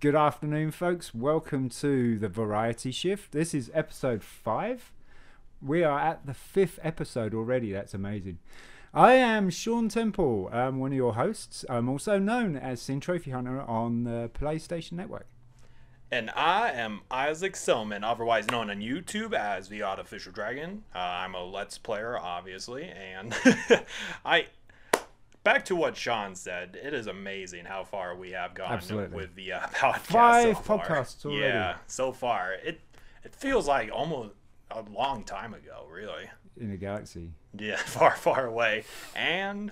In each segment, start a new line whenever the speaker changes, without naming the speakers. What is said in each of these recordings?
Good afternoon, folks. Welcome to the Variety Shift. This is episode five. We are at the fifth episode already. That's amazing. I am Sean Temple, I'm one of your hosts. I'm also known as Sin Trophy Hunter on the PlayStation Network.
And I am Isaac Selman, otherwise known on YouTube as the Artificial Dragon. Uh, I'm a Let's Player, obviously, and I. Back to what Sean said, it is amazing how far we have gone
Absolutely.
with the uh, podcast.
Five
so far.
podcasts already.
Yeah, so far it it feels like almost a long time ago, really.
In the galaxy.
Yeah, far, far away, and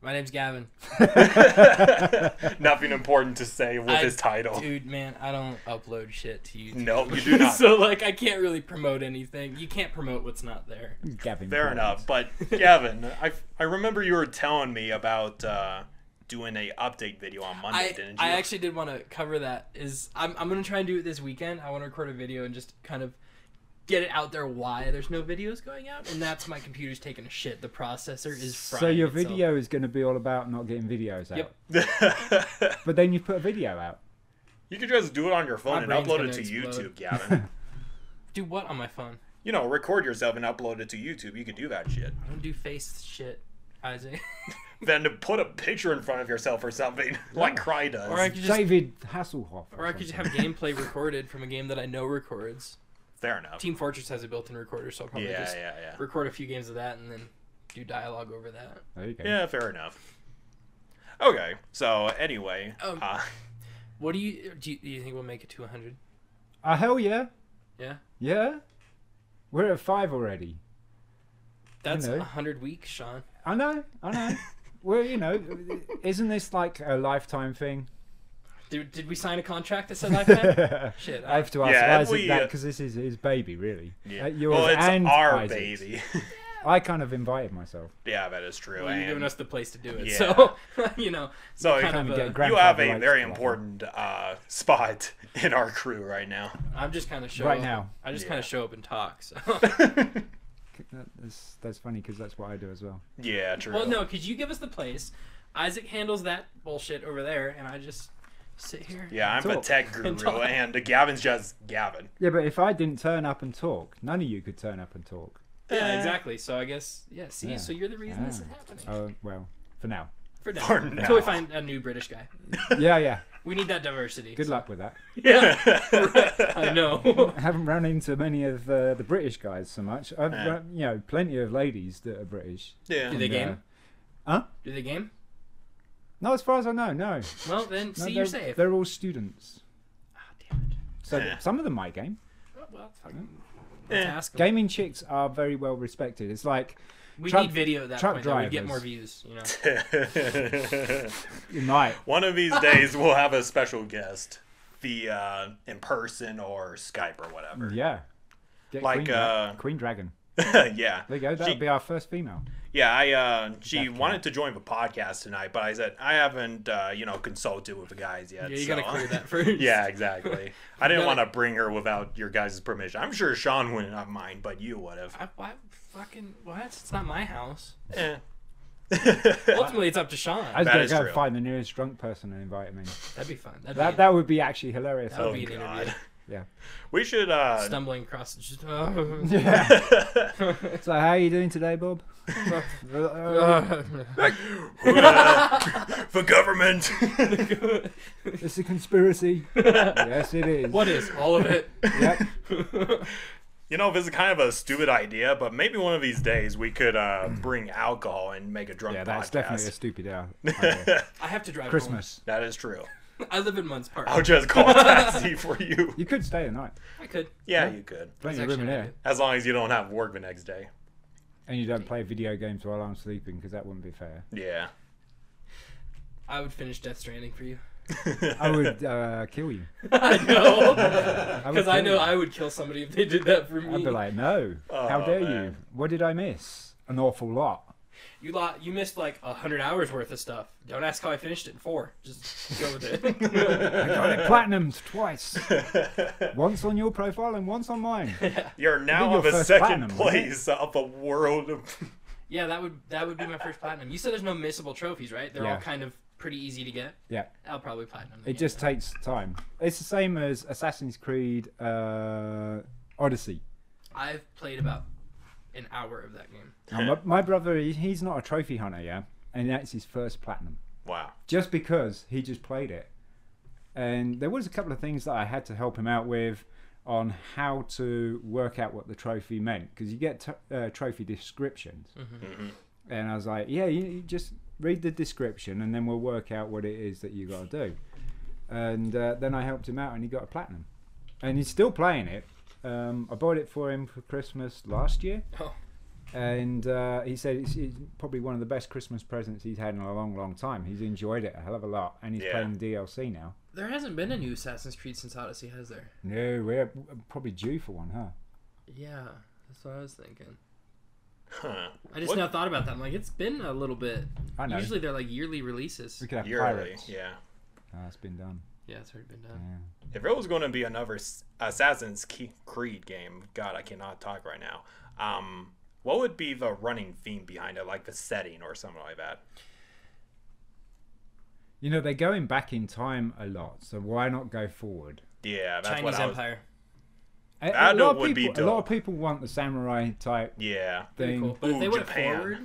My name's Gavin.
nothing important to say with
I-
his
Oh.
title.
Dude, man, I don't upload shit to
Mm.
YouTube.
No, you do not.
so like, I can't really promote anything. You can't promote what's not there.
Gavin.
Fair
Collins.
enough, but Gavin, I I remember you were telling me about uh, doing a update video on Monday,
I,
didn't you?
I actually did want to cover that. Is I'm I'm gonna try and do it this weekend. I want to record a video and just kind of get it out there why there's no videos going out, and that's my computer's taking a shit. The processor is frying
So your
itself.
video is going to be all about not getting videos out.
Yep.
But then you put a video out.
you could just do it on your
My
phone and
brain's
upload
gonna
it to
explode.
YouTube, Gavin.
Do what on my phone?
you know, record yourself and upload it to YouTube. You could do that shit.
I don't do face shit, Isaac.
Then to put a picture in front of yourself or something, like Cry does.
or I could just
David Hasselhoff.
or I could just have gameplay recorded from a game that I know records.
Fair enough.
Team Fortress has a built-in recorder, so I'll probably
Yeah,
just
yeah, yeah.
record a few games of that and then do dialogue over that.
There you go.
Yeah, fair enough. Okay, so anyway,
Um,
uh,
What do you do? You, do you think we'll make it to 100?
Ah, hell yeah.
Yeah,
Yeah. We're at five already.
that's
know.
100 weeks, Sean.
I know. I know. well, you know, isn't this like a lifetime thing?
Did, did we sign a contract that said like that? Shit,
I have to ask
Yeah,
Isaac
we,
that
uh,
because this is his baby, really.
yeah.
Uh, yours
well, it's
and
our
Isaac's.
baby.
I kind of invited myself.
yeah, that is true.
well, you're
and-
giving us the place to do it,
Yeah.
so you know.
So
kind
Kind
of
of
a,
get gra-
you have
grandfather
a
rights
very
to that.
important uh, spot in our crew right now.
I'm just kind of show
Right
up.
now.
I just
Yeah.
kind of show up and talk. So.
That- That's, that's funny because that's what I do as well.
yeah, true.
well, no, because you give us the place. Isaac handles that bullshit over there, and I just sit here.
Yeah, I'm a
Talk.
tech guru,
Talk.
and Gavin's just Gavin.
Yeah, but if I didn't turn up and talk, none of you could turn up and talk.
Yeah, exactly. So I guess yeah. See,
Yeah.
so you're the reason this is
Ah.
happening.
Oh, well, for now.
For now.
For now.
Until we find a new British guy.
Yeah, yeah.
We need that diversity.
Good luck with that.
I know.
I haven't run into many of uh, the British guys so much. I've
Yeah.
run, you know, plenty of ladies that are British.
Do
yeah.
they
And,
game?
uh, huh?
Do they game?
No, as far as I know, no.
Well, then,
No,
see,
they're,
you're safe.
They're all students.
Ah, damn it. Oh,
So
Yeah.
some of them might game.
Well, Well, fuck.
Mm.
Eh.
Let's ask 'em.
Gaming chicks are very well respected. It's like
We
truck-
need video at that
truck
point. That we get
drivers.
more views, you know.
you might.
One of these days, we'll have a special guest via in person or Skype or whatever.
Yeah. Get
Like,
Queen, Dra-
uh,
Queen Dragon.
Yeah.
There you go. That'll
She-
be our first female.
Yeah, I uh, she
Exactly.
wanted to join the podcast tonight, but I said I haven't uh, you know consulted with the guys yet.
Yeah, you
so.
gotta clear that first.
Yeah, exactly. I didn't
gotta-
want to bring her without your guys' permission. I'm sure Sean wouldn't have mind, but you would have.
I, why fucking what? It's not my house.
Eh.
Ultimately, it's up to Sean.
I was
That
going
is
to go
true.
find the nearest drunk person and invite him in.
That'd be fun. That'd
That,
be
that would be actually hilarious.
That would
oh
be an
God.
interview.
Yeah.
We should. uh
stumbling across. Just, oh.
Yeah. so how are you doing today, Bob? Uh,
uh, The government.
it's a conspiracy. yes, it is.
what is all of it?
Yep.
you know, this is kind of a stupid idea, but maybe one of these days we could uh bring alcohol and make a drunk
Mm. Yeah, that's
podcast.
definitely a stupid hour. Okay.
I have to drive. home.
Christmas.
That is true.
I live in Munns Park.
I'll just call a taxi for you.
You could stay the night.
I could.
Yeah, you could.
Plenty of
That's
room in
actually
there.
an
As long as you don't have work the next day.
And you don't play video games while I'm sleeping because that wouldn't be fair.
Yeah.
I would finish Death Stranding for you.
I would uh, kill you.
I know,
I would
because I
kill
know
you.
I would kill somebody if they did that for me.
I'd be like, no. How
Oh,
dare you?
man.
What did I miss? An awful lot.
you lot, you missed like a hundred hours worth of stuff. Don't ask how I finished it in four. Just go with it.
I got it platinums twice. once on your profile and once on mine.
You're now
your
of a
first
second
platinum, wasn't it?
place of a world of
yeah, that would that would be my first platinum. You said there's no missable trophies, right? They're
Yeah.
all kind of pretty easy to get.
Yeah.
I'll probably platinum. the
It
game,
just
though.
takes time. It's the same as Assassin's Creed uh, Odyssey.
I've played about an hour of that game.
Now, my, my brother, he- he's not a trophy hunter, yeah, and that's his first platinum,
Wow.
just because he just played it. And there was a couple of things that I had to help him out with on how to work out what the trophy meant, because you get t- uh, trophy descriptions, and I was like, yeah, you, you just read the description, and then we'll work out what it is that you got to do. And uh, then I helped him out, and he got a platinum, and he's still playing it. Um, I bought it for him for Christmas last year
Oh,
and uh, he said it's, it's probably one of the best Christmas presents he's had in a long, long time. He's enjoyed it a hell of a lot, and he's
Yeah.
playing DLC now.
there hasn't been a new Assassin's Creed since Odyssey, has there?
No, we're probably due for one, huh?
Yeah, that's what I was thinking.
Huh.
I just
What-
now thought about that. I'm like, it's been a little bit.
I know.
Usually they're like yearly releases.
we could have
Yearly.
pirates.
Yeah.
No, it's been done.
Yeah, it's already been
Yeah.
done.
If it was going to be another S- Assassin's Ke- Creed game, God, I cannot talk right now. Um, what would be the running theme behind it, like the setting or something like that?
You know they're going back in time a lot, so why not go forward?
Yeah, that's what
Chinese
I was.
Empire.
A, a
That
lot of
would be
people, a lot of
dope.
people want the samurai type
Yeah,
Pretty
thing.
cool. But if
Ooh,
they went
Japan.
forward,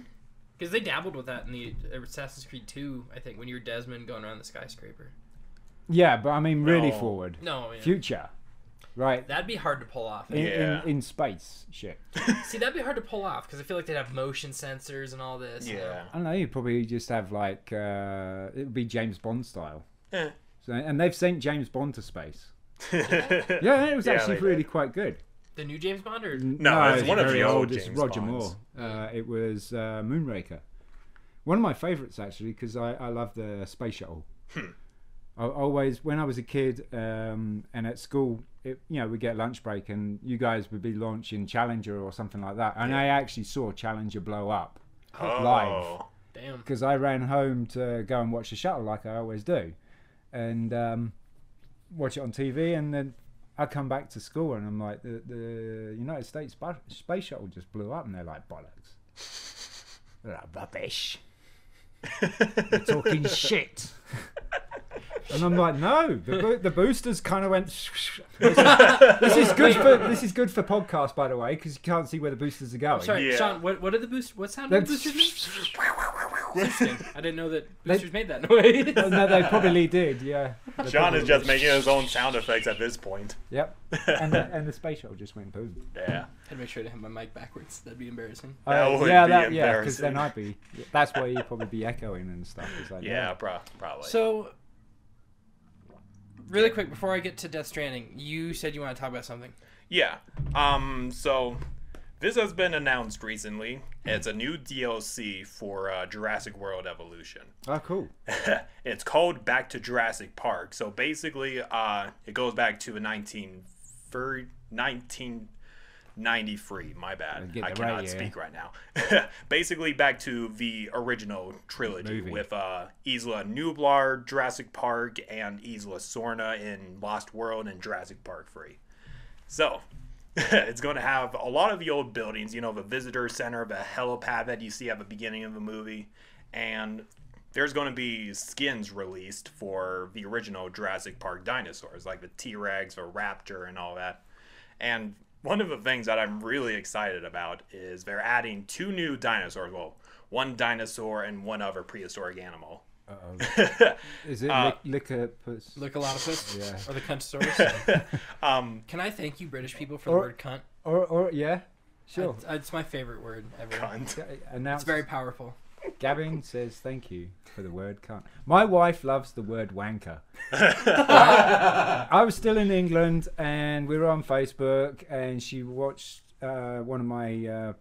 because they dabbled with that in the Assassin's Creed 2, I think, when you were Desmond going around the skyscraper.
Yeah, but I mean really
No.
forward,
No, yeah.
future, right?
that'd be hard to pull off.
In,
Yeah.
in, in space, shit.
See, that'd be hard to pull off because I feel like they'd have motion sensors and all this. you know?
yeah.
I don't know. You probably just have like uh, it would be James Bond style.
Eh.
So, and they've sent James Bond to space.
yeah,
Yeah, it was
Yeah,
actually
they
really
did.
quite good.
The new James Bond or
No, it's one of
very
the old
It's
James
Roger
Bonds.
Moore. Uh, it was uh, Moonraker. One of my favourites actually because I, I love the space shuttle.
Hmm.
I always, when I was a kid um, and at school, it, you know, we get lunch break and you guys would be launching Challenger or something like that. And I actually saw Challenger blow up live
Oh,
damn.
because I ran home to go and watch the shuttle like I always do, and um, watch it on TV. And then I come back to school and I'm like, the, the United States spa- space shuttle just blew up, and they're like bollocks, they're like, rubbish, they're talking shit. And I'm like, no, the, bo- the boosters kind of went. this is good for this is good for podcast, by the way, because you can't see where the boosters are going.
Sorry,
Yeah.
Sean. What what are the boost? What sound
They're-
did boosters make? Interesting. I didn't know that boosters made that noise.
Oh, no, they probably did. Yeah. They
John
probably
is just making his own sound effects at this point.
Yep. And the, and the space shuttle just went boom.
Yeah.
Had to make sure to have my mic backwards. That'd be embarrassing.
That
Uh,
would
yeah,
be
that, yeah, because then
embarrassing.
I'd be. That's why you'd probably be echoing and stuff. It's like,
Yeah, pro- probably.
So, really quick before I get to Death Stranding, you said you want to talk about something.
Yeah. Um. So this has been announced recently. It's a new DLC for uh, Jurassic World Evolution.
Oh, cool.
it's called Back to Jurassic Park. So basically, uh, it goes back to the 19, fir- 1993. My bad.
Get
I
that
cannot
right, yeah.
speak right now. basically, back to the original trilogy
Movie.
with uh, Isla Nublar, Jurassic Park, and Isla Sorna in Lost World and Jurassic Park 3. So. it's going to have a lot of the old buildings, you know, the visitor center, the helipad that you see at the beginning of the movie, and there's going to be skins released for the original Jurassic Park dinosaurs, like the T Rex or Raptor and all that. And one of the things that I'm really excited about is they're adding two new dinosaurs. Well, one dinosaur and one other prehistoric animal.
Is it
Uh,
lick, licopus?
Look a lot of us.
Yeah.
Or the cuntsaurus. um, Can I thank you, British people, for the
Or-
word cunt?
or, or yeah, sure.
It's, it's my favorite word ever.
Cunt.
Ga- Announce.
It's very powerful.
Gavin says thank you for the word cunt. My wife loves the word wanker. I was still in England and we were on Facebook and she watched uh, one of my uh,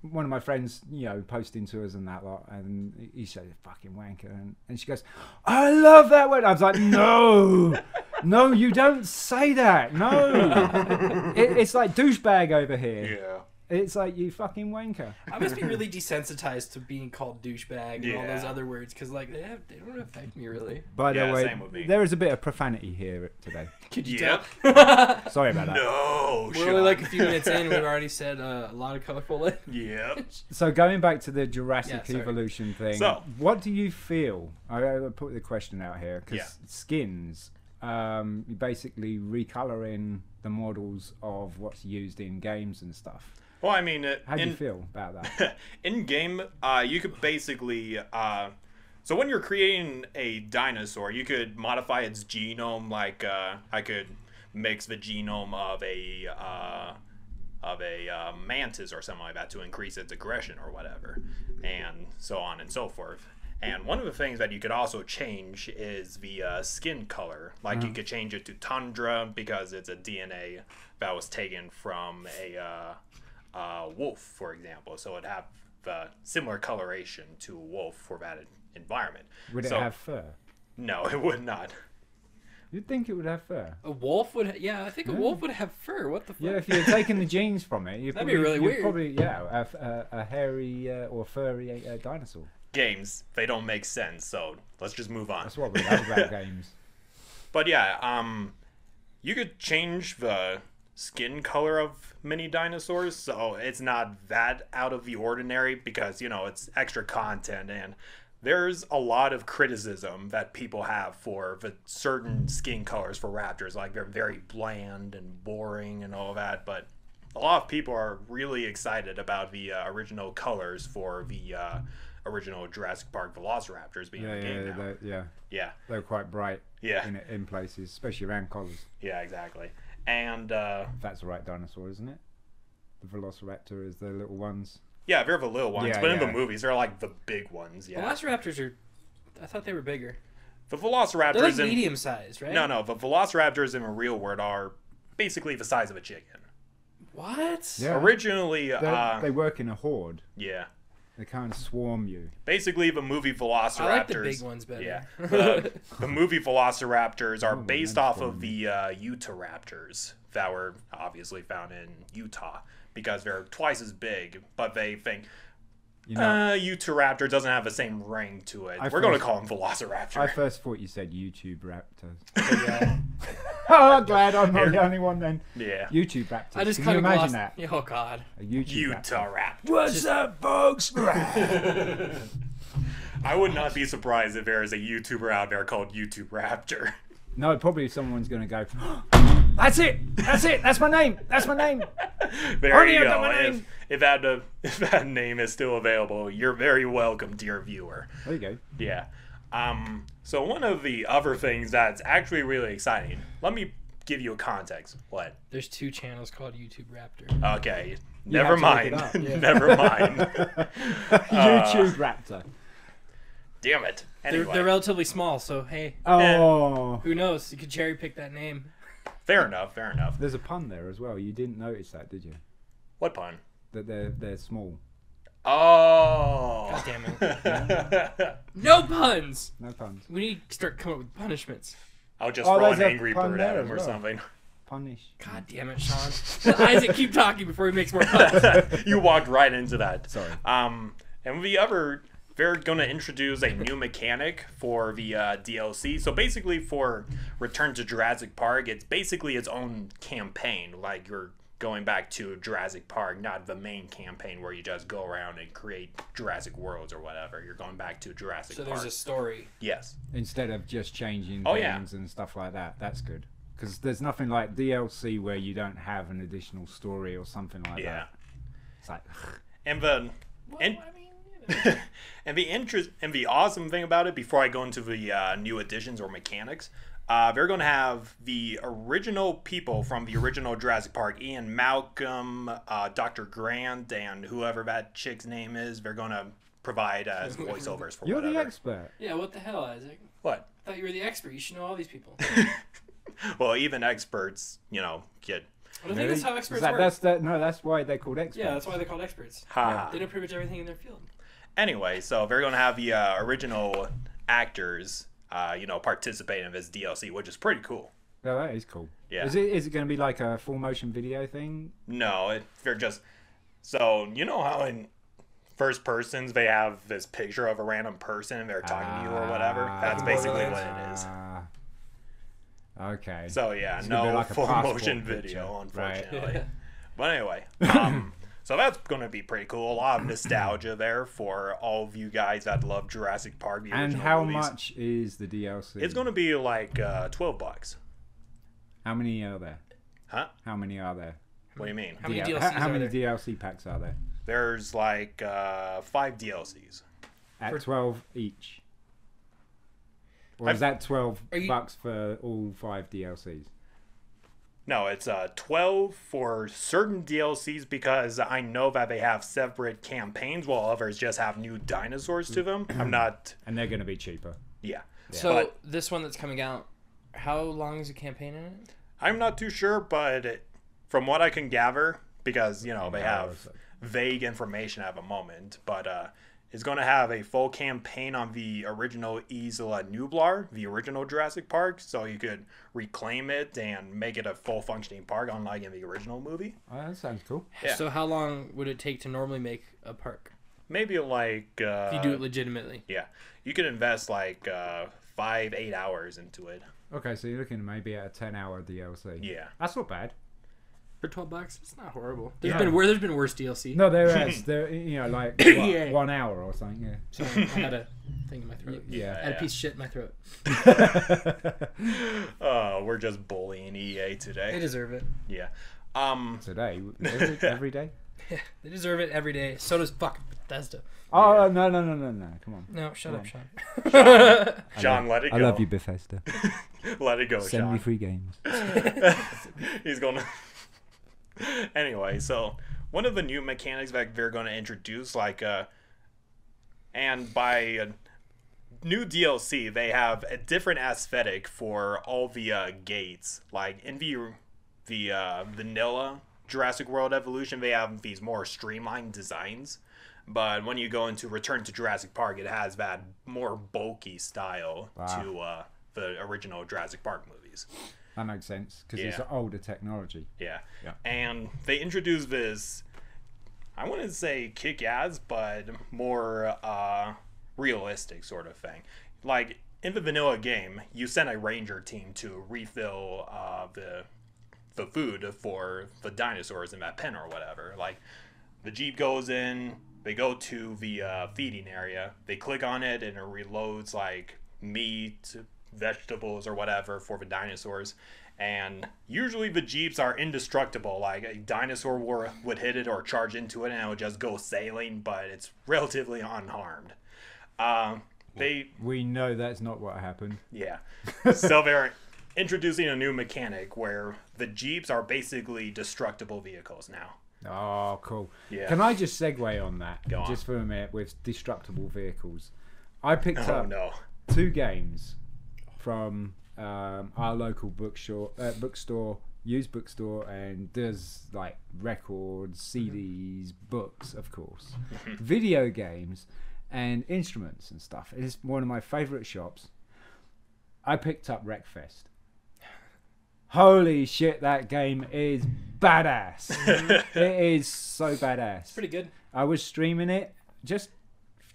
one of my friends, you know, posting to us and that lot, and he said fucking wanker, and, and she goes, I love that word. I was like, no, no, you don't say that. No, it, it's like douchebag over here.
Yeah.
It's like you fucking wanker.
I must be really desensitized to being called douchebag and all those
Yeah.
other words because like they, have, they don't affect me really.
By the
Yeah,
way,
same with me.
there is a bit of profanity here today.
Could you
Yep.
tell?
Sorry about that.
No,
We're only like a few minutes in. We've already said uh, a lot of colorful language.
yep.
So going back to the Jurassic
Yeah, sorry.
Evolution thing,
So-
what do you feel? I, I put the question out here because
Yeah.
skins, um, you're basically recoloring the models of what's used in games and stuff.
Well, I mean, uh,
How do you
in,
feel about that?
in game, uh, you could basically. Uh, so when you're creating a dinosaur, you could modify its genome. Like uh, I could mix the genome of a uh, of a uh, mantis or something like that to increase its aggression or whatever, and so on and so forth. And one of the things that you could also change is the uh, skin color. Like
Mm.
you could change it to tundra because it's a DNA that was taken from a uh, uh, wolf, for example. So it'd have the similar coloration to a wolf for that en- environment.
Would it
So-
have fur?
No, it would not.
You'd think it would have fur.
A wolf would, ha- yeah, I think a wolf would have fur. What the fuck?
Yeah, if you're taking the genes from it, you'd
That'd be
probably,
really
you'd
weird.
probably yeah, have a, a hairy uh, or furry uh, dinosaur.
Games they don't make sense. So let's just move on.
That's what we love about games.
But yeah, um, you could change the skin color of mini dinosaurs, so it's not that out of the ordinary because you know it's extra content and there's a lot of criticism that people have for the certain skin colors for raptors like they're very bland and boring and all that but a lot of people are really excited about the uh, original colors for the uh, original Jurassic Park Velociraptors being
Yeah,
in the
yeah,
game
yeah,
now.
they're, yeah.
Yeah,
They're quite bright
yeah,
in, in places, especially around collars.
yeah, exactly. And uh,
That's the right dinosaur, isn't it? The Velociraptor is the little ones.
Yeah, they're the little ones,
Yeah,
but in the
yeah.
movies, they're like the big ones. Yeah,
Velociraptors are. I thought they were bigger.
the
They're
Velociraptors
like
in
medium sized, right?
no, no, the Velociraptors in the real world are basically the size of a chicken.
What?
Yeah.
Originally,
They-
uh,
they work in a horde.
yeah,
They kind of swarm you.
basically the movie Velociraptors.
I like the big ones better.
Yeah, the, the movie Velociraptors are based
Oh, that's
off of the uh, Utahraptors that were obviously found in Utah because they're twice as big, but they think.
You know,
Uh, Utahraptor doesn't have the same ring to it.
I
We're going to
first-
call him Velociraptor.
I first thought you said YouTube raptors. oh, glad I'm not the only one then.
yeah.
YouTube raptors.
I just
Can
kind
you
of
imagine
glossed.
that?
Oh God.
A YouTube raptor.
Utah Raptor.
What's up, folks?
I would not be surprised if there is a YouTuber out there called YouTube Raptor.
no, probably someone's going to go, that's it. That's it. That's my name. That's my name.
There
Hurry
you
up,
go.
I'm
If,
in.
if that, uh, if that name is still available, you're very welcome, dear viewer.
There you go.
Yeah. Um, so one of the other things that's actually really exciting. Let me give you a context. What?
There's two channels called YouTube Raptor.
Okay.
have
Never
to look it
mind.
up, yeah.
Never mind.
YouTube raptor.
Damn it.
They're,
Anyway,
they're relatively small, so hey,
Oh.
who knows? You could cherry pick that name.
fair enough. Fair enough.
There's a pun there as well. You didn't notice that, did you?
What pun?
That they're they're small.
Oh.
God damn it. no puns.
No puns.
We need to start coming up with punishments.
I'll just
Oh,
throw
there's
an
a
angry
pun
bird at
there
him
as
or
well.
something.
Punish.
God damn it, Sean. Let Isaac, keep talking before he makes more puns.
you walked right into that.
Sorry.
Um, and the other, they're going to introduce a new mechanic for the uh, DLC. So basically, for Return to Jurassic Park, it's basically its own campaign. Like you're going back to Jurassic Park, not the main campaign where you just go around and create Jurassic Worlds or whatever. You're going back to Jurassic
So
Park.
there's a story.
Yes.
Instead of just changing
Oh, yeah.
things and stuff like that. That's good. Because there's nothing like DLC where you don't have an additional story or something like
Yeah.
that. It's like,
And then. and-
I mean,
and the interest and the awesome thing about it before i go into the uh, new additions or mechanics uh, they're going to have the original people from the original Jurassic Park, Ian Malcolm, uh, Dr. Grant, and whoever that chick's name is. They're going to provide as voiceovers for
you're the
whatever.
expert.
yeah, what the hell, Isaac?
what?
I thought you were the expert. You should know all these people.
Well, even experts, you know, get
I don't think that's how experts
Is that-
work.
That's that, no, that's why they're called experts.
Yeah, that's why they're called experts.
ha.
They know pretty much everything in their field.
Anyway, so they're going to have the uh, original actors, uh, you know, participate in this DLC, which is pretty cool.
No, Oh, that is cool.
Yeah.
Is it, is it going to be like a full motion video thing?
No, it, they're just So you know how in first persons they have this picture of a random person and they're talking to you or whatever. That's
Ah.
basically what it is.
Ah. okay.
So yeah,
It's gonna be
no
like a
full
passport
motion
picture,
video,
right.
unfortunately. But anyway, um, so that's gonna be pretty cool. A lot of nostalgia there for all of you guys that love Jurassic Park. The
and
original
how
movies.
much is the DLC?
It's gonna be like uh, twelve bucks,
How many are there?
huh?
How many are there?
What do you mean?
How many
DL-
DLCs
how, how
are
many
there?
DLC packs are there?
There's like uh, five DLCs.
At
For-
12 each. Or
I've-
is that 12
Are you-
bucks for all five DLCs?
No, it's uh, 12 for certain DLCs because I know that they have separate campaigns while others just have new dinosaurs to them. I'm not,
And they're going to be cheaper.
yeah.
So
But-
this one that's coming out, how long is the campaign in it?
I'm not too sure, but it, from what I can gather, because, you know, they have vague information at the moment, but uh, it's going to have a full campaign on the original Isla Nublar, the original Jurassic Park, so you could reclaim it and make it a full functioning park, unlike in the original movie.
Oh, that sounds cool.
Yeah.
So how long would it take to normally make a park
Maybe like. Uh,
if you do it legitimately?
Yeah, you can invest like uh, five, eight hours into it.
Okay, so you're looking maybe at a 10 hour DLC.
Yeah,
That's not bad.
For twelve bucks, it's not horrible. There's
Yeah.
been wor- there's been worse DLC.
No, there is. There, you know, like what,
Yeah.
one hour or something. Yeah.
Sorry, I had a thing in my throat. I
Yeah.
had a
Yeah.
piece of shit in my throat.
uh, we're just bullying EA
They
today.
deserve it.
Yeah, um,
Today, every, every day.
They deserve it every day. So does fucking Bethesda.
Oh no no no no no! Come on,
No, shut up, Sean.
John, let it go.
I love you, Bethesda.
Let it go,
Send me
Sean.
free games.
He's gonna. anyway, so one of the new mechanics that they're gonna introduce, like, uh, and by uh, new DLC, they have a different aesthetic for all the uh, gates. Like in the the uh, vanilla Jurassic World Evolution, they have these more streamlined designs. But when you go into Return to Jurassic Park, it has that more bulky style
Wow.
to uh, the original Jurassic Park movies.
That makes sense because it's
Yeah.
older technology.
Yeah.
Yeah.
And they introduced this, I wouldn't say kick ass, but more uh, realistic sort of thing. Like in the vanilla game, you send a ranger team to refill uh, the the food for the dinosaurs in that pen or whatever. Like the jeep goes in, they go to the uh, feeding area, they click on it, and it reloads like meat, vegetables, or whatever for the dinosaurs. And usually the jeeps are indestructible. Like a dinosaur war would hit it or charge into it, and it would just go sailing, but it's relatively unharmed. Um, they
We know that's not what happened.
yeah. so they're introducing a new mechanic where the Jeeps are basically destructible vehicles now.
Oh, cool.
Yeah.
Can I just segue on that
Go on.
just for a minute with destructible vehicles? I picked
Oh
up
no.
two games from um, our local bookshop, uh, bookstore, used bookstore, and does like records, CDs, books, of course, video games, and instruments and stuff. It's one of my favorite shops. I picked up Wreckfest. Holy shit, that game is badass. it is so badass.
Pretty good.
I was streaming it, just,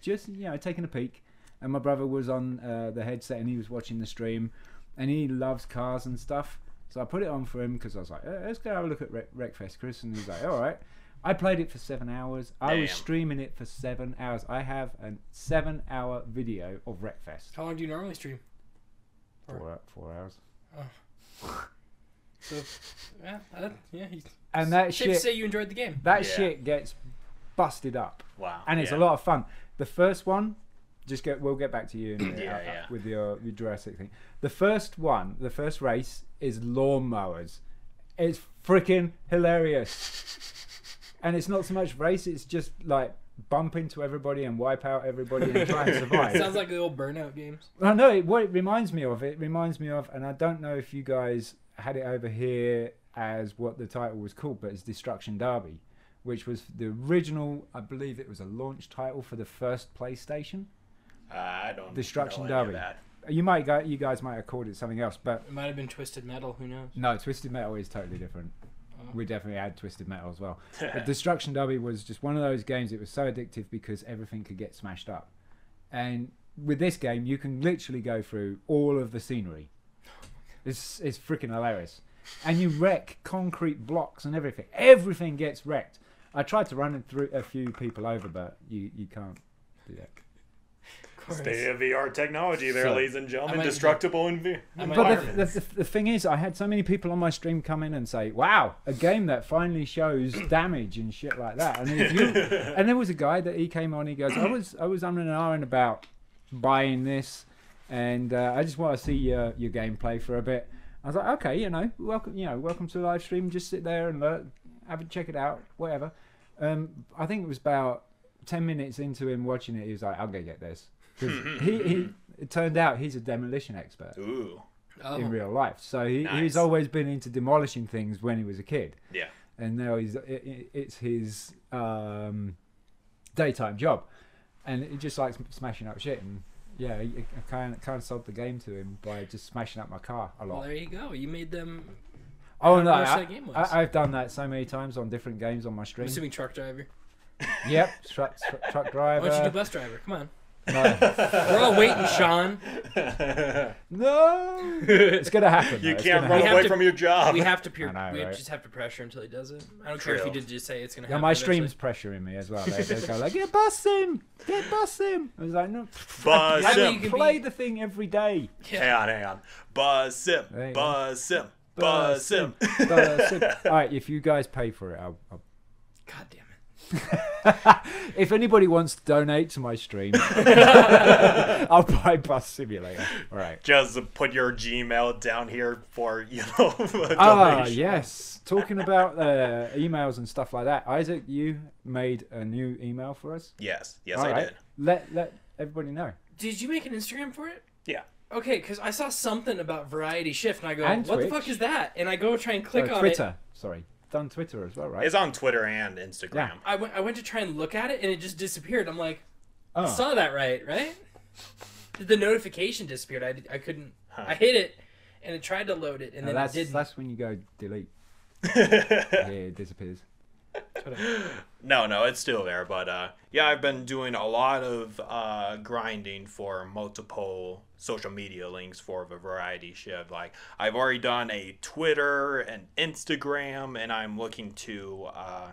just you know, taking a peek, and my brother was on uh, the headset and he was watching the stream, and he loves cars and stuff. So I put it on for him because I was like, "Eh, let's go have a look at Wreck- Wreckfest, Chris, and he's like, all right. I played it for seven hours. I was
Damn.
streaming it for seven hours. I have a seven-hour video of Wreckfest.
How long do you normally stream?
Four, four hours.
So, yeah, that, yeah. He's,
And that
safe to
shit,
say you enjoyed the game.
that
Yeah.
shit gets busted up.
Wow.
and it's
yeah.
a lot of fun. The first one, just get we'll get back to you in a minute,
Yeah,
uh, uh,
yeah.
with your, your Jurassic thing. The first one, the first race is lawnmowers. It's freaking hilarious, and it's not so much race; it's just like bump into everybody and wipe out everybody and try and survive.
Sounds like the old Burnout games.
I know it, what it reminds me of. It reminds me of, and I don't know if you guys had it over here as what the title was called, but it's Destruction Derby, which was the original. I believe it was a launch title for the first PlayStation.
Uh, I don't
Destruction
know any of
Derby.
that.
You might, go, you guys might have called it something else, but
It might have been Twisted Metal. Oh. Who knows?
no, Twisted Metal is totally different. we definitely had Twisted Metal as well. But Destruction Derby was just one of those games that was so addictive because everything could get smashed up. And with this game, you can literally go through all of the scenery. It's, it's freaking hilarious. And you wreck concrete blocks and everything. Everything gets wrecked. I tried to run through a few people over, but you, you can't do that.
State of the art technology there,
So-
ladies and
I
gentlemen.
might-
Destructible envi-
I might-
environment.
But the, the, the thing is, I had so many people on my stream come in and say, "Wow, a game that finally shows damage and shit like that." And if you, and there was a guy that he came on. He goes, "I was I was umming and ahhing about buying this, and uh, I just want to see your your gameplay for a bit." I was like, "Okay, you know, welcome, you know, welcome to the live stream. Just sit there and look, have a check it out, whatever." Um, I think it was about ten minutes into him watching it. He was like, "I'm gonna get this." 'Cause he, he, it turned out he's a demolition expert
Ooh,
Oh,
in real life. So he,
Nice.
he's always been into demolishing things when he was a kid,
yeah.
and now he's it, it- it's his um, daytime job, and he just likes smashing up shit. And yeah, he- I kind of kind of sold the game to him by just smashing up my car a
well,
lot.
there you go. You made them.
Oh
how
no,
much
I,
that game was.
I, have done that so many times on different games on my
I'm
stream.
assuming truck driver.
Yep, truck truck- truck
Why don't you do
driver.
bus driver? Come on.
No,
We're all waiting, Sean.
no, it's gonna happen.
You
though, it's
can't
gonna
run
happen.
have
away
to-
from your job.
We have to. Peer,
I know,
we
right?
just have to pressure until he does it. I don't care if you
True.
did just say it's gonna
Yeah,
happen.
my
eventually.
stream's pressuring me as well. They, they go like, "Get bust him, get bust him." I was like, "No,
Buzz
I
him.
mean, You can
play
be-
the thing every day.
Hang on, hang on. Buzz him.
There you go.
Buzz him. Buzz him.
Buzz him. All right, if you guys pay for it, I'll, I'll...
God damn it.
if anybody wants to donate to my stream, I'll buy Bus Simulator. All right.
Just put your Gmail down here for you know. a
Ah,
donation.
yes. Talking about uh, emails and stuff like that, Isaac, you made a new email for us.
Yes, yes,
All
I
right.
did.
Let let everybody know.
Did you make an Instagram for it?
Yeah.
Okay, because I saw something about variety shift, and I go,
And
"What the
Twitch.
fuck is that?" And I go try and click
Uh,
on it.
Twitter. Sorry, done Twitter as well, right?
It's on Twitter and Instagram.
Yeah.
I went, I went to try and look at it, and it just disappeared. I'm like,
Oh.
I saw that right, right? The notification disappeared. I, I couldn't. I hit it, and it tried to load it, and
Now
then
that's
it didn't.
that's when you go delete. yeah, it disappears.
No, no, it's still there, but uh, yeah, I've been doing a lot of uh, grinding for multiple social media links for the variety shift. Like I've already done a Twitter and Instagram, and I'm looking to uh,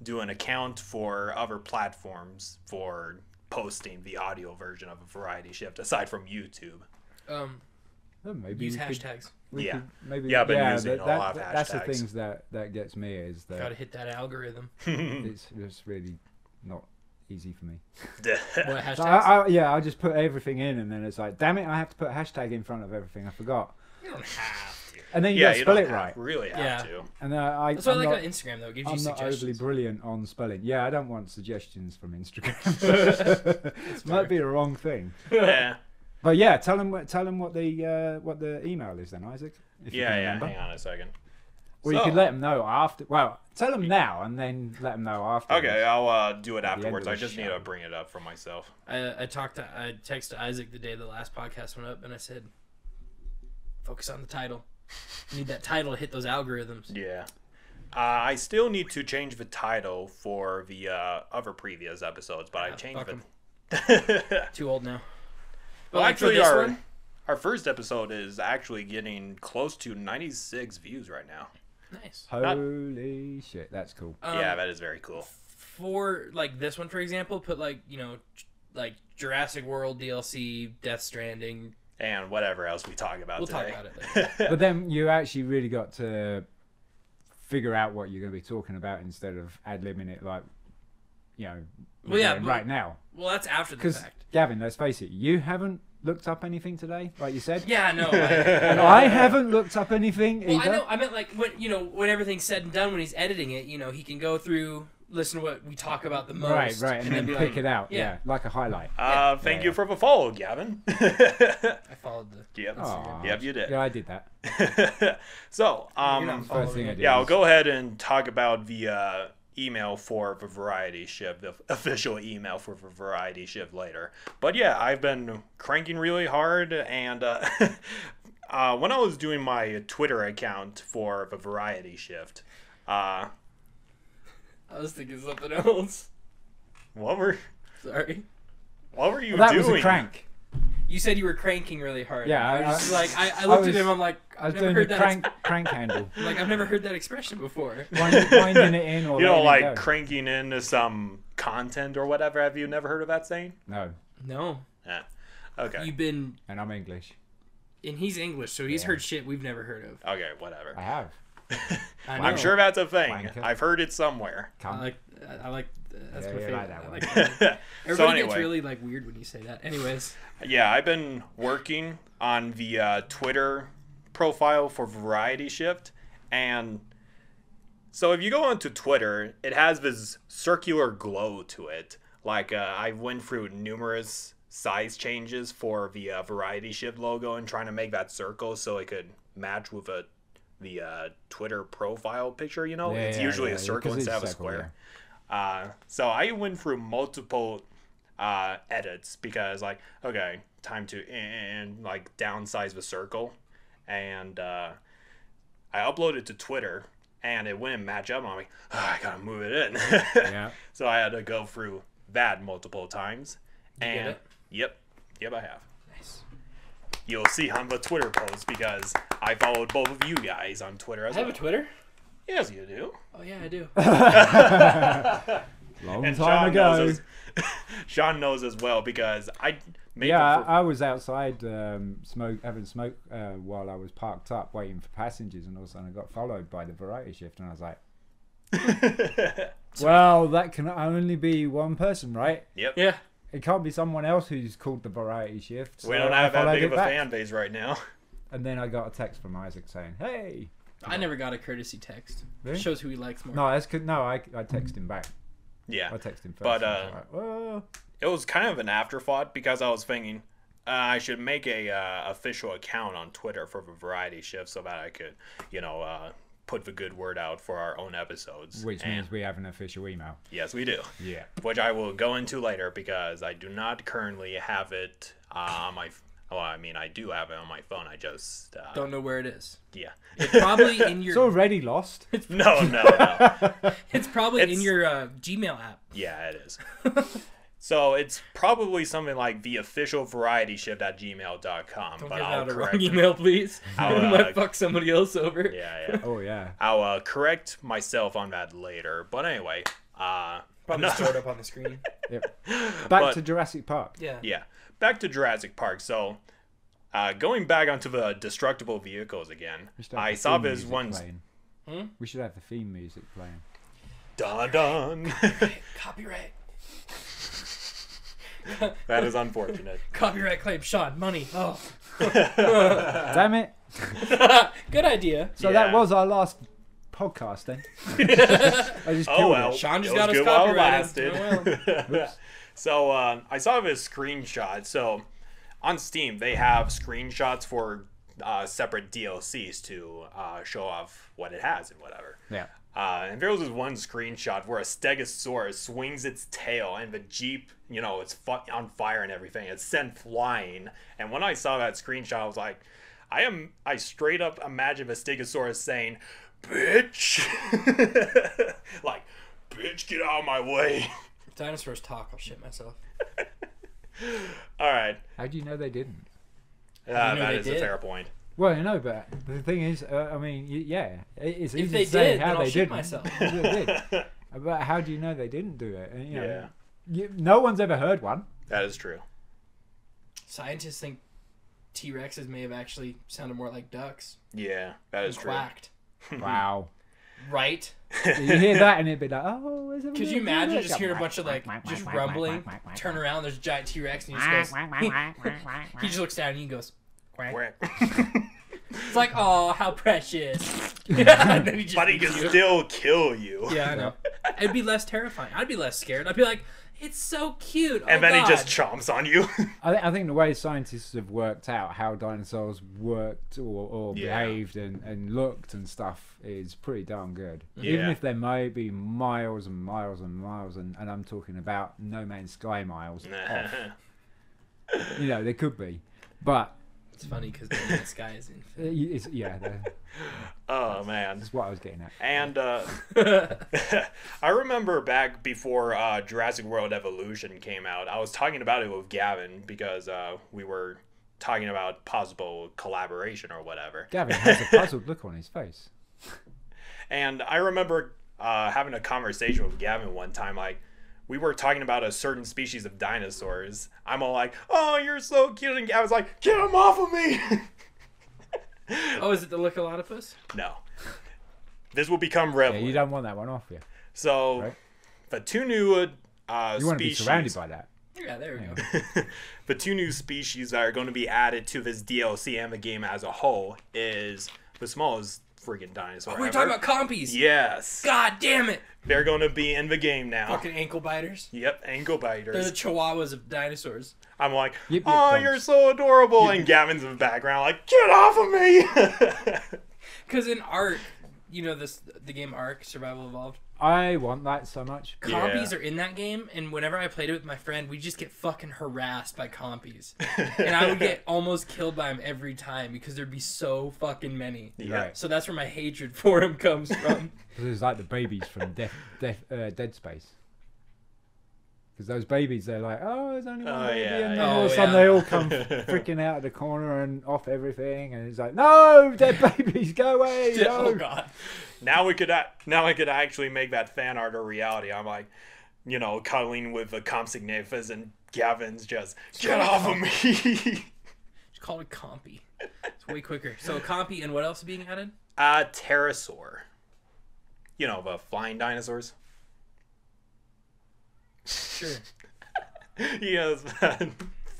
do an account for other platforms for posting the audio version of a variety shift aside from YouTube.
um,
Oh, maybe
use
you could-
hashtags.
we
Yeah.
could maybe
Yeah, I've been using
that,
a
that-
lot of
that- that's the
hashtags.
things that that gets me is that
Gotta hit that algorithm.
it's just really not easy for me.
What hashtags?
So I, I, yeah, I'll just put everything in, and then it's like, damn it, I have to put a hashtag in front of everything. I forgot,
you don't have to.
and then you
yeah,
gotta
you
spell
don't
it
have-
right.
really have
Yeah.
to.
And uh, I,
That's why I
I'm
like
not,
on Instagram though. It gives you
I'm not overly
suggestions.
brilliant on spelling. Yeah, I don't want suggestions from Instagram. Might be a wrong thing.
yeah,
But yeah, tell them tell them what the uh, what the email is then, Isaac. If you
yeah,
can
yeah.
remember.
Hang on a second.
Or you
So-
could let them know after. Well, tell them now and then let them know after.
Okay, I'll uh, do it
end of
afterwards.
the
I just need
show.
to bring it up for myself.
I, I talked to I texted Isaac the day the last podcast went up, and I said, "Focus on the title. You need that title to hit those algorithms."
Yeah. Uh, I still need to change the title for the uh, other previous episodes, but
Ah,
I changed
fuck
the.
'em. Too old now.
well,
like for
actually,
this
our
one?
our first episode is actually getting close to 96 views right now.
Nice.
Holy shit, that's cool.
Um,
yeah, that is very cool.
for like this one for example put like you know j- like jurassic world dlc death stranding
And whatever else we talk about
we'll
today.
talk about it later
but then you actually really got to figure out what you're going to be talking about instead of ad libbing it like, you know, we're
Well, yeah,
doing
but-
right now.
well that's after the
Because
fact
Gavin, let's face it, you haven't looked up anything today, like you said.
yeah no I,
And I haven't looked up anything
well, I
either.
know i meant like when you know when everything's said and done when he's editing it you know he can go through listen to what we talk about the most
Right, right, and then
be
pick
like,
it out.
yeah.
Yeah. like a highlight.
Uh, thank
Yeah.
you for the follow, Gavin.
i followed the
yep.
Aw.
Yep, you did.
Yeah, I did that.
so, um,
You're not following
First thing I
it.
did.
Yeah, I'll
was-
go ahead and talk about the uh, email for the variety shift, the official email for the variety shift later. But yeah, I've been cranking really hard, and uh, uh, when I was doing my Twitter account for the variety shift, Uh,
I was thinking something else.
what were
Sorry.
what were you
that
doing?
was a crank.
You said you were cranking really hard.
Yeah,
I was
I-
just like I,
I
I looked
was-
at him. I'm like,
I was
I've never
doing the
heard that.
crank
ex-
crank handle,
I'm like I've never heard that expression before.
Wind- winding it in or
You know,
letting it
like
go.
cranking into some content or whatever. Have you never heard of that saying?
No,
No,
Yeah. Okay.
you've been,
and I'm English.
and he's English, so he's heard shit we've never heard of.
Okay. Whatever.
I have.
I
I'm
know.
sure that's a thing.
Wanker.
I've heard it somewhere.
Cunt.
I like. I like. That's
Yeah,
my
you
favorite.
like that
I
one.
like that.
so
Everybody
anyway,
gets really like weird when you say that. Anyways,
yeah, I've been working on the uh, Twitter profile for Variety Shift, and so if you go onto Twitter, it has this circular glow to it. Like uh, I went through numerous size changes for the uh, Variety Shift logo and trying to make that circle so it could match with a the uh, Twitter profile picture. You know,
Yeah,
it's
yeah,
usually
yeah,
a circle
'cause it's
instead of a
circle,
square.
yeah.
Uh, so I went through multiple uh, edits because, like, okay, time to and like downsize the circle, and uh, I uploaded to Twitter, and it wouldn't match up. I'm like, "Ah, I gotta move it in.
Yeah.
So I had to go through that multiple times,
get
and
it?
yep, yep, I have.
nice.
You'll see on the Twitter post because I followed both of you guys on Twitter as
I have
well.
a Twitter.
yes, you do.
Oh yeah, I do.
Long
And
time
Sean
ago.
knows as, Sean knows as well because I made
yeah,
the fir-
I, I was outside um, smoke having smoke uh, while I was parked up waiting for passengers, and all of a sudden I got followed by the variety shift, and I was like, "Well, that can only be one person, right?
yep.
yeah.
It can't be someone else who's called the variety shift."
We
so
don't
I
have that
followed
big of
it
a
back.
fan base right now.
And then I got a text from Isaac saying, "Hey."
I never got a courtesy text.
Really?
Shows who he likes more.
No, that's good. No, I, I text him back.
Yeah.
I text him first.
But,
and I was
uh,
like, "Whoa."
It was kind of an afterthought because I was thinking uh, I should make a uh, official account on Twitter for the variety shift so that I could, you know, uh, put the good word out for our own episodes.
which
And-
means we have an official email.
yes, we do.
Yeah.
which I will go into later because I do not currently have it uh, on my. Well, I mean, I do have it on my phone. I just uh,
Don't know where it is.
Yeah.
Probably in
It's
your.
already lost.
no, no, no.
It's probably in
it's-
your uh, Gmail app.
Yeah, it is. So it's probably something like the official variety shift at gmail.com.
Don't
but
give
I'll
out a
correct
wrong email, please.
I'll,
I
uh,
might fuck somebody else over.
Yeah, yeah.
Oh yeah.
I'll uh, correct myself on that later. But anyway, uh,
Probably
no-
stored up on the screen.
Yep. Back
But-
to Jurassic Park.
Yeah.
yeah, back to Jurassic Park. So uh, going back onto the destructible vehicles again,
We should have
I
the
saw
theme
this
music
one.
playing.
Hmm?
We should have the theme music playing.
Dun dun.
Copyright.
that is unfortunate.
Copyright claim. Sean, money. Oh.
Damn it!
Good idea.
So
Uh, Yeah.
that was our last podcast then. I just
Oh
killed
well,
it.
Sean just
it
got
was
us
good while it
copyrighted.
lasted.
Oops.
so uh, I saw this screenshot. So on Steam, they have screenshots for uh, separate DLCs to uh, show off what it has and whatever.
Yeah.
Uh, and there was this one screenshot where a stegosaurus swings its tail and the jeep, you know, it's fu- on fire and everything. It's sent flying. And when I saw that screenshot, I was like, I am, I straight up imagine the stegosaurus saying, "Bitch," like, "Bitch, get out of my way."
Dinosaurs talk. I'll shit myself.
All right,
How do you know they didn't?
uh,
you know
that
they
is a
did?
fair point.
Well, you know, but the thing is, uh, I mean, y- yeah, it- it's easy
If they
to say
did,
how
then I'll
they
shit
didn't.
myself.
They did. But how do you know they didn't do it? And, you know,
Yeah.
you- no one's ever heard one.
That is true.
Scientists think T Rexes may have actually sounded more like ducks.
Yeah, that is true.
Quacked.
Wow.
Right?
So you hear that and it'd be like, oh, is it?
Could you imagine just hearing a bunch of like just rumbling? Turn around, there's a giant T Rex, and he just goes. he just looks down and he goes.
Where-
It's like, oh, how precious. and then he just
but he
eats
can
you.
still kill you.
Yeah, I know. It'd be less terrifying. I'd be less scared. I'd be like, it's so cute.
And
oh,
then
God.
he just chomps on you.
I, th- I think the way scientists have worked out how dinosaurs worked or, or
Yeah.
behaved and, and looked and stuff is pretty darn good. Even
Mm-hmm. Yeah.
if there may be miles and miles and miles, and, and I'm talking about No Man's Sky miles, off. you know, there could be. But
It's funny because the night sky is
Uh, y- it's- yeah, that-
Oh man.
that's what I was getting at.
And uh,
infinite.
I remember back before uh, Jurassic World Evolution came out, I was talking about it with Gavin because uh, we were talking about possible collaboration or whatever.
Gavin has a puzzled look on his face.
And I remember uh, having a conversation with Gavin one time, like, we were talking about a certain species of dinosaurs. I'm all like, oh, you're so cute. And Gavin's like, get him off of me.
oh, is it the Lycolodopus?
no. This will become
Yeah,
relevant.
you don't want that one off you.
so,
right?
the two new uh,
You want to be surrounded by that.
Yeah, there we go.
the two new species that are going to be added to this DLC and the game as a whole is the smallest freaking dinosaur.
We're
ever.
talking about compies.
Yes,
God damn it!
they're going to be in the game now.
Fucking ankle biters.
Yep, ankle
They're the
biters.
chihuahuas of dinosaurs.
I'm like,
Yip, yip,
oh,
thumbs.
you're so adorable, and Gavin's in the background like, get off of me.
Because in Ark, you know this the game Ark Survival Evolved.
I want that so much.
Compies
Yeah.
are in that game, and whenever I played it with my friend, we just get fucking harassed by compies, and I would get almost killed by them every time because there'd be so fucking many.
yeah.
Right.
So that's where my hatred for him comes from.
Because it's like the babies from Death, Death, uh, Dead Space. Because those babies, they're like, oh, there's only one
Oh,
baby,
yeah,
and then
yeah.
all of a
Oh,
sudden
yeah.
they all come freaking out of the corner and off everything, and it's like, no, dead babies, go away,
oh
no.
god.
Now we could act- now I could actually make that fan art a reality. I'm like, you know, cuddling with the Compsignathus and Gavin's just get off of me.
Just call it a compy. It's way quicker. So a compy and what else is being added?
Uh, pterosaur. You know, the flying dinosaurs.
Sure.
yes.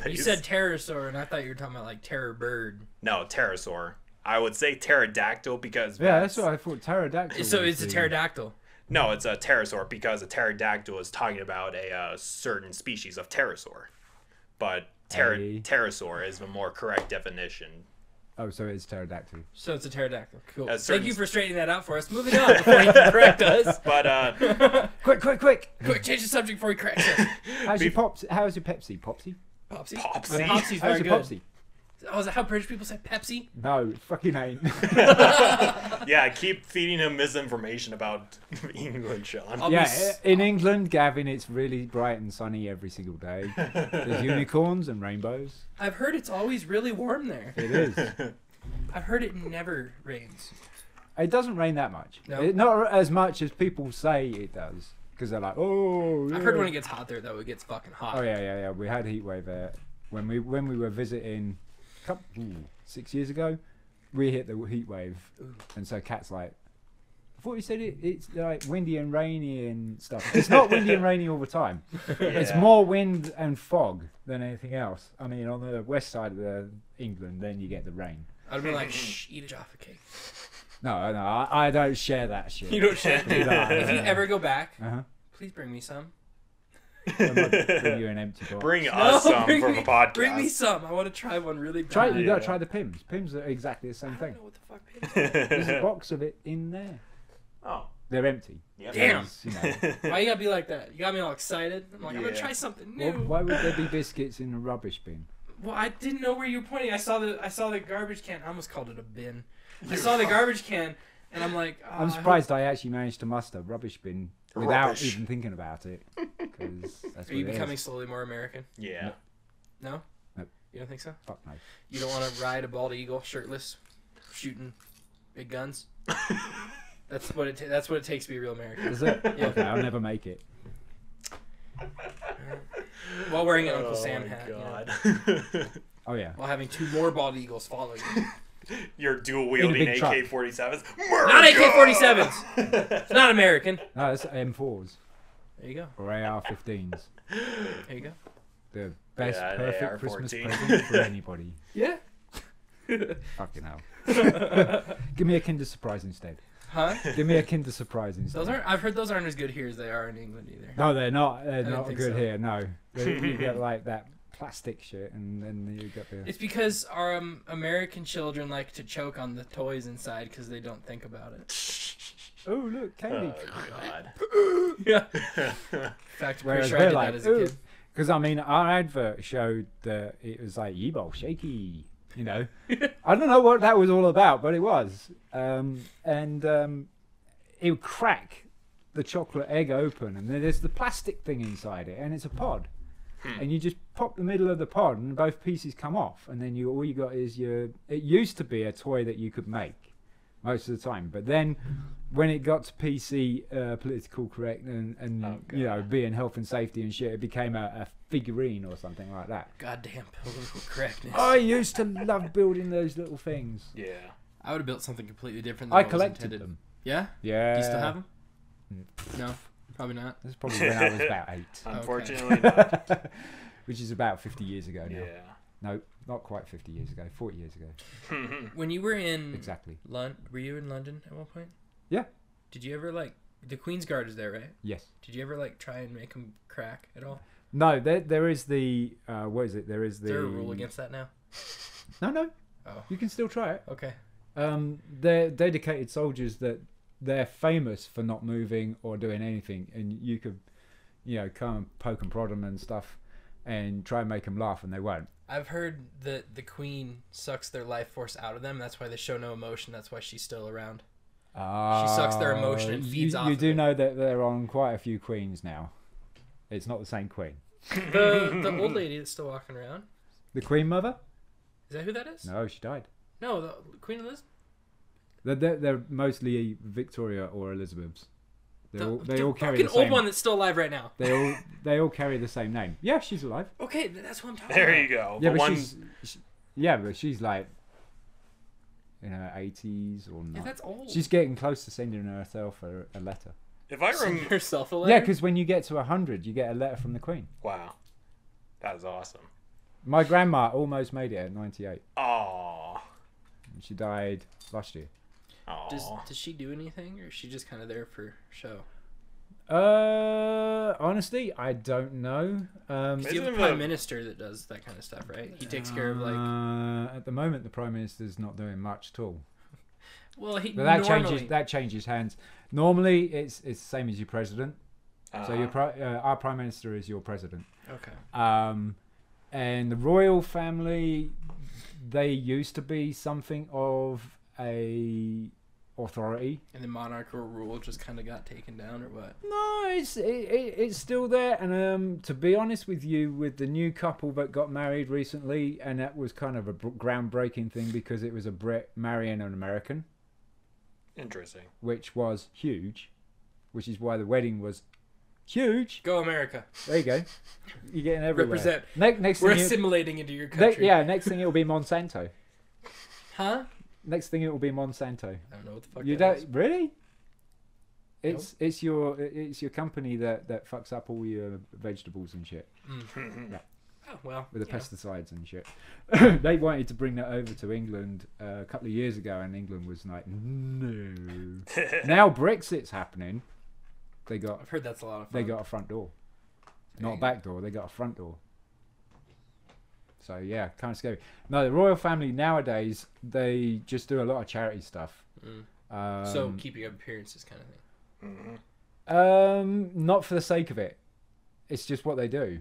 You said pterosaur, and I thought you were talking about like terror bird.
no pterosaur. I would say pterodactyl because
Yeah, that's what I thought. Pterodactyl.
So
was
it's a
the-
pterodactyl.
no, it's a pterosaur because a pterodactyl is talking about a uh, certain species of pterosaur, but pter-
Hey.
pterosaur is the more correct definition.
Oh, so it's pterodactyl.
So it's a pterodactyl. Cool.
A certain-
Thank you for straightening that out for us. Moving on before you can correct us.
But uh,
Quick, quick, quick!
Quick, change the subject before he corrects us.
How's your pops? How's your Pepsi, Popsy?
Popsy.
Popsy.
How's
Popsy's very
your
good.
Popsy?
Oh, is that how British people say Pepsi?
No, it fucking ain't.
yeah, keep feeding him misinformation about England, Sean.
I'll
yeah,
be
i- in England, Gavin, it's really bright and sunny every single day. There's unicorns and rainbows.
I've heard it's always really warm there.
It is.
I've heard it never rains.
It doesn't rain that much.
No.
It- not as much as people say it does, because they're like, oh.
I've
yeah."
heard when it gets hot there, though, it gets fucking hot.
Oh yeah, yeah, yeah. We had a heat wave there when we when we were visiting, couple, ooh, six years ago. We hit the heat wave, and so Cat's like, I thought you said it, it's like windy and rainy and stuff. It's not windy and rainy all the time. It's
Yeah.
more wind and fog than anything else. I mean, on the west side of the England, then you get the rain.
I'd have been like, shh, eat a Jaffa cake.
No, no, I, I don't share that shit.
You don't share.
Nah.
if you ever go back,
Uh-huh.
please bring me some.
I'm not gonna bring you an empty box.
Bring us some
bring
from
me,
a podcast.
Bring me some. I want to try one really bad.
Try, you gotta
Yeah.
try the Pims. Pims are exactly the same
I don't
thing.
know what the fuck. it is.
There's a box of it in there.
oh,
They're empty.
yep.
Damn.
It's, you know,
Why you gotta be like that? You got me all excited. I'm like, I'm gonna
Yeah.
try something new.
Well, why would there be biscuits in a rubbish bin?
Well, I didn't know where you were pointing. I saw the I saw the garbage can. I almost called it a bin. I saw the garbage can, and I'm like, oh, I
I'm
hope-
surprised I actually managed to muster rubbish bin without
Rubbish.
even thinking about it. 'cause that's
Are you
what it is.
becoming slowly more American?
Yeah.
No.
Nope.
You don't think so?
Fuck no.
You don't want to ride a bald eagle shirtless, shooting big guns. that's what it. Ta- that's what it takes to be a real American.
Is it?
Yeah.
Okay, I'll never make it.
While wearing an Uncle
oh
Sam
my
hat. you know,
God.
Oh yeah.
while having two more bald eagles follow you.
Your dual wielding
big truck.
AK-47s.
Not AK-47s. It's not American.
No, that's M4s
There you go.
or AR-15s.
There you go.
The best
Yeah, the
perfect Christmas
AR-14.
present for anybody.
Yeah.
Fucking hell. Give me a Kinder Surprise instead.
Huh?
Give me a Kinder Surprise instead.
Those aren't. I've heard those aren't as good here as they are in England either.
No, they're not. They're
don't
not
think
good
so.
here. No, They- you get like that plastic shit, and then you got the.
It's because our um, American children like to choke on the toys inside because they don't think about it.
Oh look, candy.
Uh,
Oh, God.
Yeah. In fact, I'm pretty
Whereas
sure I
they're
did
like,
that as a kid.
because I mean, our advert showed that it was like Yebo shaky, you know. I don't know what that was all about, but it was. Um, and um, it would crack the chocolate egg open, and then there's the plastic thing inside it, and it's a pod.
Hmm.
And you just pop the middle of the pod, and both pieces come off, and then you all you got is your. It used to be a toy that you could make most of the time, but then when it got to PC, uh, political correct, and, and
Oh,
you know being health and safety and shit, it became a, a figurine or something like that.
Goddamn political correctness.
I used to love building those little things.
Yeah.
I would have built something completely different. Than
I
what was
collected
intended.
them. Uh, mm.
Yeah.
Yeah.
Do you still have them? No, probably not.
That's probably when I was about eight,
Unfortunately not.
which is about 50 years ago now.
Yeah.
No, not quite 50 years ago, 40 years ago.
When you were in
Exactly.
Lon- were you in London at one point?
Yeah.
Did you ever like the Queen's Guard is there, right?
Yes.
Did you ever like try and make them crack at all?
No, there, there is the. Uh, what is it? There is the.
Is there a rule against that now?
No, no.
Oh.
You can still try it.
Okay.
Um, they're dedicated soldiers that they're famous for not moving or doing anything, and you could, you know, come and poke and prod them and stuff, and try and make them laugh, and they won't.
I've heard that the Queen sucks their life force out of them. That's why they show no emotion. That's why she's still around. sucks their emotion and
Oh,
feeds
you,
off
You
of
do
it.
know that they're on quite a few queens now. It's not the same queen.
The the old lady that's still walking around.
The queen mother?
Is that who that is?
No, she died.
No, the Queen Elizabeth.
They're, they're, they're mostly Victoria or Elizabeth's. They
The,
all they
the
all carry
fucking
the same.
old one that's still alive right now.
They all they all carry the same name. Yeah, she's alive.
Okay, th- that's what I'm talking
There
about.
you go.
Yeah, but
the one
she's she, yeah, but she's like in her eighties or
Yeah,
not.
that's old.
She's getting close to sending herself a, a letter.
if I
Send
remember
herself a
Yeah,
letter.
because when you get to hundred, you get a letter from the Queen.
Wow. That is awesome.
My grandma almost made it at ninety-eight.
Oh.
and She died last year.
Does
Oh.
does she do anything, or is she just kind of there for show?
Uh, honestly, I don't know. Um,
You have a
Isn't
prime
the-
minister that does that kind of stuff, right? He takes care of like.
uh, at the moment, the prime minister's not doing much at all.
Well, he
But that
normally.
changes. That changes hands. Normally, it's it's the same as your president. So your
Uh-huh.
pri- uh, our prime minister is your president.
Okay.
Um, and the royal family, they used to be something of a authority.
And the monarchical rule just kind of got taken down, or what?
No, it's it, it, it's still there. And um, to be honest with you, with the new couple that got married recently, and that was kind of a br- groundbreaking thing because it was a Brit marrying an American,
Interesting.
which was huge, which is why the wedding was huge.
Go America!
There you go. You're getting everywhere.
Represent.
Ne- next
We're
thing, you-
assimilating into your
ne-
country.
yeah. Next thing it'll be Monsanto.
Huh?
Next thing it'll be Monsanto.
I don't know what the fuck.
You
that
don't
is.
really. It's it's your it's your company that that fucks up all your vegetables and shit
Oh, well.
with the
you know.
pesticides and shit. they wanted to bring that over to England uh, a couple of years ago, and England was like, no. now Brexit's happening. They got
I've heard that's a lot of fun.
they got a front door, not a
you
back door. They got a front door. So yeah, kind of scary. No, the royal family nowadays they just do a lot of charity stuff.
Mm.
Um,
so keeping up appearances, kind of thing.
hmm
Um, not for the sake of it. It's just what they do,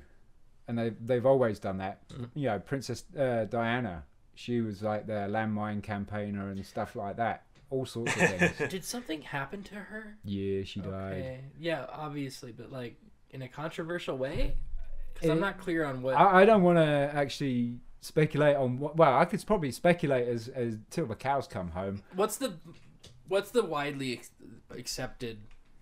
and they they've always done that.
Mm-hmm.
You know, Princess uh, Diana, she was like their landmine campaigner and stuff like that. All sorts of things.
Did something happen to her?
yeah, she died.
Okay. Yeah, obviously, but like in a controversial way. Because
It-
I'm not clear on what.
I, I don't want to actually speculate on what. Well, I could probably speculate as as till the cows come home.
what's the, what's the widely ex- accepted?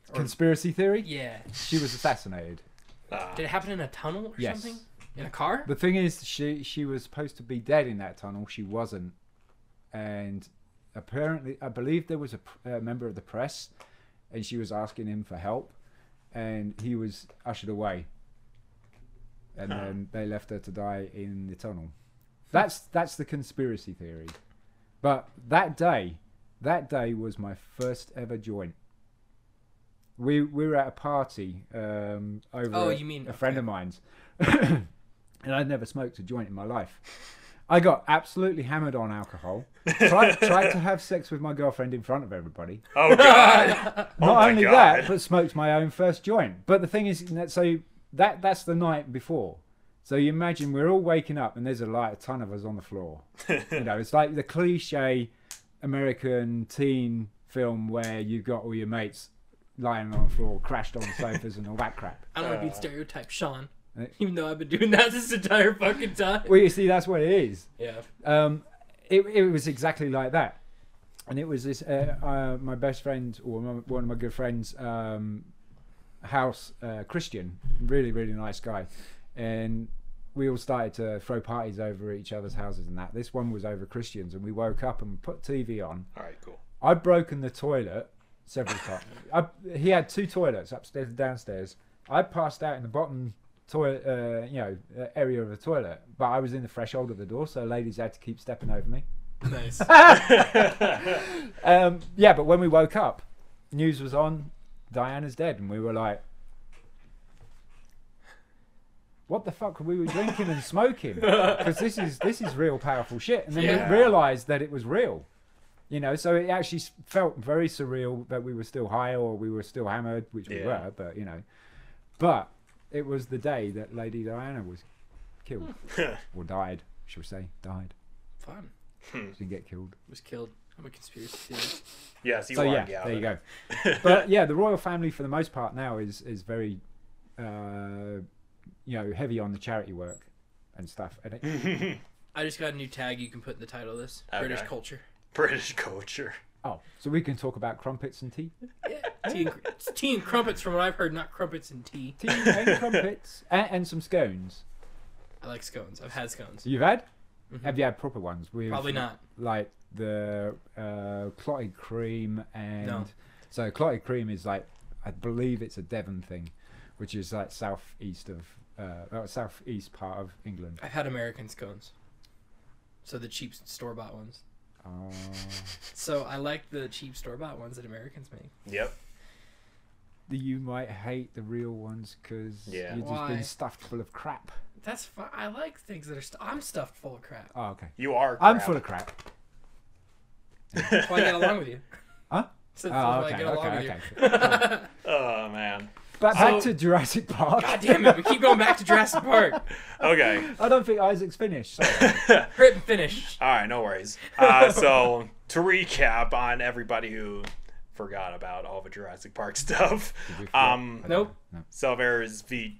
Or-
Conspiracy theory:
Yeah.
she was assassinated.
Uh,
Did it happen in a tunnel or
Yes.
something? In a car?
The thing is, she she was supposed to be dead in that tunnel. She wasn't, and apparently, I believe there was a, pr- a member of the press, and she was asking him for help, and he was ushered away, and
Huh.
then they left her to die in the tunnel. That's that's the conspiracy theory, but that day, that day was my first ever joint. We we were at a party um, over
Oh,
at
you mean-
a friend
okay.
of mine's, and I'd never smoked a joint in my life. I got absolutely hammered on alcohol. tried, tried to have sex with my girlfriend in front of everybody.
Oh god. Oh
Not
my
only
God.
that, but smoked my own first joint. But the thing is, that- so that that's the night before. So you imagine we're all waking up and there's a like a ton of us on the floor. you know, it's like the cliche American teen film where you've got all your mates lying on the floor, crashed on sofas and all that crap.
I don't want to be stereotyped, Sean.
Eh.
Even though I've been doing that this entire fucking time.
Well, you see, that's what it is.
Yeah.
um, it, it was exactly like that. And it was this, uh, uh, my best friend, or my, one of my good friends, um, House uh, Christian, really, really nice guy. And we all started to throw parties over each other's houses and that. This one was over Christian's, and we woke up and put TV on.
All right, cool.
I'd broken the toilet several times. I, he had two toilets upstairs and downstairs. I passed out in the bottom toilet, uh, you know, uh, area of the toilet, but I was in the threshold of the door, so ladies had to keep stepping over me.
Nice.
Um, yeah, but when we woke up, news was on, Diana's dead, and we were like, "What the fuck? We were drinking and smoking because this is this is real powerful shit." And then
Yeah.
we realised that it was real, you know. So it actually s- felt very surreal that we were still high or we were still hammered, which we
Yeah.
were, but you know. But it was the day that Lady Diana was killed or died, shall we say? Died.
Fun.
She didn't get killed.
Was killed. I'm a conspiracy theorist.
yes, you
so
are
yeah,
Gavin.
there you go. But yeah, the royal family for the most part now is is very, uh, you know, heavy on the charity work and stuff. And it,
I just got a new tag you can put in the title of this.
Okay.
British culture.
British culture.
oh, so we can talk about crumpets and tea,
Yeah. Tea and, cr- it's tea and crumpets from what I've heard, not crumpets and tea.
tea and crumpets and, and some scones.
I like scones. I've had scones.
You've had? Have you had proper ones? With,
Mm-hmm. Probably not.
Like the uh, clotted cream and
No.
so clotted cream is like I believe it's a Devon thing, which is like southeast of uh, uh, southeast part of England.
I've had American scones. So the cheap store bought ones.
Oh.
So I like the cheap store bought ones that Americans make.
Yep.
that you might hate the real ones because
Yeah.
you've just
Why?
been stuffed full of crap.
That's fine. I like things that are. St- I'm stuffed full of crap.
Oh, okay.
You are.
I'm
crap.
full of crap.
That's why I get along with you.
Huh?
So that's
Oh,
why
okay,
I get along
okay,
with
okay.
you.
Oh man.
But back
So-
to Jurassic Park.
God damn it! We keep going back to Jurassic Park.
Okay.
I don't think Isaac's finished. Sorry.
Rip and finish.
All right. No worries. Uh, so to recap on everybody who forgot about all the Jurassic Park stuff. Um,
Nope.
So there is the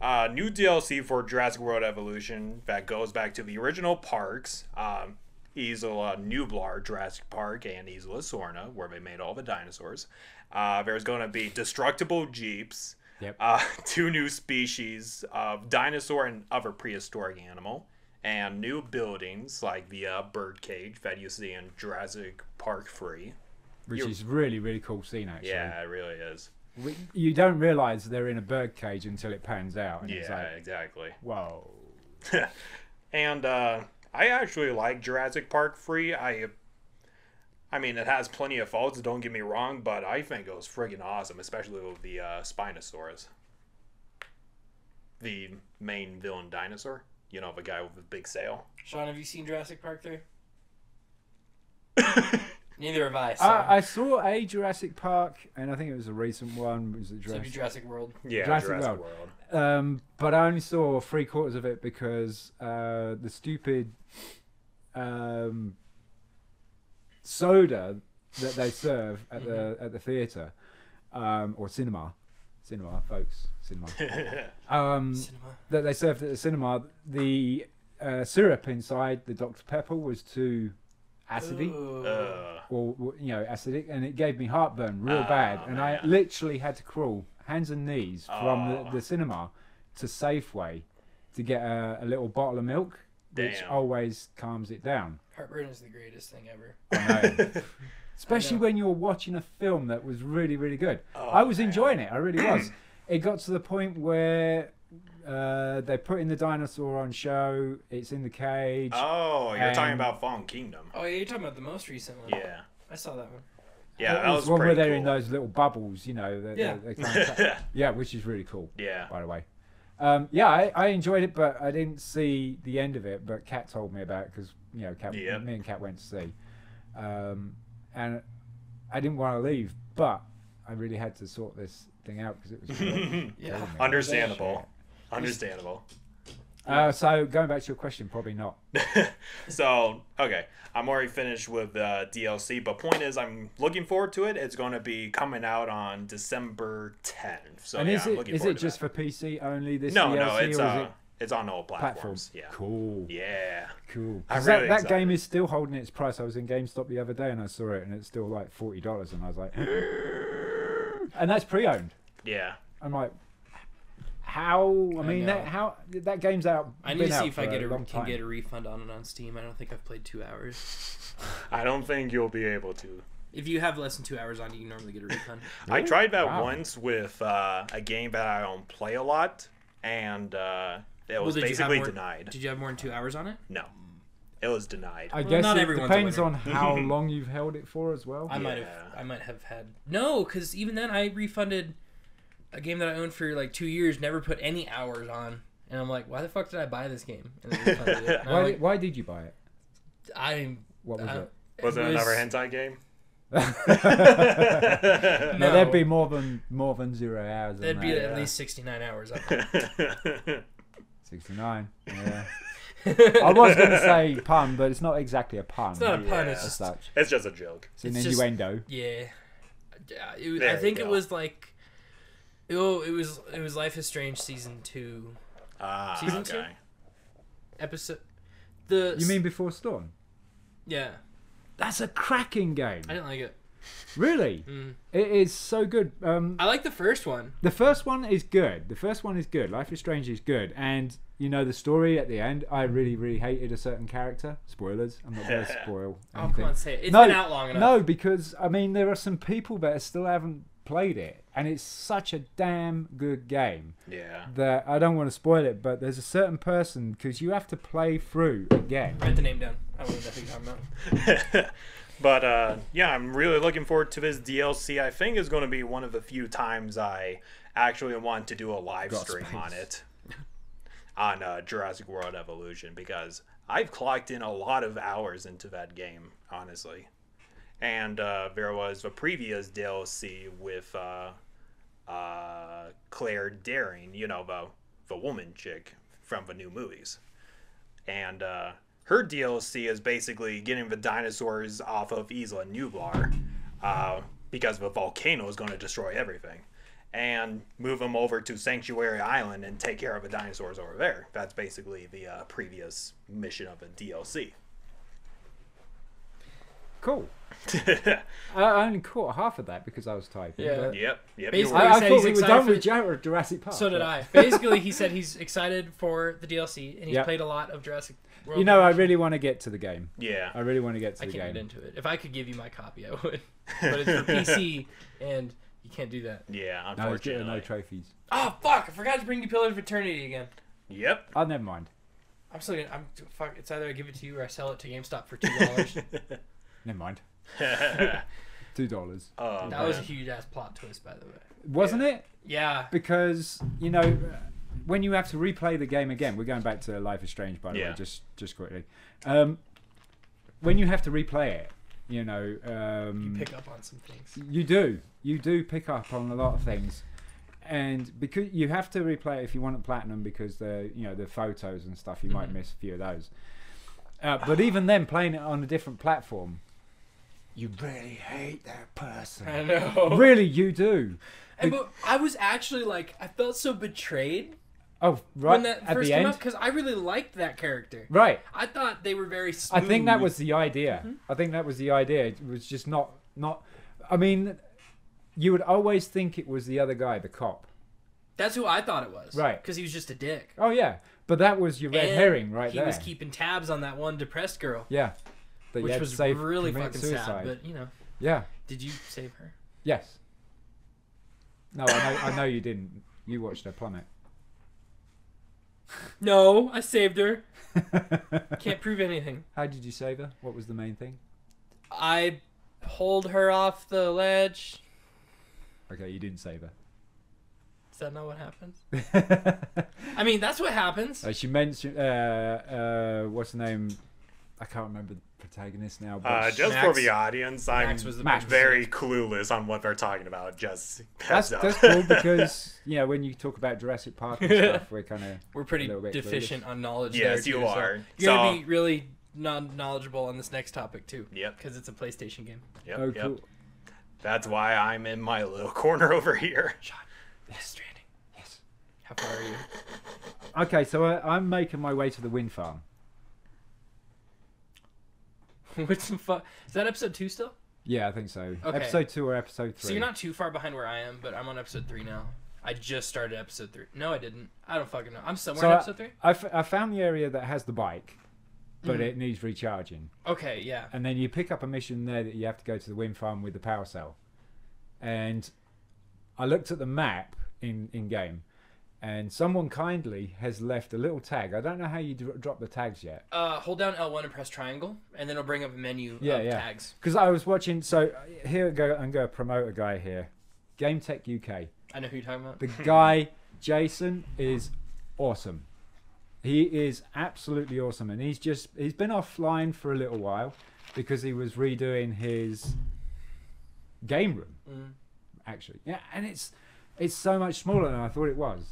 uh, new DLC for Jurassic World Evolution that goes back to the original parks. Um, Isla Nublar, Jurassic Park, and Isla Sorna, where they made all the dinosaurs. Uh, there's going to be destructible jeeps,
Yep.
uh, two new species of dinosaur and other prehistoric animal, and new buildings like the uh, bird cage that you see in Jurassic Park 3.
Which is really, really cool scene, actually.
Yeah, it really is.
We, you don't realise they're in a bird cage until it pans out. And it's
Yeah,
like,
exactly.
whoa.
and uh, I actually like Jurassic Park Free. I, I mean, it has plenty of faults. Don't get me wrong, but I think it was friggin' awesome, especially with the uh, Spinosaurus, the main villain dinosaur. You know, the guy with the big sail.
Sean, have you seen Jurassic Park three? Neither have I. So.
Uh, I, I saw a Jurassic Park, and I think it was a recent one. Was it
so it'd be
Jurassic?
Jurassic World.
Yeah,
Jurassic World. Um, but I only saw three quarters of it because uh, the stupid um, soda that they serve at the at the theater um, or cinema, cinema folks, cinema um,
Cinema.
that they served at the cinema. The uh, syrup inside the Dr Pepper was too acidy.
Ooh.
uh,
Or w- you know, acidic, and it gave me heartburn real
Oh,
bad, and I
man.
literally had to crawl hands and knees from
Oh.
the, the cinema to Safeway to get a, a little bottle of milk, which
Damn.
always calms it down.
Heartburn is the greatest thing ever.
I know. Especially when you're watching a film that was really, really good.
Oh,
I was enjoying it. I really was. it got to the point where uh, they put in the dinosaur on show. It's in the cage.
oh, you're talking
Um,
about Fallen Kingdom.
Oh yeah, you're talking about the most recent one.
Yeah,
I saw that one.
yeah,
It
that was
one where
pretty
they're in
cool.
those little bubbles, you know. they- they-
Yeah.
they kind of- yeah, which is really cool.
yeah.
by the way. Um, yeah, I, I enjoyed it, but I didn't see the end of it. But Kat told me about because you know, Kat,
Yeah.
me and Kat went to see, um, and I didn't want to leave, but I really had to sort this thing out because it was.
Yeah.
Understand.
Understandable. Understandable.
Uh, so going back to your question, probably not.
so okay i'm already finished with uh, dlc but point is i'm looking forward to it it's going to be coming out on december 10th so
and
Oh, yeah
is
i'm
it
looking
is
forward
it
to
just
that.
for PC only? This
no
DLC,
no it's
or is
uh
it
it's on all
platforms?
platforms yeah
Cool,
yeah
cool.
I'm
'Cause
really
that, that game
excited.
is still holding its price. I was in GameStop the other day and I saw it, and it's still like forty dollars, and I was like, and that's pre-owned.
yeah
I'm like, how? I mean,
know.
that how that game's out.
I need
been
to
out
see if I
for
get a,
long
can
time.
get a refund on it on Steam. I don't think I've played two hours.
i don't think you'll be able to
If you have less than two hours on, it, you can normally get a refund.
I tried that
Wow.
once with uh, a game that I don't play a lot, and uh, it was
did you have
basically
more-
denied.
Did you have more than two hours on it?
No, it was denied.
I
Well,
guess
not
it
everyone's a
depends on
winner.
how long you've held it for as well.
I might have.
Yeah.
I might have had no, because even then I refunded a game that I owned for like two years, never put any hours on, and I'm like, why the fuck did I buy this game? And then refunded it. And I'm
Why,
like,
why did you buy it?
I didn't.
What was
I-
it?
was it another
was-
hentai game?
No,
Uh, No.
there'd be more than more than zero hours.
That'd
on
be
that.
at least 69 hours. Up.
sixty-nine. Yeah. I was going to say pun, but it's not exactly a pun. It's
not a pun,
Yeah.
it's
as
just
such.
it's just a joke.
It's an
it's just-
innuendo.
Yeah, yeah. It,
There
I
you
think it
go.
was like, oh, it was it was Life is Strange season two
Ah,
Season two?
okay.
episode. The
You mean before Storm?
yeah?
That's a cracking game.
I didn't like it.
Really,
Mm.
it is so good. Um,
I like the first one.
the first one is good. The first one is good. Life is Strange is good, and you know the story at the end. I really, really hated a certain character. Spoilers. I'm not going to spoil.
Oh come
anything.
on, say it. It's
no,
been out long enough.
No, because I mean there are some people that still haven't played it, and it's such a damn good game.
Yeah.
that I don't want to spoil it, but there's a certain person because you have to play through again.
Write the name down. I don't know what you're talking about.
but uh, yeah, I'm really looking forward to this DLC. I think is going to be one of the few times I actually want to do a live
Got
stream
space.
on it on uh, Jurassic World Evolution because I've clocked in a lot of hours into that game, honestly. And uh, there was a previous DLC with uh, uh, Claire Daring, you know, the, the woman chick from the new movies and uh, her DLC is basically getting the dinosaurs off of Isla Nublar uh, because the volcano is going to destroy everything, and move them over to Sanctuary Island and take care of the dinosaurs over there. That's basically the uh, previous mission of a DLC.
Cool. I I only caught half of that because I was typing.
Yeah.
but-
Yep, yep. you
Basically-
were-
I,
He
I
said
thought
he's
we were
excited
done
for
with
the-
Jar- Jurassic Park.
So did
but-
I. Basically, he said he's excited for the DLC, and he's
Yep.
played a lot of Jurassic World.
You know, I really want to get to the game. I
yeah.
really want to get to
I
the
can't get
game.
into it. If I could give you my copy, I would. But it's for PC, and you can't do that.
Yeah,
No, it's
unfortunately.
getting no trophies.
Oh fuck! I forgot to bring you Pillars of Eternity again.
yep.
Oh, never mind.
I'm still gonna. I'm fuck. It's either I give it to you or I sell it to GameStop for two dollars.
Never mind. Two dollars,
Oh,
that was a
man.
huge ass plot twist, by the way.
wasn't it?
Yeah.
Because you know, when you have to replay the game again, we're going back to Life is Strange, by the
Yeah.
way, just just quickly. Um, when you have to replay it, you know, um,
You pick up on some things.
You do. You do pick up on a lot of things, and because you have to replay it if you want it platinum, because the you know the photos and stuff, you might
Mhm.
miss a few of those. Uh, but even then, playing it on a different platform, you really hate that
I
person.
know.
Really, you do.
And but I was actually like, I felt so betrayed
Oh,
when
right
that
at
first
the
came
end.
up because I really liked that character.
Right.
I thought they were very.
I
Smooth.
think that was the idea.
Mm-hmm.
I think that was the idea. It was just not not. I mean, you would always think it was the other guy, the cop.
That's who I thought it was.
Right.
Because he was just a dick.
Oh yeah, but that was your red
And
herring right
he
there.
was keeping tabs on that one depressed girl,
Yeah. That you
which
had to
was
save
really
commit
fucking sad.
suicide.
But you know,
Yeah.
did you save her?
Yes. No, I know, I know you didn't. You watched her plummet.
No, I saved her. Can't prove anything.
How did you save her? What was the main thing?
I pulled her off the ledge.
Okay, you didn't save
Is that not what happens?
her.
I mean, that's what happens.
Uh, she mentioned uh, uh, what's her name? I can't remember the protagonist now. But
Uh, just for
Max-
the audience, I'm
Max was the
Max.
very clueless on what they're talking about. Just
that's,
heads up.
that's cool because you know when you talk about Jurassic Park and stuff, we're kind of
We're pretty
A little bit
deficient on knowledge.
Yes,
there,
you
too, so
are.
you're gonna
So-
be really non knowledgeable on this next topic too.
Yep.
Because it's a PlayStation game.
yep,
oh
yep.
cool.
That's why I'm in my little corner over here.
John, Death Stranding.
Yes.
How far are you?
Okay, so I, I'm making my way to the wind farm.
What's the fuck? Is that episode two still?
Yeah, I think so.
Okay.
Episode two or episode three.
So you're not too far behind where I am, but I'm on episode three now. I just started episode three. No, I didn't. I don't fucking know. I'm somewhere
So
in
I-
episode three. Mm-hmm.
I, f- I found the area that has the bike, but it needs recharging.
Okay, yeah.
And then you pick up a mission there that you have to go to the wind farm with the power cell. And I looked at the map in, in game, and someone kindly has left a little tag. I don't know how you dro- drop the tags yet.
Uh, hold down L1 and press triangle, and then it'll bring up a menu
Yeah,
of
yeah.
tags.
Because I was watching, so uh, here I go, I'm going to promote a guy here Game Tech UK.
I know who you're talking about.
The guy, Jason, is awesome. He is absolutely awesome, and he's just he's been offline for a little while because he was redoing his game room.
Mm.
Actually, yeah, and it's it's so much smaller than I thought it was.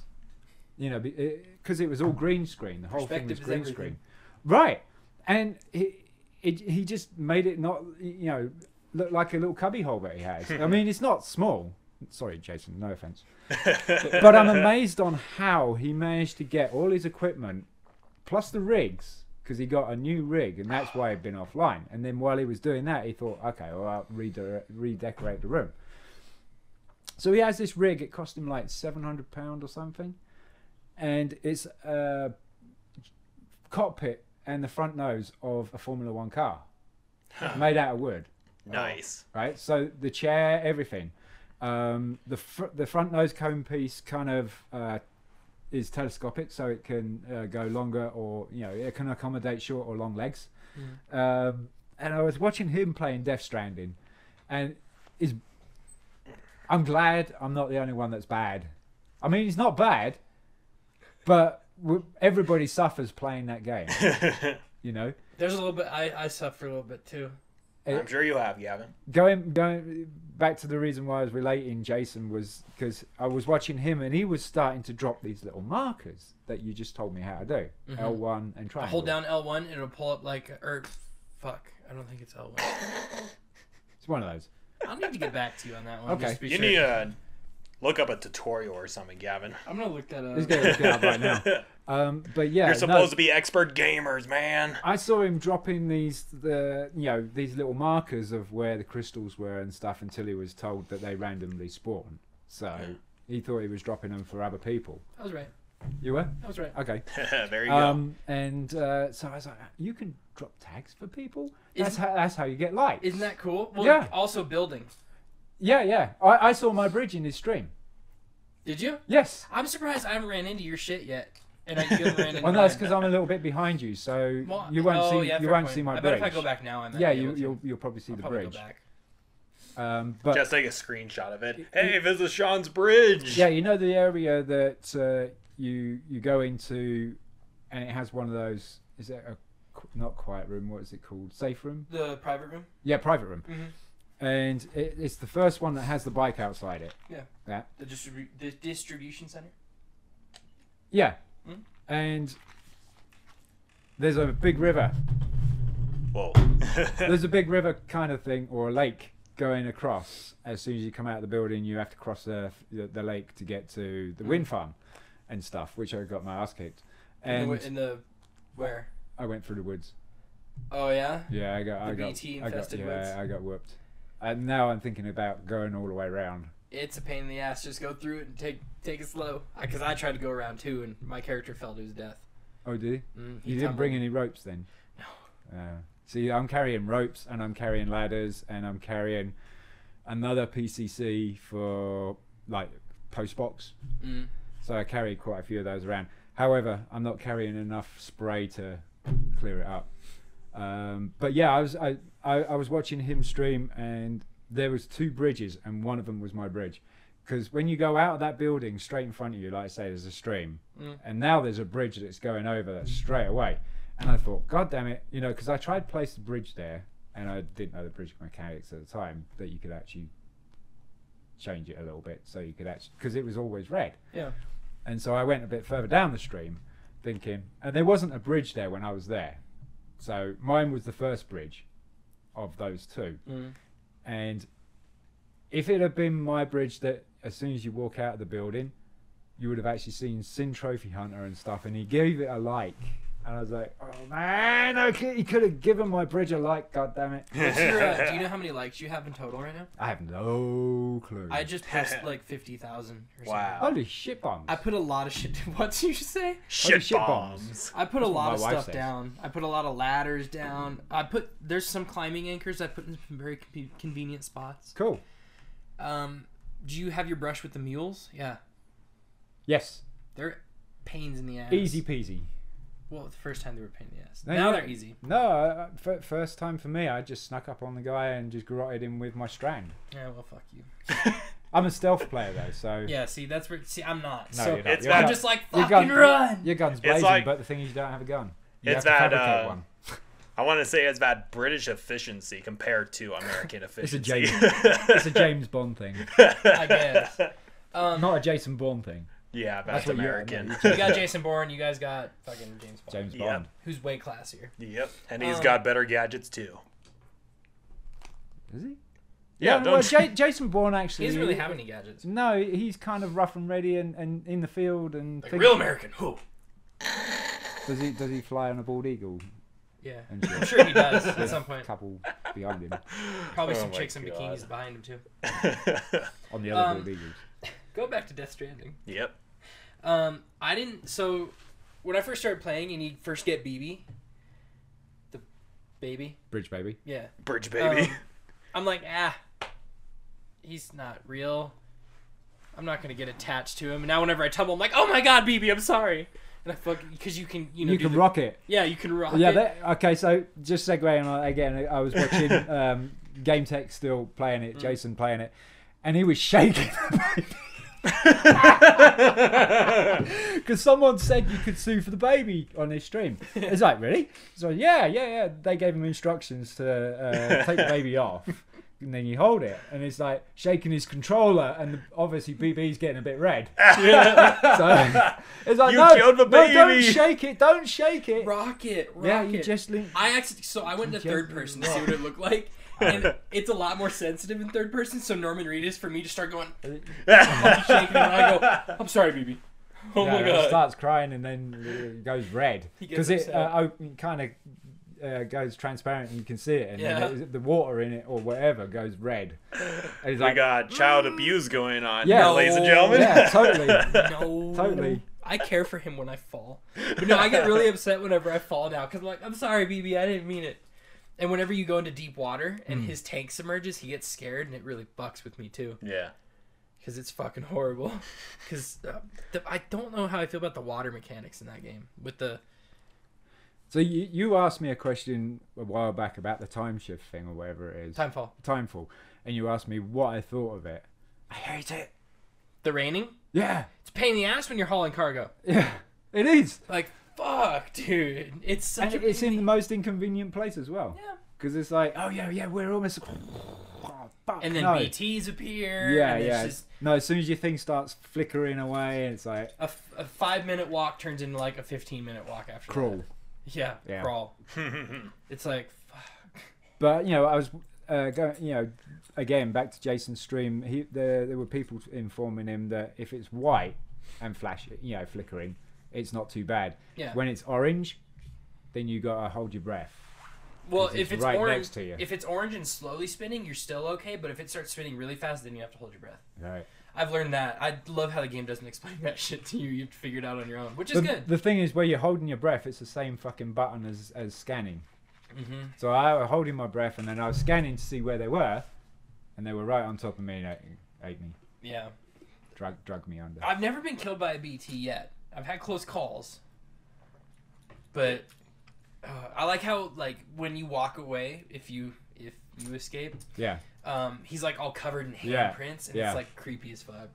You know, because it, was all green screen. The whole thing was
Perspective is
green
everything.
screen, right? And he it, he just made it not you know look like a little cubbyhole that he has. I mean, it's not small. Sorry, Jason. No offense but I'm amazed on how he managed to get all his equipment plus the rigs because he got a new rig and that's why he'd been offline. And then while he was doing that, he thought, okay, well, I'll redir- redecorate the room. So he has this rig. It cost him like seven hundred pound or something, and it's a cockpit and the front nose of a Formula One car made out of wood
nice.
right? So the chair, everything, um, the fr- the front nose cone piece kind of uh, is telescopic, so it can uh, go longer or you know it can accommodate short or long legs. Um, and I was watching him playing Death Stranding, and is I'm glad I'm not the only one that's bad. I mean, it's not bad, but w- everybody suffers playing that game. you know,
There's a little bit. I, I suffer a little bit too.
I'm sure you have, Gavin.
going going back to the reason why I was relating Jason was because I was watching him and he was starting to drop these little markers that you just told me how to do
Mm-hmm.
L one and
I
triangle.
hold down L1 and it'll pull up like or fuck. I don't think it's L1.
It's one of those.
I'll need to get back to you on that one.
Okay.
Just to be
You
sure.
need to look up a tutorial or something, Gavin.
I'm gonna look that up.
Let's get it out right now. Um, but yeah,
You're
no,
supposed to be expert gamers, man.
I saw him dropping these the you know these little markers of where the crystals were and stuff until he was told that they randomly spawn. So he thought he was dropping them for other people.
I was right.
You were
I was right.
okay.
there you
Um, and uh, so I was like, you can drop tags for people. That's
Isn't-
how, that's how you get likes.
Isn't that cool? Well,
Yeah.
Also building.
Yeah, yeah. I, I saw my bridge in his stream.
Did you?
Yes.
I'm surprised I haven't ran into your shit yet, and I you haven't ran into.
Well, no, that's
mine.
because I'm a little bit behind you, so
Well,
you won't
oh,
see
yeah,
you
fair
won't
point.
see my
I bet
bridge.
if I go back now, I might.
yeah,
be able
you
to.
you'll you'll probably see the
Probably
bridge.
Go back.
Um,
go.
but
Just take a screenshot of it. Hey, this is Sean's bridge.
yeah, you know the area that uh, you you go into, and it has one of those. Is it a qu- not quiet room? What is it called? Safe room?
The private room.
Yeah, private room.
Mhm.
And it, it's the first one that has the bike outside it.
The distribu- the distribution center.
Yeah.
Mm.
And there's a big river
Whoa.
there's a big river kind of thing or a lake going across. As soon as you come out of the building, you have to cross the the, the lake to get to
Mm.
the wind farm and stuff, which I got my ass kicked.
In the
And
wi- in the where?
I went through the woods.
Oh yeah.
Yeah, I got
The
I got
BT
I got
infested
yeah,
woods.
I got whooped. And now I'm thinking about going all the way around.
It's a pain in the ass. Just go through it and take take it slow. Because I tried to go around too, and my character fell to his death.
Oh, did you?
Mm, he
You didn't bring
tumbled.
any ropes then? No. Uh, see, I'm carrying ropes and I'm carrying ladders and I'm carrying another PCC for like post box.
Mm.
So I carry quite a few of those around. However, I'm not carrying enough spray to clear it up. Um, but yeah, I was I, I, I was watching him stream, and there was two bridges, and one of them was my bridge. Because when you go out of that building, straight in front of you, like I say, there's a stream,
Mm.
and now there's a bridge that's going over that straight away, And I thought, God damn it, you know, because I tried to place the bridge there, and I didn't know the bridge mechanics at the time that you could actually change it a little bit, so you could actually because it was always red.
Yeah.
And so I went a bit further down the stream, thinking, and there wasn't a bridge there when I was there, so mine was the first bridge of those two.
Mm.
And if it had been my bridge that as soon as you walk out of the building, you would have actually seen Sin Trophy Hunter and stuff, and he gave it a like. And I was like, oh man, okay, he could have given my bridge a like, god damn it.
What's your, uh, do you know how many likes you have in total right now?
I have no clue.
I just passed like fifty thousand.
Wow.
Holy shit bombs.
I put a lot of shit. What did you say?
Shit,
shit
bombs.
bombs.
I put a
That's what
lot
my
of
wife
stuff
says.
down. I put a lot of ladders down. I put there's some climbing anchors I put in some very con- convenient spots.
cool.
Um, do you have your brush with the mules? Yeah,
Yes.
they're pains in the ass.
Easy peasy.
Well, the first time they were a pain in the ass.
No,
now
yeah.
they're easy.
No, I- I- fir- first time for me, I just snuck up on the guy and just garroted him with my strand.
Yeah, well, fuck you.
I'm a stealth player though, so
Yeah, see, that's where. See, I'm not.
No,
so
you're not.
It's
You're
I'm
not.
gun-
just like
your gun-
fucking run.
Your gun's
It's
blazing,
like-
but the thing is, you don't have a gun. You have
It's
to
that,
fabricate
uh,
one.
I want to say it's about British efficiency compared to American
a
efficiency.
James. It's a James Bond thing,
I guess. Um,
not a Jason Bourne thing.
yeah,
That's
that's
what you-
American.
you got Jason Bourne. You guys got fucking James Bond,
James
Yeah.
Bond.
who's way classier.
yep, and he's
Um,
got better gadgets too.
Is he?
Yeah,
no,
don't
well, Ja- Jason Bourne actually.
He doesn't really have any gadgets.
No, he's kind of rough and ready and, and in the field and.
Like
things-
real American. Who?
Does he does he fly on a bald eagle
Yeah.
and
I'm
shit?
sure he does at some
a
point.
couple behind him
Probably
Oh
some
my
chicks in
God.
bikinis behind him too.
on the other
Um,
bald eagles.
Go back to Death Stranding.
yep.
Um, I didn't. So when I first started playing, and you first get BB, the baby.
Bridge baby.
Yeah.
Oh.
Bridge baby.
Um, I'm like, ah, he's not real. I'm not gonna get attached to him. And now whenever I tumble, I'm like, oh my god, BB, I'm sorry. And I fuck because you can, you know,
You
do
can
the-
rock it.
Yeah, you can rock.
Yeah.
it.
That, okay. So just segueing on again, I was watching um, Game Tech still playing
Mm.
it, Jason playing it, and he was shaking. Because someone said you could sue for the baby on his stream. It's like really? So yeah, yeah, yeah. They gave him instructions to uh, take the baby off. And then you hold it, and it's like shaking his controller, and obviously BB's getting a bit red. so it's like,
You
no,
killed the
no, don't
baby."
shake it, don't shake it.
rock it. Rock
Yeah,
it.
you just link.
I actually so I went into
Just
third person to see what it looked like, and it's a lot more sensitive in third person. So Norman Reedus for me to start going shaking, and I go, "I'm sorry, BB." Oh
Yeah,
my
it
god.
starts crying and then it goes red
gets
because it
upset.
uh, open, kind of uh, goes transparent and you can see it, and then
Yeah.
it, the water in it or whatever goes red. And it's
we
like,
got child abuse going on,
Yeah.
ladies and gentlemen.
yeah, totally,
No.
totally.
I care for him when I fall, but no, I get really upset whenever I fall now because I'm like, "I'm sorry, BB, I didn't mean it." And whenever you go into deep water
Hmm.
and his tank submerges, he gets scared, and it really bucks with me too.
yeah.
because it's fucking horrible. Because I don't know how I feel about the water mechanics in that game. With the
So you, you asked me a question a while back about the time shift thing or whatever it is,
timefall,
timefall, and you asked me what I thought of it. I hate it.
the raining,
Yeah,
it's a pain in the ass when you're hauling cargo.
yeah, it is.
Like fuck, dude, it's such
And
a.
it's
pain
in the most inconvenient place as well.
Yeah.
Because it's like, oh yeah, yeah, we're almost. Oh, fuck,
And then
no.
BTS appear.
Yeah,
and it's
yeah.
Just
No, as soon as your thing starts flickering away, it's like
a, f- a five minute walk turns into like a fifteen minute walk after.
crawl.
That. Yeah,
Yeah.
crawl. it's like fuck.
But you know, I was uh, going. You know, again back to Jason's stream. He there, there were people informing him that if it's white and flashing, you know, flickering, it's not too bad.
Yeah.
When it's orange, then you gotta hold your breath.
Well,
'Cause it's
if it's
right
orange,
next to you.
if it's orange and slowly spinning, you're still okay. But if it starts spinning really fast, then you have to hold your breath.
Right.
I've learned that. I love how the game doesn't explain that shit to you. You have to figure it out on your own, which is
the,
good.
the thing is, where you're holding your breath, it's the same fucking button as as scanning.
Mhm.
So I was holding my breath, and then I was scanning to see where they were, and they were right on top of me and ate, ate me,
Yeah.
drug drug me under.
I've never been killed by a BT yet. I've had close calls. But uh, I like how like when you walk away, if you if you escape,
Yeah.
um, he's like all covered in
Yeah,
handprints, and
yeah.
it's like creepy as fuck.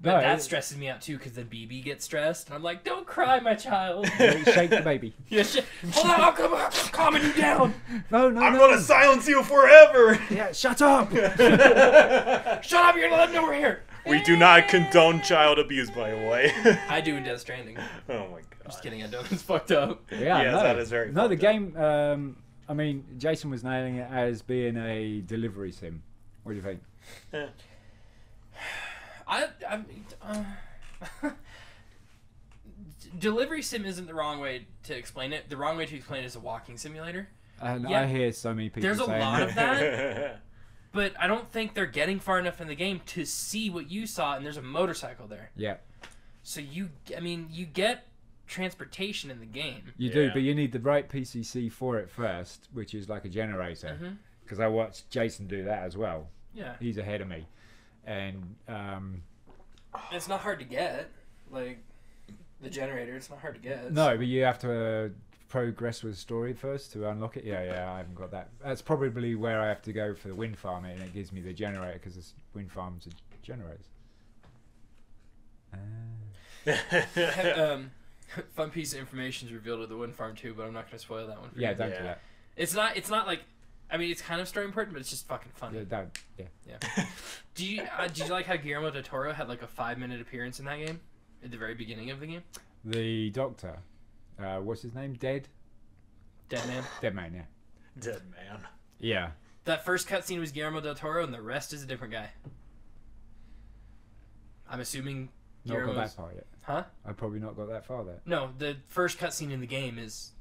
But
No,
that
it-
stresses me out too because then BB gets stressed and I'm like, don't cry, my child.
Shake the baby.
yeah, shit. Hold on, I'll come up, calming you down.
No, no,
I'm
no.
gonna silence you forever.
Yeah, shut up.
Shut up, you're gonna let him know we're here.
we do not condone child abuse, by the way.
I do in Death Stranding.
oh my god.
Just kidding, I don't. It's fucked up.
Yeah,
Yes,
no.
that is very
No, the
fucked up.
game. Um, I mean, Jason was nailing it as being a delivery sim. What do you think?
I, I uh, delivery sim isn't the wrong way to explain it. The wrong way to explain it is a walking simulator.
And
Yeah.
I hear so many people
There's a
saying
lot
that.
of that? But I don't think they're getting far enough in the game to see what you saw. And there's a motorcycle there,
Yeah,
so you, I mean, you get transportation in the game.
you
Yeah.
do, but you need the right PCC for it first, which is like a generator.
Mhm.
Because I watched Jason do that as well.
Yeah,
He's ahead of me, and um,
And it's not hard to get. Like the generator, it's not hard to get.
no, but you have to. Uh, Progress with story first to unlock it. Yeah, yeah, I haven't got that. That's probably where I have to go for the wind farm, and it gives me the generator because this wind farm's a generator. Uh,
Have- um, fun piece of information is revealed at the wind farm too, but I'm not going to spoil that one. For
Yeah,
you.
don't
Yeah.
do that.
it's not. It's not like. I mean, it's kind of story important, but it's just fucking funny.
Yeah, don't. Yeah.
Do you uh, did you like how Guillermo del Toro had like a five minute appearance in that game at the very beginning of the game?
The doctor, uh, what's his name? Dead.
Dead man.
Dead man. Yeah.
Dead man.
Yeah.
That first cutscene was Guillermo del Toro, and the rest is a different guy. I'm assuming
Not got that
Guillermo's
far yet.
Huh?
I probably not got that far there.
no. The first cutscene in the game is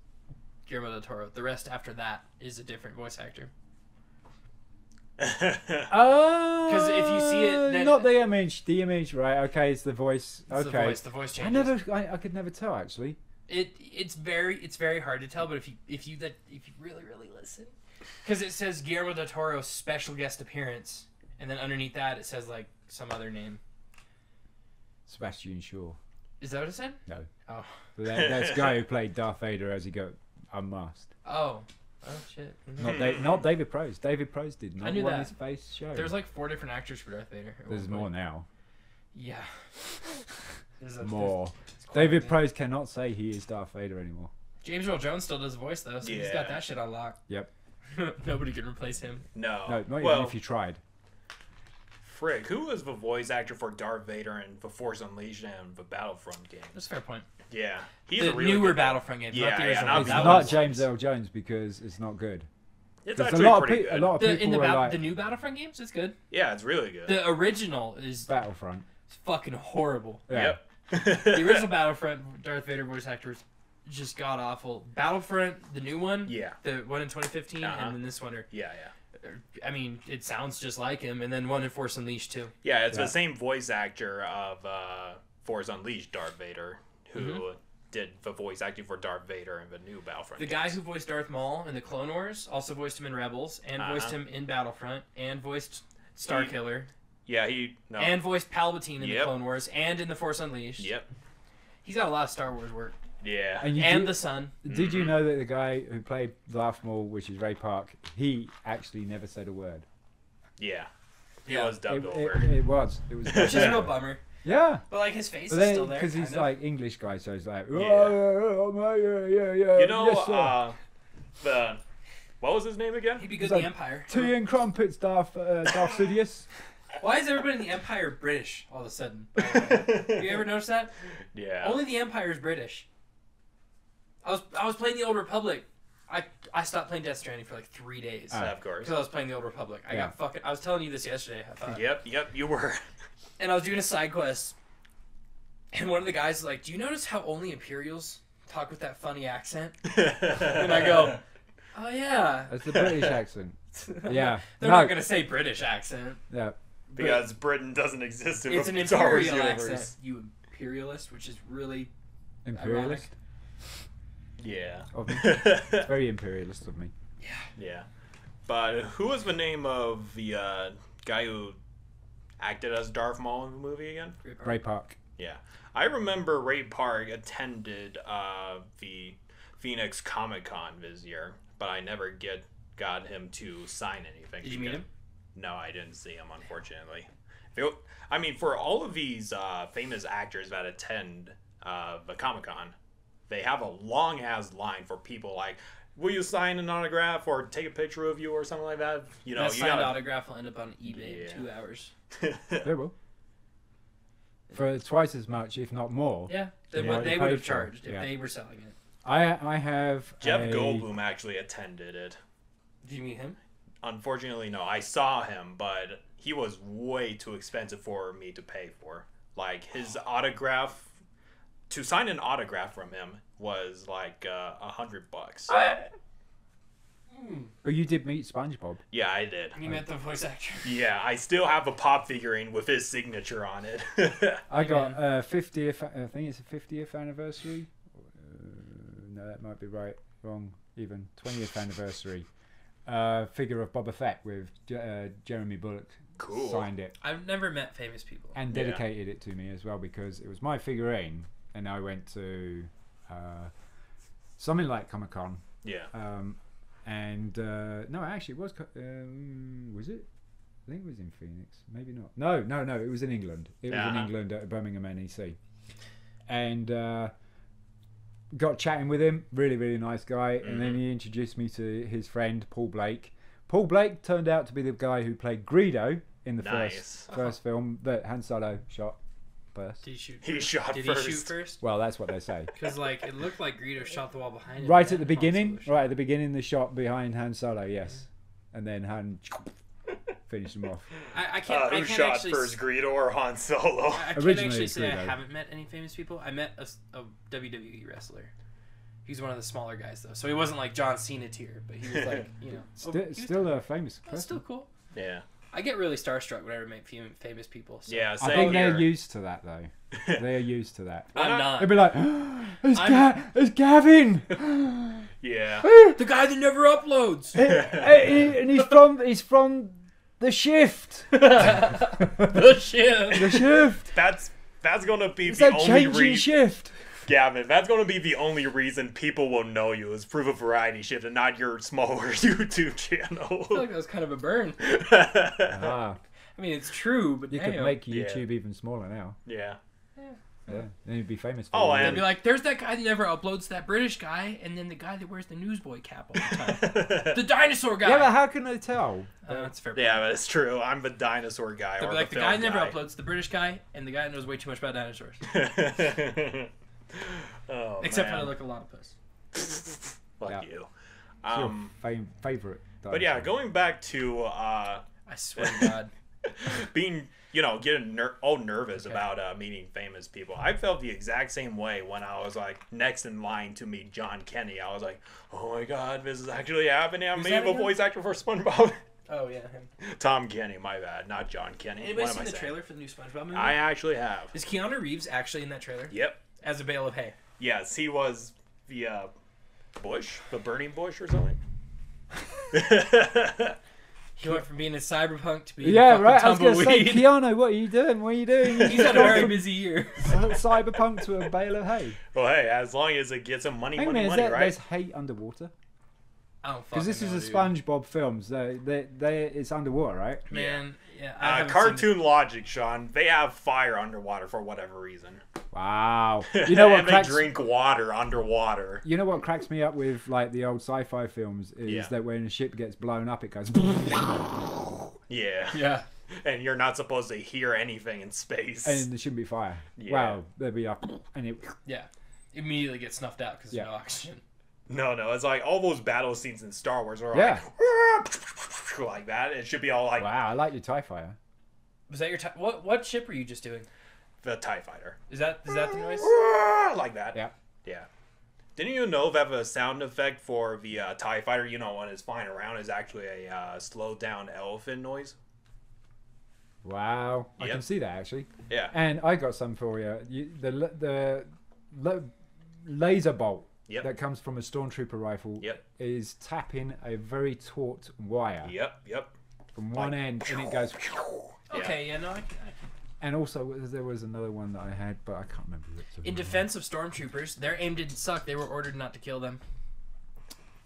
Guillermo del Toro. The rest after that is a different voice actor.
Oh.
'Cause if you see it, then-
not the image. The image, right? Okay, it's the voice.
It's
okay.
The voice. The voice
I
changes.
never. I, I could never tell actually.
It it's very it's very hard to tell, but if you if you that if you really really listen, because it says Guillermo del Toro special guest appearance, and then underneath that it says like some other name.
Sebastian Shaw.
Is that what it said?
No.
Oh.
That, that's the guy who played Darth Vader as he got unmasked.
Oh. Oh shit. Mhm.
Not, da- not David Prose. David Prose did not
knew
want
that.
his face shown.
There's like four different actors for Darth Vader. at
There's
one
more
point.
now.
Yeah. There's a- there's-
More.
it's quite a
David
bit.
Prose cannot say he is Darth Vader anymore.
James Earl Jones still does a voice though, so he's got
Yeah.
that shit on lock.
Yep.
Nobody can replace him.
No.
No, not
well,
even if you tried.
frick, who was the voice actor for Darth Vader in The Force Unleashed and the Battlefront games?
That's a fair point.
Yeah, he's
the
a really
newer
good-
Battlefront game.
Yeah,
not the
yeah,
original.
not
It's
that
not
one's-
James L. Jones because it's not good.
It's
There's a
actually
lot of
pretty
pe- a
good.
lot of
The, in the,
people were
bat-
like-
the new Battlefront games, it's good.
Yeah, it's really good.
The original is
Battlefront.
fucking horrible.
Yeah.
Yep.
The original Battlefront Darth Vader voice actors just god awful. Battlefront, the new one,
Yeah.
the one in 2015,
Uh-huh.
and then this one are.
Yeah, yeah.
I mean, it sounds just like him, and then one in Force Unleashed too.
Yeah, it's
Yeah.
the same voice actor of uh, Force Unleashed, Darth Vader, who
Mm-hmm.
did the voice acting for Darth Vader in the new Battlefront.
The guy who voiced Darth Maul in the Clone Wars also voiced him in Rebels, and voiced
Uh-huh.
him in Battlefront, and voiced Star
He-
Killer,
Yeah, he. No.
and voiced Palpatine in the
Yep.
Clone Wars, and in the Force Unleashed.
Yep.
He's got a lot of Star Wars work,
Yeah.
And, you
and
did,
the Sun.
did you know that the guy who played Darth Maul, which is Ray Park, he actually never said a word.
yeah. He
Yeah.
was
It,
dubbed over.
it, it was. It was.
Which is a real bummer,
Yeah.
but like his face
But
is still
then,
there.
because he's
kind of.
like English guy, so he's like, oh,
Yeah.
yeah, yeah, yeah, yeah, yeah.
you know,
yes, sir.
uh, the what was his name again?
he'd be good
he's
in the
like,
Empire.
tea and crumpets, Darth, uh, Darth Sidious.
Why is everybody in the Empire British all of a sudden? Have you ever noticed that?
yeah.
Only the Empire is British. I was I was playing the Old Republic. I I stopped playing Death Stranding for like three days
Yeah, of course.
because I was playing the Old Republic. I
Yeah.
got fucking. I was telling you this yesterday. I thought.
Yep. Yep. You were.
And I was doing a side quest, and one of the guys was like, "Do you notice how only Imperials talk with that funny accent?"
and
And I go, "Oh yeah."
That's the British accent. Yeah.
They're
no,
not gonna say British accent.
Yeah.
because Britain doesn't exist in
It's
the
an
Star Wars
imperial
universe.
accent. You imperialist, which is really
Imperialist.
Yeah.
Of me. Very imperialist of me.
yeah. But who was the name of the uh, guy who acted as Darth Maul in the movie again?
Ray Park.
Yeah. I remember Ray Park attended uh, the Phoenix Comic Con this year, but I never get got him to sign anything.
Did you meet him?
No, I didn't see him, unfortunately. In It- I mean, for all of these uh, famous actors that attend uh, the Comic Con, they have a long ass line for people like, "Will you sign an autograph or take a picture of you or something like that?" You know,
that
you
signed
gotta.
autograph will end up on eBay
Yeah.
in two hours.
They will. For twice as much, if not more.
Yeah, they,
Yeah.
would- they would have
Yeah.
charged if
Yeah.
they were selling it.
I I have
Jeff
a-
Goldblum actually attended it.
Do you mean him?
Unfortunately, no. I saw him, but he was way too expensive for me to pay for. Like his autograph, to sign an autograph from him was like uh, a hundred bucks.
Oh, you did meet SpongeBob.
Yeah, I did.
You met the voice actor.
Yeah, I still have a pop figurine with his signature on it.
I
Hey,
got
man.
uh, 50th. I think it's a 50th anniversary. Uh, no, that might be right. Wrong. Even 20th anniversary. Uh, figure of Boba Fett with J- uh, Jeremy Bullock
Cool.
signed it
I've never met famous people.
and
Yeah.
dedicated it to me as well because it was my figurine and I went to uh, something like Comic Con
yeah.
um, and uh, no, actually, it was co- um, was it? I think it was in Phoenix. Maybe not. No, no, no. It was in England. It was in
Uh-huh.
England at Birmingham NEC, and uh, got chatting with him. Really, really nice guy. And then he introduced me to his friend Paul Blake. Paul Blake turned out to be the guy who played Greedo in the
Nice.
first first film that Han Solo shot first.
Did he shoot?
He shot
Did
first.
he shoot first?
Well, that's what they say.
Because like it looked like Greedo shot the wall behind him.
Right
and
at the
Han
beginning,
Solo shot.
right at the beginning, the shot behind Han Solo, yes, and then Han finished him off.
I, I can't.
Uh,
I
who
can't
shot
actually
first, Greedo or Han Solo?
I I can't
Originally
actually
it's
say I
Greedo.
haven't met any famous people. I met a, s- a WWE wrestler. He's one of the smaller guys though, so he wasn't like John Cena tier, but he was like you know oh, he
Still,
was-
still a famous
that's still
person.
cool.
Yeah.
I get really starstruck whenever I meet fam- famous people. So
Yeah,
I
same
think
here.
they're used to that though. They're used to that.
I'm not.
They'd be like, "It's, Ga- it's Gavin,
yeah.
The guy that never uploads.
and Eh, he- and he's from he's from the shift,
the Oh, shit.
the shift.
That's that's gonna be
It's
the
like
only
changing
reason,
shift.
Gavin. That's gonna be the only reason people will know you is proof of variety shift and not your smaller YouTube
I feel
channel.
like that was kind of a burn.
Ah,
I mean, it's true, but
you
damn.
could make
Yeah.
YouTube even smaller now.
yeah.
Yeah, then you'd be famous. For
Oh,
all
and-
the-
I'd be like, there's that guy that never uploads that British guy, and then the guy that wears the newsboy cap all the time. the dinosaur guy.
yeah, but how can they tell?
Uh, that's a fair. point.
Yeah, that's true. I'm the dinosaur guy.
They'll
or
be like, the,
the,
guy
film
never uploads, the British guy, and the guy that knows way too much about dinosaurs.
oh,
Except
man.
for I look a lot of puss.
Fuck
Yeah.
you.
It's your
Um,
fam- favorite.
but yeah, going back to uh,
I swear to God.
being, you know, getting ner- all nervous about uh, meeting famous people, I felt the exact same way when I was like next in line to meet John Kenny. I was like, oh my god, this is actually happening. I'm
Who's
meeting
that
a
again?
voice actor for SpongeBob.
Oh yeah. Him.
Tom Kenny, my bad, not John Kenny.
Anybody
What am
seen
I
the
saying?
trailer for the new SpongeBob movie?
I actually have.
Is Keanu Reeves actually in that trailer
Yep.
as a bale of hay?
Yes, he was the uh, bush, the burning bush or something.
He went from being a cyberpunk to being
Yeah,
a
right. I was
tumbleweed.
gonna say, Keanu, what are you doing? What are you doing?
He's had a very busy year.
cyberpunk to a bale of hay.
well, hey, as long as it gets him money,
Hang on, a
money,
minute, is that,
money, right?
there's hay underwater?
I don't
Because this
fucking know,
is a
dude.
SpongeBob film, so they, they, it's underwater, right?
Man, yeah. I
Uh,
haven't seen it.
cartoon logic, Sean. They have fire underwater for whatever reason.
Wow. You know what
and they
cracks?
drink water underwater.
You know what cracks me up with like the old sci-fi films is
Yeah.
that when a ship gets blown up, it goes.
Yeah.
Yeah.
and you're not supposed to hear anything in space.
And there shouldn't be fire.
Yeah.
Wow, there'd be a and it
Yeah. Immediately get snuffed out because
Yeah.
no oxygen.
no, no, it's like all those battle scenes in Star Wars are
Yeah.
like like that. It should be all like
wow. I like your Tie Fighter.
Was that your ti What what ship were you just doing?
the Tie Fighter,
Is that is that the noise?
like that.
Yeah.
Yeah. Didn't you know that the sound effect for the uh, TIE fighter, you know, when it's flying around, is actually a uh, slowed down elephant noise?
Wow. I
Yep.
can see that actually.
Yeah.
And I got some for you. you the la- the la- laser bolt
Yep.
that comes from a stormtrooper rifle
Yep.
is tapping a very taut wire
Yep, yep.
from one end, and it goes.
Yeah.
Okay, yeah, no. I, I-
And also, there was another one that I had, but I can't remember. Which
In defense of stormtroopers, their aim didn't suck. They were ordered not to kill them.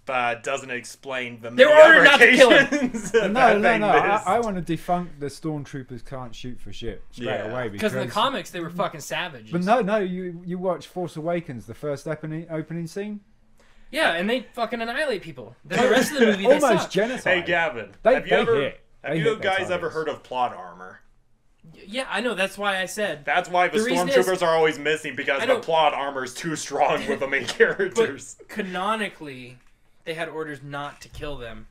but uh, doesn't explain the
They were ordered not to kill him.
ramifications of
No, no,
having
no. I,
this.
I want to defunk the stormtroopers can't shoot for shit straight
Yeah.
away
Because in the comics they were fucking savages.
But no, no. You you watch Force Awakens, the first opening opening scene,
Yeah, and they fucking annihilate people. Then the rest of the movie they
almost
suck.
genocide.
Hey, Gavin,
They-
have you
they
ever
hit.
have
They
you
hit their
guys ever
targets.
heard of plot armor?
yeah, I know. That's why I said.
That's why the,
The reason is-
stormtroopers are always missing because
I
the
don't-
plot armor's too strong with the main characters.
But canonically, they had orders not to kill them,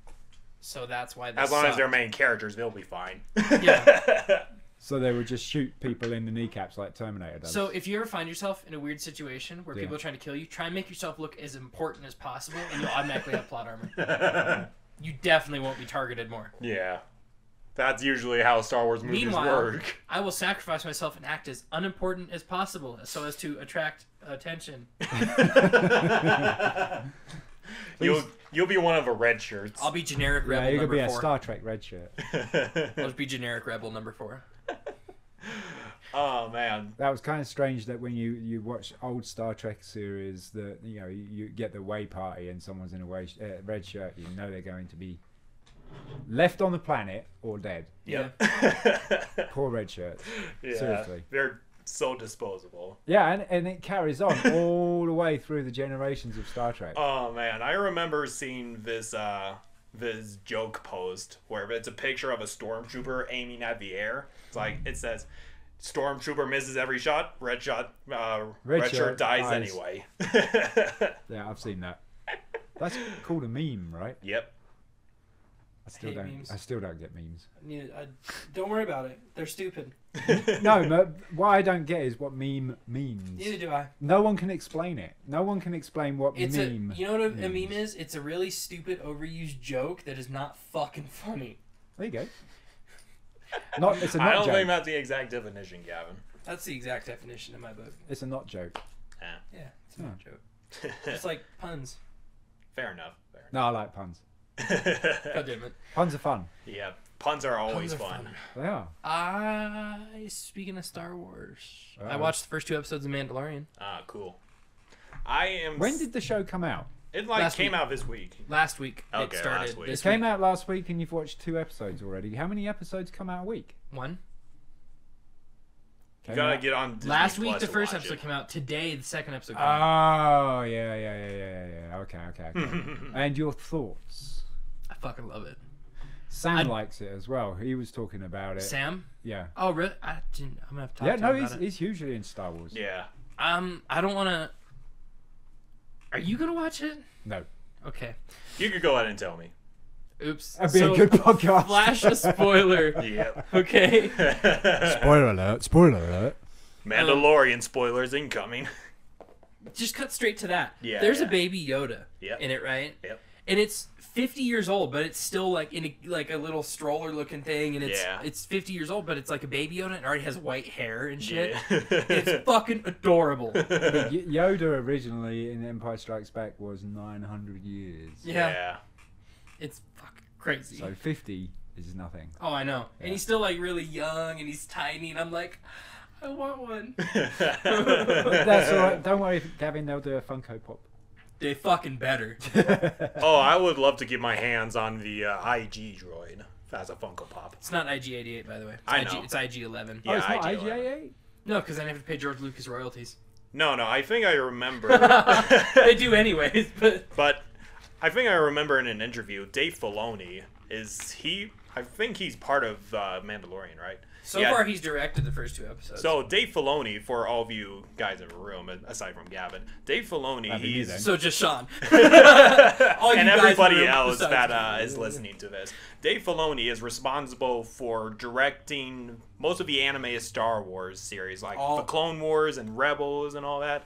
so that's why. They
as long as they're
sucked.
main characters, they'll be fine.
Yeah.
So they would just shoot people in the kneecaps like Terminator does.
So if you ever find yourself in a weird situation where
Yeah.
people are trying to kill you, try and make yourself look as important as possible, and you'll automatically have plot armor. You definitely won't be targeted more.
yeah. That's usually how Star Wars movies
Meanwhile-
work.
I will sacrifice myself and act as unimportant as possible, so as to attract attention.
You'll you'll be one of the red shirts.
I'll be generic
yeah,
rebel
you're gonna
number
be a
four.
Star Trek red shirt.
I'll just be generic rebel number four.
oh man.
That was kind of strange that when you you watch old Star Trek series, that you know you, you get the way party and someone's in a way, uh, red shirt, you know they're going to be left on the planet or dead.
Yep.
Poor red shirts.
yeah.
Seriously.
They're so disposable.
Yeah, and, and it carries on all the way through the generations of Star Trek.
Oh man, I remember seeing this uh this joke post where it's a picture of a stormtrooper aiming at the air. It's like it says stormtrooper misses every shot, red shot uh red,
Red
shirt,
shirt
dies,
dies.
anyway.
Yeah, I've seen that. That's called a meme, right?
yep.
I still
hate
don't.
memes.
I still don't get memes.
don't worry about it. They're stupid.
No, but what I don't get is what meme means.
do I.
No one can explain it. No one can explain what
It's
meme.
a you know what a, a
means.
meme is? It's a really stupid, overused joke that is not fucking funny.
There you go. Not it's a
I
not
don't
joke.
think that's the exact definition, Gavin.
That's the exact definition in my book.
It's a not joke.
Yeah, it's not a joke. It's like puns.
Fair enough. Fair
No, I like puns.
enough.
God damn it.
Puns are fun.
yeah. Puns are always
are
fun.
fun.
They are.
I speaking of Star Wars, I
Uh-oh.
watched the first two episodes of Mandalorian
Ah, cool. I am
When did the show come out?
it like
last
came
week.
out this week.
last week.
Okay,
it started
last week.
It
this
came
week.
out last week, and you've watched two episodes already. How many episodes come out a week?
One
Came
Gotta
out-
get on Disney
last week,
Plus
the
to
first
watch
episode
it.
came out. Today, the second episode.
Uh,
Came out.
Oh yeah, yeah, yeah, yeah, yeah, yeah. Okay, okay. okay. and your thoughts?
I fucking love it.
Sam
I-
likes it as well. He was talking about it.
Sam.
Yeah.
Oh, really? I didn't. I'm gonna have to talk
Yeah.
to
No,
him
he's
about it.
he's hugely in Star Wars.
Yeah.
Um, I don't want to. Are you gonna watch it?
No,
Okay.
You could go ahead and tell me.
Oops.
that'd be
So,
a good podcast.
Flash a spoiler.
Yep.
Okay.
spoiler alert! Spoiler alert!
Mandalorian spoilers incoming.
Just cut straight to that.
Yeah,
There's
yeah.
a baby Yoda
Yep.
in it, right?
Yep.
And it's 50 years old, but it's still like in a, like a little stroller looking thing, and it's
Yeah.
it's 50 years old, but it's like a baby Yoda, and it already has white hair and shit.
Yeah.
It's fucking adorable.
Y- Yoda originally in Empire Strikes Back was 900 years.
yeah.
It's fucking crazy.
So 50 is nothing.
Oh, I know.
Yeah.
And he's still like really young and he's tiny, and I'm like, I want one.
That's all right. Don't worry, Gavin. They'll do a Funko Pop.
They fucking better.
Oh, I would love to get my hands on the uh, IG droid as a Funko Pop.
It's not IG88, by the way. It's
I
IG,
know.
It's IG11.
oh,
Yeah,
it's not
IG-11.
IGA.
No, because I have to pay George Lucas royalties.
No, no, I think I remember.
they do anyways, but
but I think I remember in an interview, Dave Filoni is he? I think he's part of uh, Mandalorian, right?
so
Yeah.
far he's directed the first two episodes.
So Dave Filoni, for all of you guys in the room, aside from Gavin, Dave Filoni,
That'd be me
he's
then.
So just Sean. All you
and
guys
everybody
in the room
else that
besides
uh, is listening to this. Dave Filoni is responsible for directing most of the anime Star Wars series, like
All-
the Clone Wars and Rebels and all that.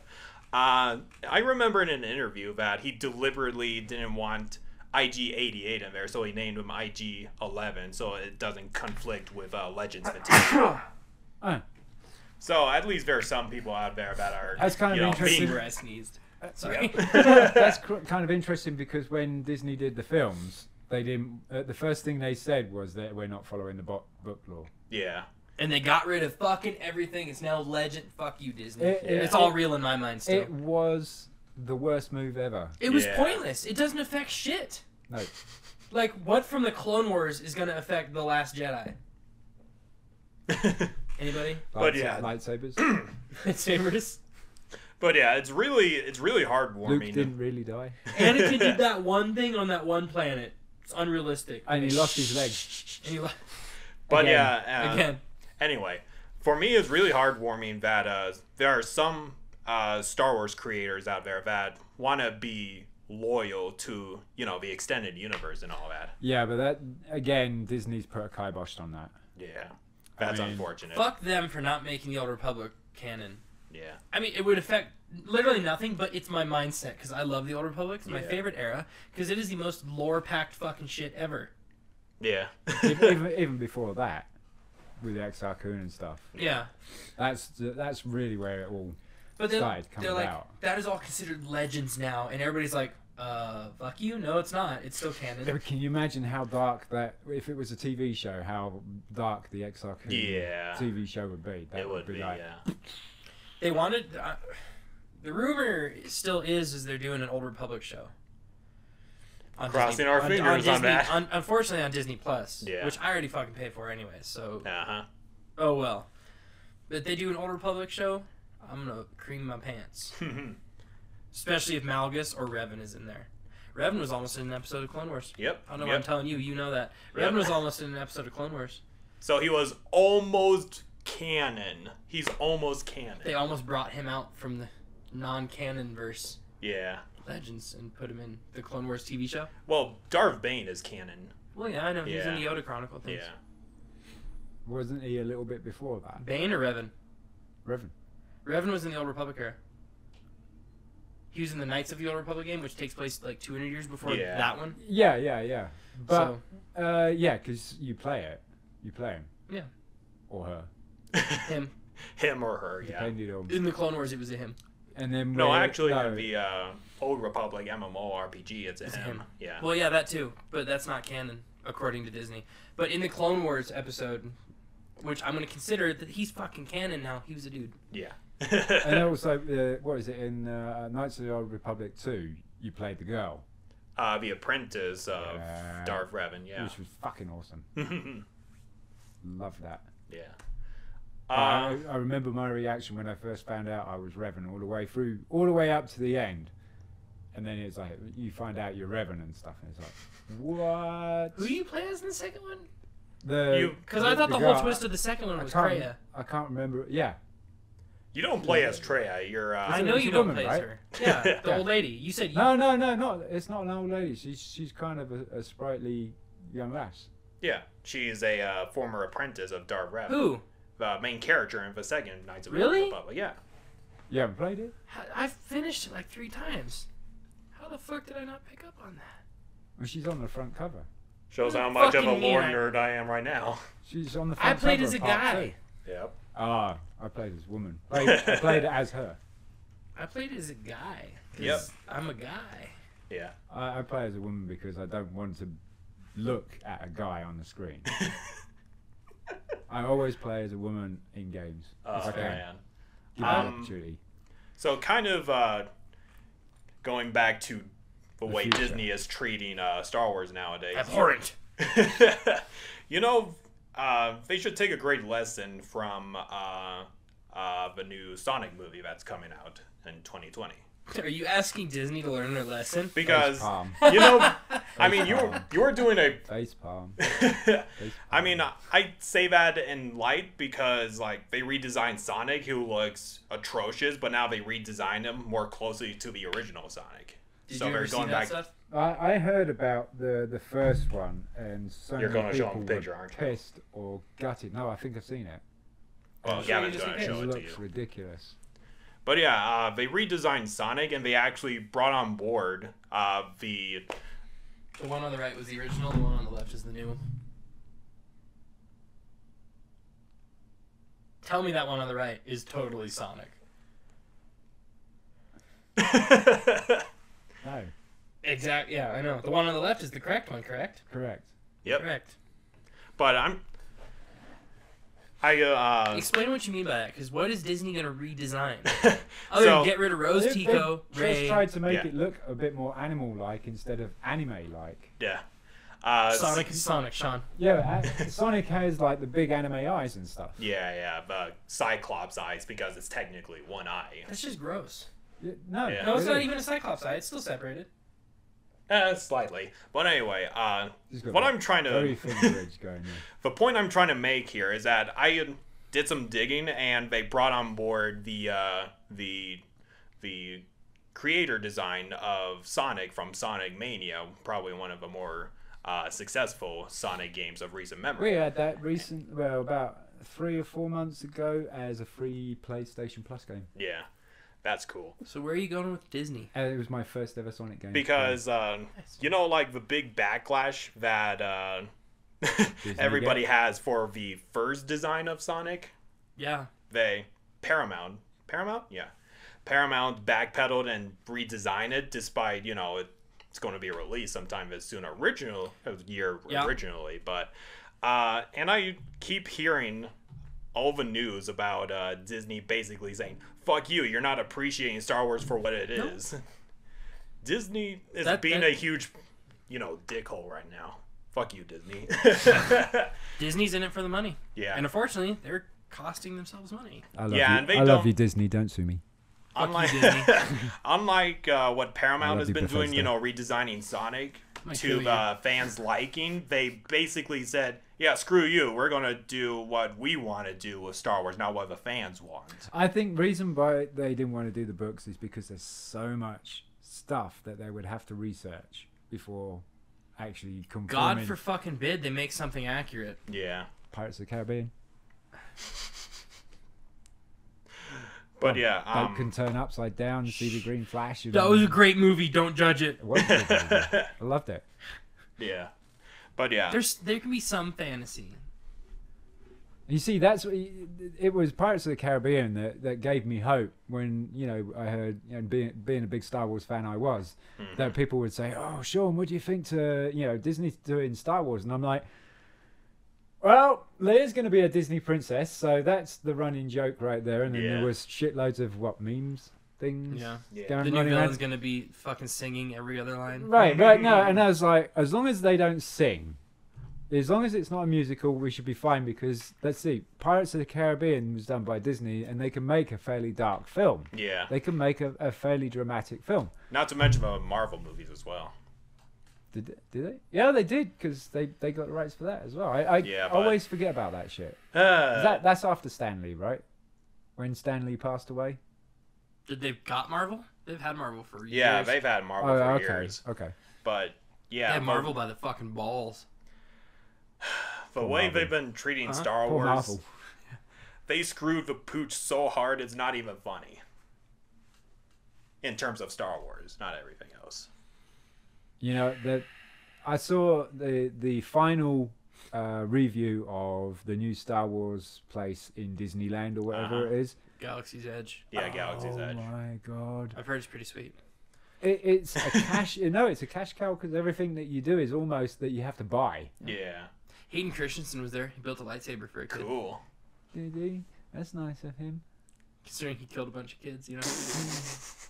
Uh, I remember in an interview that he deliberately didn't want IG88 in there, so he named him IG11, so it doesn't conflict with uh, Legends fatigue.
Oh,
so at least there are some people out there that are
That's kind of
you know,
interesting.
being
me, where I sneezed. Sorry.
that's cr- kind of interesting because when Disney did the films, they didn't. Uh, the first thing they said was that we're not following the bo- book law.
Yeah.
and they got rid of fucking everything. It's now legend. Fuck you, Disney.
It-
it-
it's all real in my mind still.
It was the worst move ever.
It was
Yeah.
pointless. It doesn't affect shit.
No,
Like, what from the Clone Wars is gonna affect the Last Jedi? Anybody?
But
lightsa-
yeah.
lightsabers.
Sabers.
but yeah, it's really it's really
Luke
heartwarming.
didn't really die,
Anakin did that one thing on that one planet. It's unrealistic.
and he lost his leg.
And he lo-
but
Again.
yeah, uh,
again.
anyway, for me, it's really heartwarming that uh, there are some uh, Star Wars creators out there that want to be loyal to you know the extended universe and all that.
Yeah, but that again, Disney's put a kibosh on that.
Yeah, that's
mean-
unfortunate.
Fuck them for not making the Old Republic canon.
Yeah,
I mean, it would affect literally nothing, but it's my mindset because I love the Old Republic. It's my
Yeah.
favorite era because it is the most lore-packed fucking shit ever.
yeah,
even, even, even before that, with the Exar Kun and stuff,
yeah.
that's that's really where it all.
But then
side comes
they're like,
out.
that is all considered legends now, and everybody's like, uh, fuck you. No, it's not. It's still canon.
Can you imagine how dark that? If it was a TV show, how dark the Exar Kun
Yeah.
TV show would be. That
it would be.
like,
Yeah,
They wanted. Uh, the rumor still is is they're doing an Old Republic show. On
Crossing our fingers on
Disney-
that.
un- unfortunately, on Disney Plus,
Yeah.
which I already fucking pay for anyway. So
uh huh.
oh well. But they do an Old Republic show. I'm gonna cream my pants, especially if Malgus or Revan is in there. Revan was almost in an episode of Clone Wars.
yep.
I don't know what I'm
yep.
telling you. You know that.
Yep.
Revan was almost in an episode of Clone Wars.
So he was almost canon. He's almost canon.
They almost brought him out from the non-canon verse
yeah.
Legends and put him in the Clone Wars TV show.
Well, Darth Bane is canon.
Well, yeah, I know. He's in the
Yeah.
Yoda Chronicle
Yeah.
things.
Wasn't he a little bit before that?
Bane or Revan?
Revan.
Revan was in the Old Republic era. He was in the Knights of the Old Republic game, which takes place like 200 years before
Yeah.
that one.
Yeah, yeah, yeah. But
so,
uh, yeah, because you play it, you play him.
Yeah.
Or her,
him.
Him or her, yeah.
depending on.
In the Clone Wars, it was a him.
And then
No,
we're-
actually,
no,
in the uh, Old Republic MMORPG, it's a
It's
him.
him.
Yeah.
Well, yeah, that too. But that's not canon, according to Disney. But in the Clone Wars episode, which I'm going to consider that he's fucking canon now, he was a dude.
and
Yeah.
also, uh, what is it in uh, Knights of the Old Republic two? You played the girl,
uh, the apprentice of
Yeah.
Darth Revan, yeah.
which was fucking awesome. Love that.
yeah.
I
Uh,
I remember my reaction when I first found out I was Revan all the way through, all the way up to the end. And then it's like, you find out you're Revan and stuff, and it's like, what?
Who do you play as in the second one?
The,
You-
Because I thought the,
girl-
whole twist of the second one
I
was
can't-
Freya.
I can't remember. Yeah,
you don't play as Treya. You're.
I
Uh,
Isn't-
know
it's a
you don't
woman,
play
right?
as her. Yeah, the
Yeah.
old lady. You said you
No, no, no, not. It's not an old lady. She's she's kind of a, a sprightly young lass.
yeah. She's a uh, former apprentice of Darth Revan.
Who?
The main character in the second Knights of the
Really?
Old Republic. Yeah.
You haven't played it?
How- I've finished it like three times. How the fuck did I not pick up on that?
Well, she's on the front cover.
Shows
What
how
the
much of a
fucking mean
lore
I-
nerd I am right now.
She's on the
I
front
played
cover
as a
of part
guy.
two.
Yep.
Ah, I played as woman. Played, I played it as her.
I played as a guy. 'cause
Yep.
I'm a guy.
Yeah.
I, I play as a woman because I don't want to look at a guy on the screen. I always play as a woman in games.
Oh,
Okay.
man.
Give me that
Um,
opportunity.
So kind of uh, going back to the, way
future.
Disney is treating uh, Star Wars nowadays.
Abhorrent.
you know, uh, they should take a great lesson from uh, uh, the new Sonic movie that's coming out in 2020.
Are you asking Disney to learn their lesson?
Because
palm.
you know, I mean, you were you were doing a
Face palm.
I mean, I- I say that in light because like they redesigned Sonic, who looks atrocious, but now they redesigned him more closely to the original Sonic.
Did
so
you
they're
ever see
going
that
back.
stuff?
I, I heard about the the first one, and so
You're
many
gonna show
people
him a picture,
were
aren't you?
pissed or gutted. No, I think I've seen it.
Well,
Sure,
Gavin's
you just
gonna
need
It
show it to
looks
you.
ridiculous.
But yeah, uh, they redesigned Sonic, and they actually brought on board uh, the
The one on the right was the original. The one on the left is the new one. Tell me that one on the right is totally Sonic.
No,
Exactly. Yeah, I know. The one on the left is the correct one. Correct.
correct.
yep.
Correct.
But I'm I uh,
Explain what you mean by that, because what is Disney gonna redesign?
So-
Other than get rid of Rose,
They- they
Tico,
Just
Ray,
tried to make
Yeah.
it look a bit more animal-like instead of anime-like.
yeah. Uh, s-
Sonic is Sonic, Sean.
Yeah, a- Sonic has like the big anime eyes and stuff.
Yeah, yeah, but Cyclops eyes because it's technically one eye.
That's just gross.
Y- No,
Yeah.
No, it's not
really.
even a Cyclops eye. It's still separated.
Uh, slightly. But anyway, uh,
He's got
what
a
I'm trying
Very
to
thin ridge going there.
the point I'm trying to make here is that I um, did some digging and they brought on board the uh, the the creator design of Sonic from Sonic Mania, probably one of the more uh, successful Sonic games of recent memory.
We had that recent, well, about three or four months ago as a free PlayStation Plus game.
Yeah, that's cool.
So where are you going with Disney?
And it was my first ever Sonic game.
because um, you know like the big backlash that uh, everybody has for the first design of sonic
Yeah.
they paramount paramount yeah paramount backpedaled and redesigned it despite you know it, it's going to be released sometime as soon original uh, year
Yeah.
originally but uh, and i keep hearing all the news about uh, disney basically saying fuck you you're not appreciating star wars for what it is disney is
That-
being
that-
a huge you know dickhole right now fuck you disney
Disney's in it for the money.
Yeah.
And unfortunately, they're costing themselves money.
I love
Yeah,
you.
and they
I love
don't-
you, Disney. Don't sue me.
unlike
you, Disney.
unlike uh, what Paramount
love
has
you,
been doing,
Bethesda.
you know, redesigning Sonic
Might
to
kill you.
the fans' liking, they basically said, "Yeah, screw you. We're gonna do what we want to do with Star Wars, not what the fans want."
I think reason why they didn't want to do the books is because there's so much stuff that they would have to research before actually
God
confirming
for fucking bid they make something accurate.
Yeah,
Pirates of the Caribbean. Oh.
but yeah,
Boat can
um,
turn upside down and see the green flash. and
That
all-
was a great movie. Don't judge it.
It was a good movie. I loved it.
yeah, but yeah,
There's there can be some fantasy.
You see, that's what- it was Pirates of the Caribbean that, that gave me hope when you know I heard you know, being being a big Star Wars fan I was
Hmm.
that people would say, "Oh, Sean, what do you think to you know Disney's doing Star Wars?" And I'm like, "Well, Leia's going to be a Disney princess, so that's the running joke right there." And then
Yeah.
there was shitloads of what memes things.
Yeah.
Yeah.
going
the new
running around.
villain's gonna be fucking singing every other line.
Right, right, no, and I was like, as long as they don't sing, as long as it's not a musical, we should be fine because let's see, Pirates of the Caribbean was done by Disney, and they can make a fairly dark film.
yeah,
They can make a, a fairly dramatic film.
not to mention the Marvel movies as well.
Did did they? Yeah, they did because they, they got the rights for that as well. I, I
Yeah, but-
always forget about that shit.
Uh,
That that's after Stanley, right? When Stanley passed away.
Did they've got Marvel? They've had Marvel for years.
yeah, they've had Marvel
oh,
for
okay,
years,
okay.
but
They
yeah,
had Marvel by the fucking balls.
The, the way
Marvel.
they've been treating
Huh?
Star
Poor
Wars,
Marvel.
they screwed the pooch so hard it's not even funny. In terms of Star Wars, not everything else.
You know that I saw the the final uh, review of the new Star Wars place in Disneyland or whatever
Uh-huh.
it is.
Galaxy's Edge.
Yeah, Galaxy's
oh
Edge.
my god!
I've heard it's pretty sweet.
It, it's a cash. no, it's a cash cow because everything that you do is almost that you have to buy.
Yeah,
Hayden Christensen was there. He built a lightsaber for a kid.
cool.
Did he? That's nice of him.
Considering he killed a bunch of kids, you know.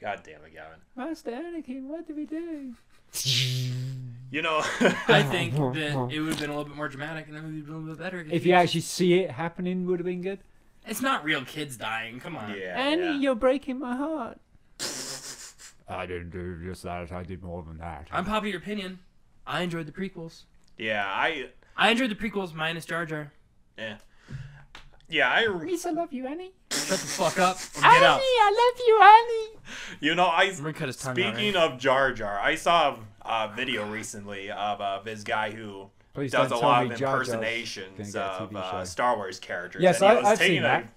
God damn it, Gavin.
Master Anakin, what did we do?
You know,
I think that it would have been a little bit more dramatic and the movie would have been a little bit better.
If you actually see it happening, would have been good.
It's not real kids dying. Come on.
yeah, yeah.
you're breaking my heart. I didn't do just that. I did more than that.
I'm popular opinion. I enjoyed the prequels.
yeah, I,
I enjoyed the prequels minus Jar Jar.
yeah, yeah, I,
Reese, I love you, Annie.
Shut the fuck up or get out.
I love you, Annie.
you know, I.
I'm gonna cut his tongue out.
Speaking
right?
of Jar Jar, I saw a video recently of uh, this guy who
Please
does a
don't tell
lot
me
of
Jar Jar's gonna
impersonations
get a
of
TV
uh,
show.
Star Wars characters.
Yes,
and
I- I've
taking
seen
a,
that.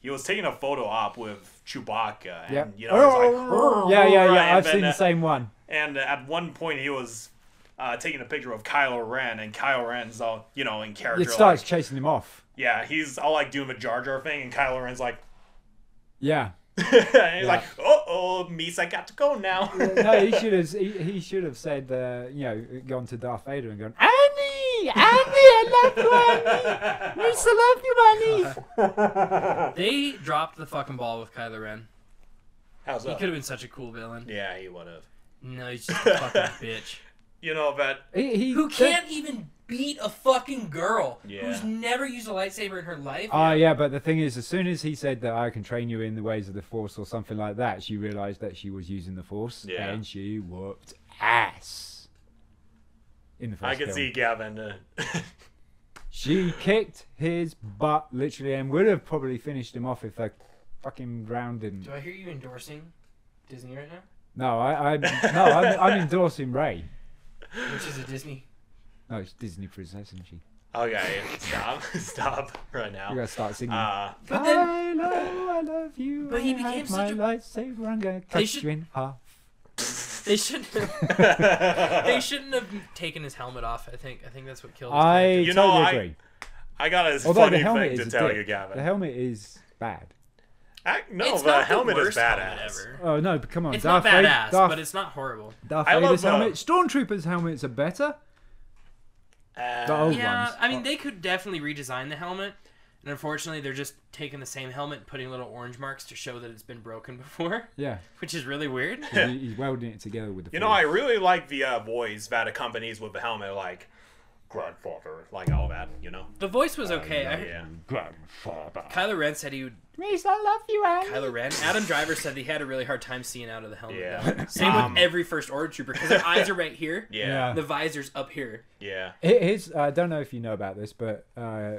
He was taking a photo op with Chewbacca, and
Yeah. Oh,
you know, he's like, "Rrr,
yeah, yeah,
rrr,"
yeah.
and
I've
then,
seen
uh,
the same one.
And at one point, he was uh, taking a picture of Kylo Ren, and Kylo Ren's all, you know, in character.
It starts
like-
chasing him off.
yeah, he's all like doing the Jar Jar thing, and Kylo Ren's like,
Yeah.
and he's like, uh oh, Mies, I got to go now.
No, he should have. He, he should have said, uh, you know, gone to Darth Vader and gone, Annie, Annie, I love you, Annie. We used to love you, Manny.
They dropped the fucking ball with Kylo Ren.
How's
He
that?
could have been such a cool villain.
Yeah, he would have.
No, he's just a fucking bitch.
You know that
He, he,
Who can't even beat a fucking girl
Yeah.
who's never used a lightsaber in her life?
Ah, yeah, but the thing is, as soon as he said that I can train you in the ways of the Force or something like that, she realized that she was using the Force,
Yeah.
and she whooped ass. In the first
I can
film.
see Gavin. Uh,
She kicked his butt literally, and would have probably finished him off if that fucking round didn't.
Do I hear you endorsing Disney right now?
No, I, I no, I'm, I'm endorsing Ray.
Which is a Disney.
No, it's Disney princess, isn't she?
okay, Oh, stop, stop right
You
now.
gotta start singing.
Uh,
But then
Kylo, I love you.
But he
I have
became
my
such a-
lightsaber. I'm gonna
They
cut
should-
you in half.
they shouldn't. Have, they shouldn't have taken his helmet off. I think. I think that's what killed. His
I
character.
You know,
totally
I-
agree.
I got a
Although Oh, the
funny
helmet
thing
is
to
a
tell
dick.
you,
The
Gavin.
helmet is bad.
I, no,
It's
the
not
helmet
the
is
worst helmet
badass.
ever.
Oh no! But come on,
It's
Darth
not
Vader-
badass,
Darth,
but it's not horrible.
Darth
I love,
Vader's
uh,
helmet. Stormtroopers' helmets are better.
Uh,
The old
Yeah,
ones.
I mean they could definitely redesign the helmet, and unfortunately they're just taking the same helmet and putting little orange marks to show that it's been broken before,
Yeah,
which is really weird.
'cause he- he's welding it together with the.
You know, I
Force.
really like the uh, voice that accompanies with the helmet, like grandfather, like all that. You know.
The voice was okay. I heard
Oh, Yeah.
Grandfather.
Kylo Ren said he would.
Reese, I love you, Anne.
Kylo Ren. Adam Driver said he had a really hard time seeing out of the helmet.
Yeah.
though. Same
Um,
with every first order trooper because their eyes are right here.
Yeah.
The visor's up here.
Yeah.
Here- Here's I don't know if you know about this, but uh,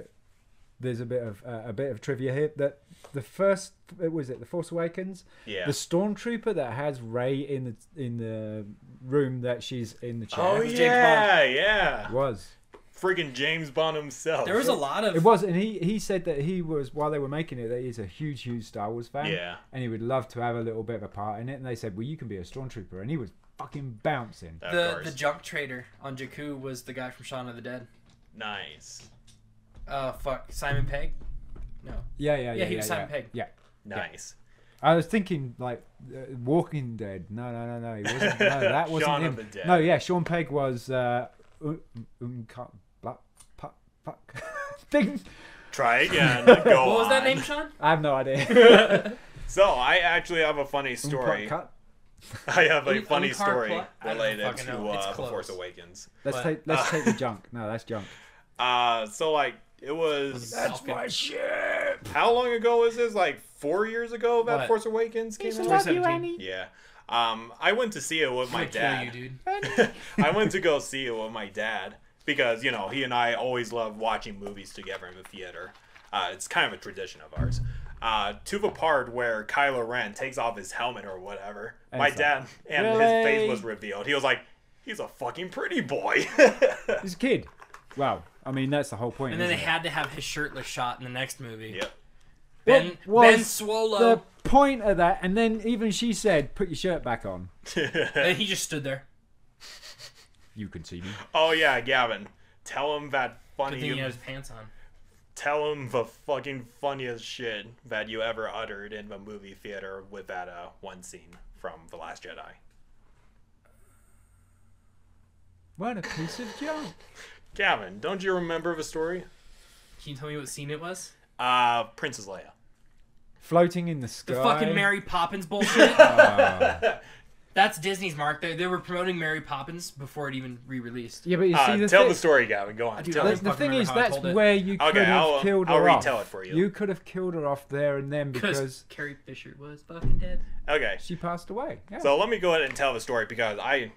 there's a bit of uh, a bit of trivia here that the first what was it the Force Awakens,
Yeah.
the stormtrooper that has Ray in the in the room that she's in the chair
Oh
James
yeah, yeah.
was
Freaking James Bond himself.
There was a lot of.
it was and he he said that he was while they were making it that he's a huge huge Star Wars fan
Yeah.
and he would love to have a little bit of a part in it and they said well you can be a stormtrooper and he was fucking bouncing
Of
the
course.
the junk trader on Jakku was the guy from Shaun of the Dead.
nice,
Uh, fuck Simon Pegg. No.
yeah yeah yeah
Yeah, he was
yeah,
Simon Pegg.
yeah.
nice.
I was thinking like uh, Walking Dead. No, no, no, no. He wasn't. No, that wasn't
Shaun
him.
of the Dead.
No, yeah, Sean Pegg was. Uh, um, um, ca- bla- pa- fuck. Thing.
Try again. Go
What was that
on.
name, Sean?
I have no idea.
So I actually have a funny story.
Cut.
I have a
Um,
funny
umcar
story
plot? I don't
related
fucking
to
know. It's
uh, The
close.
Force Awakens.
Let's
But-
take. Let's
uh,
take the junk. No, that's junk.
Uh, so like it was.
That's Falcon. my
ship.
How long ago was this? Like four years ago that
What?
Force Awakens came out.
love you,
17.
Annie.
Yeah. Um, I went to see it with my
I'd kill
dad.
you, dude.
I went to go see it with my dad because you know he and I always love watching movies together in the theater. Uh, it's kind of a tradition of ours. Uh, to the part where Kylo Ren takes off his helmet or whatever,
And
my
it's like,
dad and
"Really?"
his face was revealed. He was like, "He's a fucking pretty boy."
He's a kid. Wow. I mean, that's the whole point.
And then they
isn't it?
had to have his shirtless shot in the next movie.
yep.
Ben,
What was
ben Swallow.
the point of that, and then even she said, "Put your shirt back on."
And he just stood there.
You can see me.
Oh yeah, Gavin. Tell him that
Good
funny.
thing he had his pants on.
tell him the fucking funniest shit that you ever uttered in the movie theater with that uh, one scene from The Last Jedi.
What a piece of junk.
Gavin, don't you remember the story?
Can you tell me what scene it was?
Uh, Princess Leia.
floating in the sky.
The fucking Mary Poppins bullshit.
Uh.
That's Disney's mark. They, they were promoting Mary Poppins before it even re-released.
Yeah, but you see,
Uh,
the
tell
thing,
the story, Gavin. Go on.
Dude,
tell
I
the,
the
don't
the
fucking
thing
remember
is,
how I
that's
told it.
where you
Okay,
could have
I'll- uh,
killed
I'll
her off.
retell it for you.
You could have killed her off there and then
Because
because
Carrie Fisher was fucking dead.
Okay.
she passed away. Yeah.
So let me go ahead and tell the story because I,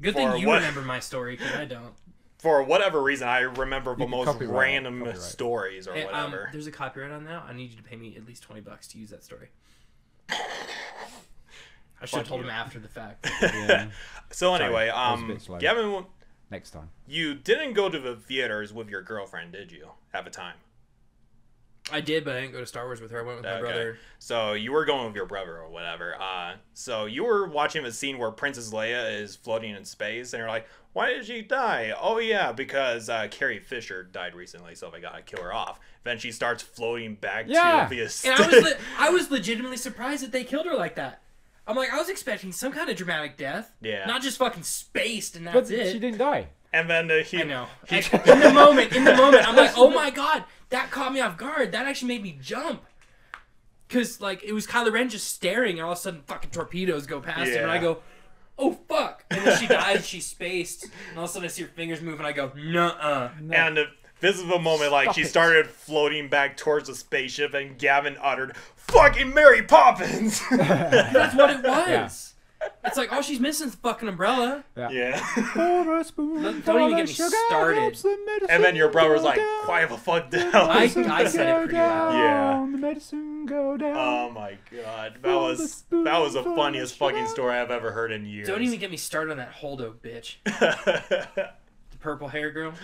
Good
For
thing you
what-
remember my story because I don't.
for whatever reason, I remember the
can
most
copyright-
random
copyright.
stories or
Hey, um,
whatever.
there's a copyright on that. I need you to pay me at least twenty bucks to use that story. I should have
Fuck
told
you.
him after the fact.
yeah.
so anyway,
that was a
um,
bit slow.
Gavin,
Next time.
you didn't go to the theaters with your girlfriend, did you? At the time.
I did, but I didn't go to Star Wars with her. I went with my
Okay.
brother.
So you were going with your brother or whatever. Uh, so you were watching a scene where Princess Leia is floating in space, and you're like, "Why did she die?" Oh yeah, because uh, Carrie Fisher died recently, so they gotta kill her off. Then she starts floating back
Yeah.
to the est-
And I was, le- I was legitimately surprised that they killed her like that. I'm like, I was expecting some kind of dramatic death.
Yeah.
Not just fucking spaced and
But
that's
she
it.
didn't die.
and then uh, he,
I know. in the moment, in the moment, I'm like, oh my god, that off guard. That actually made me jump. Cause like it was Kylo Ren just staring, and all of a sudden fucking torpedoes go past him, and I
Yeah.
go, "Oh fuck!" And then she dies, she's spaced, and all of a sudden I see her fingers move, and I go, "Nuh-uh."
And uh, this is the moment, like, she
Stop it.
started floating back towards the spaceship, and Gavin uttered, Fucking Mary Poppins!
That's what it was. It's like all she's missing is the fucking umbrella.
yeah.
Pour a spoon
Don't- don't
full
even
of
get me
sugar,
started.
helps the medicine
And then your brother was
go
like,
down,
Quiet the fuck down.
the
I-
medicine
I said it
go
pretty loud.
down, The medicine go down.
Oh my god, that
Fill the
was
spoon
that was the
full of
funniest fucking
sugar.
story I've ever heard in years.
Don't even get me started on that Holdo bitch, the purple hair girl.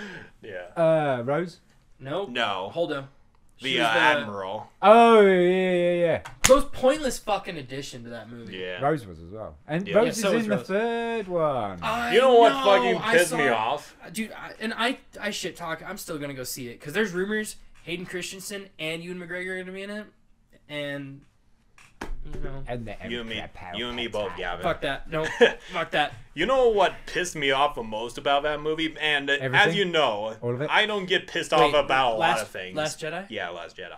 yeah.
Uh, Rose.
Nope.
No.
Holdo. She
the,
was
uh, admiral.
Oh yeah, yeah, yeah.
Most pointless fucking addition to that movie.
Yeah.
Rose was as well, and
Yeah.
Rose
Yeah,
is
so was
in the
Rose.
third one.
I
You know what fucking
I
pissed
saw-
me off?
dude. I, and I, I shit talk. I'm still gonna go see it because there's rumors Hayden Christensen and Ewan McGregor are gonna be in it, and you know,
and the
You and me,
Emperor
you and me both, Gavin.
fuck that. No, fuck that.
You know what pissed me off the most about that movie? And uh,
Everything?
as you know,
All of it?
I don't get pissed off
Wait,
about a
Last-
lot of things.
Last Jedi?
Yeah, Last Jedi.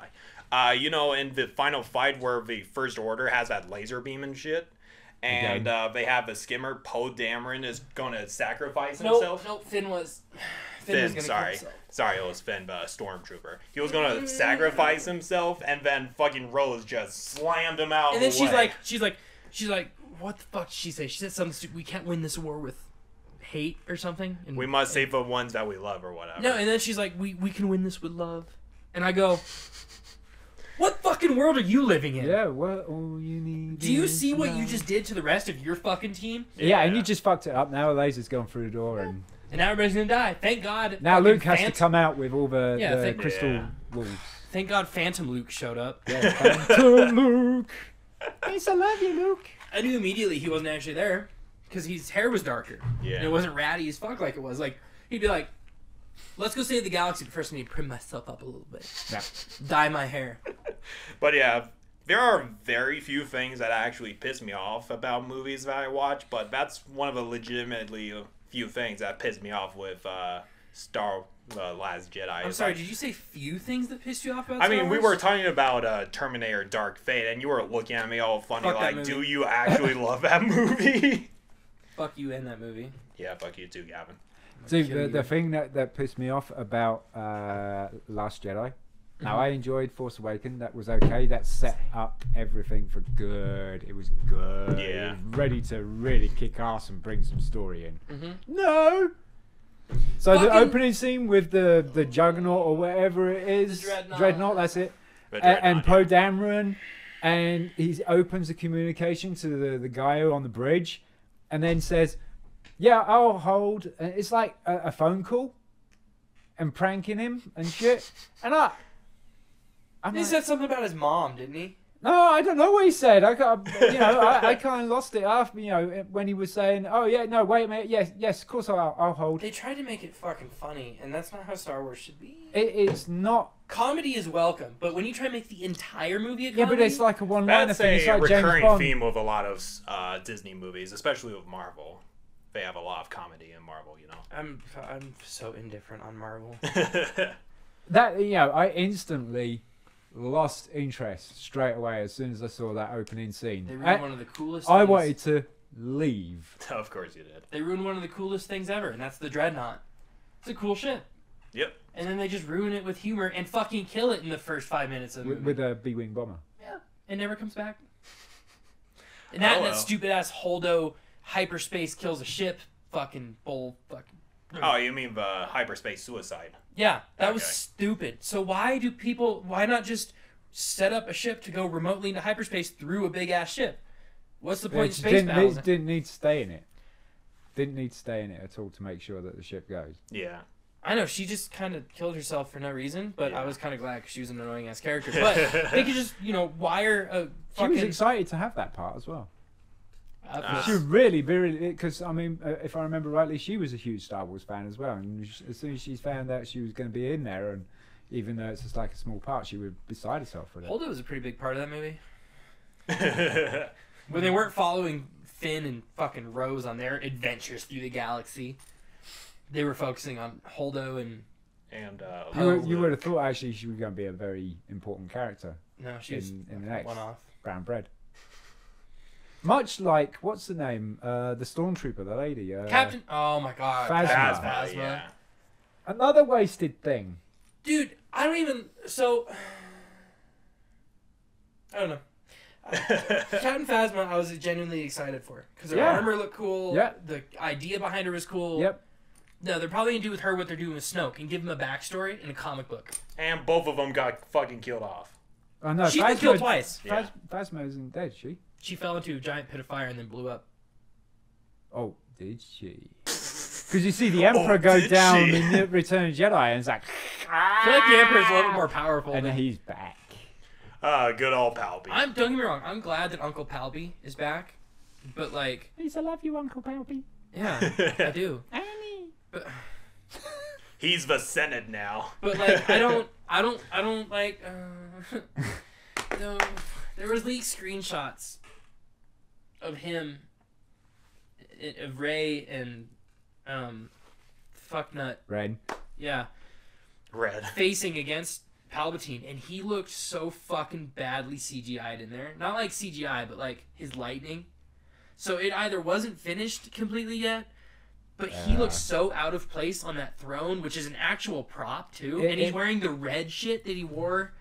Uh, you know, in the final fight where the First Order has that laser beam and shit, and uh, they have the skimmer, Poe Dameron is going to sacrifice
No,
himself.
no. Finn was. Finn, was
Finn,
gonna
sorry.
Kill himself.
Sorry, it was Finn, but a stormtrooper. He was gonna sacrifice himself, and then fucking Rose just slammed him
Oh,
out.
And then
of the
she's
way.
like, she's like, she's like, what the fuck did she say? She said something. stupid, We can't win this war with hate or something. And,
"We must save the ones that we love, or whatever."
No, and then she's like, we we can win this with love. And I go, what fucking world are you living in?
Yeah, what all you need.
Do you
is
see what you
love.
just did to the rest of your fucking team?
Yeah, and you just fucked it up. Now a laser's gone through the door, and
And now everybody's gonna die. Thank God.
now
fucking
Luke has
Phant-
to come out with all the,
Yeah,
the
thank-
crystal
Yeah.
wolves.
Thank God, Phantom Luke showed up.
Yeah, Phantom Luke. Yes, I love you, Luke.
I knew immediately he wasn't actually there because his hair was darker.
Yeah.
And it wasn't ratty as fuck like it was. Like he'd be like, "Let's go save the galaxy, but first I need to prim myself up a little bit,
Yeah.
dye my hair."
But yeah, there are very few things that actually piss me off about movies that I watch, but that's one of the legitimately few things that pissed me off with uh, Star uh, Last Jedi.
I'm
It's
sorry.
like-
Did you say few things that pissed you off about?
I
Star
mean, we were
Wars?
talking about uh, Terminator Dark Fate, and you were looking at me all funny,
Fuck that
like,
movie.
do you actually love that movie?
Fuck you in that movie.
yeah, fuck you too, Gavin.
Dude,
kill
the,
you.
the thing that, that pissed me off about uh, Last Jedi. Now
Mm-hmm.
I enjoyed Force Awakens. That was okay. That set up everything for good. It was good. It
Yeah.
was ready to really kick ass and bring some story in.
Mhm.
No. So the
Fucking-
opening scene with the the Juggernaut or whatever it is,
Dreadnought.
That's it.
But
A- and Poe
Dreadnought,
Dameron, and he opens the communication to the, the guy on the bridge, and then says, "Yeah, I'll hold." And it's like a, a phone call, and pranking him and shit. And I, I'm
He
like,
said something about his mom, didn't he?
no, I don't know what he said. I, got, you know, I, I kind of lost it after, you know, when he was saying, "Oh yeah, no, wait a minute, yes, yes, of course I'll, I'll hold." It,
They tried to make it fucking funny, and that's not how Star Wars should be.
it's not.
Comedy is welcome, but when you try to make the entire movie a comedy,
Yeah, but it's like a one-liner
That's
thing. It's
a
like James
recurring
Bond.
theme with a lot of uh, Disney movies, especially with Marvel. They have a lot of comedy in Marvel, you
I'm I'm so indifferent on Marvel.
know.
that you know i instantly lost interest straight away as soon as i saw that opening scene
They ruined
I,
one of the coolest.
I
things.
wanted to leave
of course you did.
They ruined one of the coolest things ever, and that's the Dreadnought. It's a cool ship.
Yep.
And then they just ruin it with humor and fucking kill it in the first five minutes of the
with,
movie.
with a b-wing bomber
It never comes back. And that,
Oh,
and that
well.
stupid ass Holdo hyperspace kills a ship fucking bull fucking.
Oh, you mean the hyperspace suicide?
Yeah, that was
Okay.
stupid. So why do people? Why not just set up a ship to go remotely into hyperspace through a big ass ship? What's the
yeah,
point in
it
space
didn't,
battles?
need, didn't need to stay in it didn't need to stay in it at all to make sure that the ship goes
Yeah.
I know she just kind of killed herself for no reason, but I
Yeah.
was kind of glad 'cause she was an annoying ass character. But they could just you know wire a
she was
fucking.
excited to have that part as well
uh,
Ah.
she really really because i mean uh, if i remember rightly she was a huge star wars fan as well and sh- as soon as she found out she was going to be in there and even though it's just like a small part she was beside herself with it
Holdo was a pretty big part of that movie.
yeah,
When they weren't following Finn and fucking Rose on their adventures through the galaxy, they were focusing on Holdo and
and uh,
You, would- you
Lulu.
would have thought actually she was going to be a very important character
No, she was
in, in the next
one off.
Brown Bread. Much like what's the name, uh, the stormtrooper, the lady, uh,
Captain. Oh my god.
Phasma.
Captain
Phasma,
Phasma.
yeah.
Another wasted thing.
Dude, I don't even. So. I don't know. Captain Phasma, I was genuinely excited for because her
Yeah.
armor looked cool.
Yeah.
The idea behind her was
Oh.
cool.
Yep.
No, they're probably gonna do with her what they're doing with Snoke and give him a backstory in a comic book.
and both of them got fucking killed off.
I know.
She's been killed twice.
Phas- Phasma isn't dead, she.
She fell into a giant pit of fire and then blew up.
Oh, did she? Because you see the Emperor go
Oh, did
down
she?
in the Return of the Jedi, and it's like,
I feel like the Emperor's a little bit more powerful.
and
than-
he's back.
Uh, good old Palpy.
I'm don't get me wrong. I'm glad that Uncle Palpy is back, but like,
Please, I love you, Uncle Palpy.
yeah, I do.
Annie.
But,
He's the Senate now.
but like, I don't, I don't, I don't like. Uh, no, there was leaked screenshots of him, i- of Ray and, um, fucknut.
Ren.
Yeah.
Red.
facing against Palpatine, and he looked so fucking badly CGI'd in there. Not like CGI, but like his lightning. So it either wasn't finished completely yet, but he
Yeah.
looks so out of place on that throne, which is an actual prop too.
It-
and he's
it-
wearing the red shit that he wore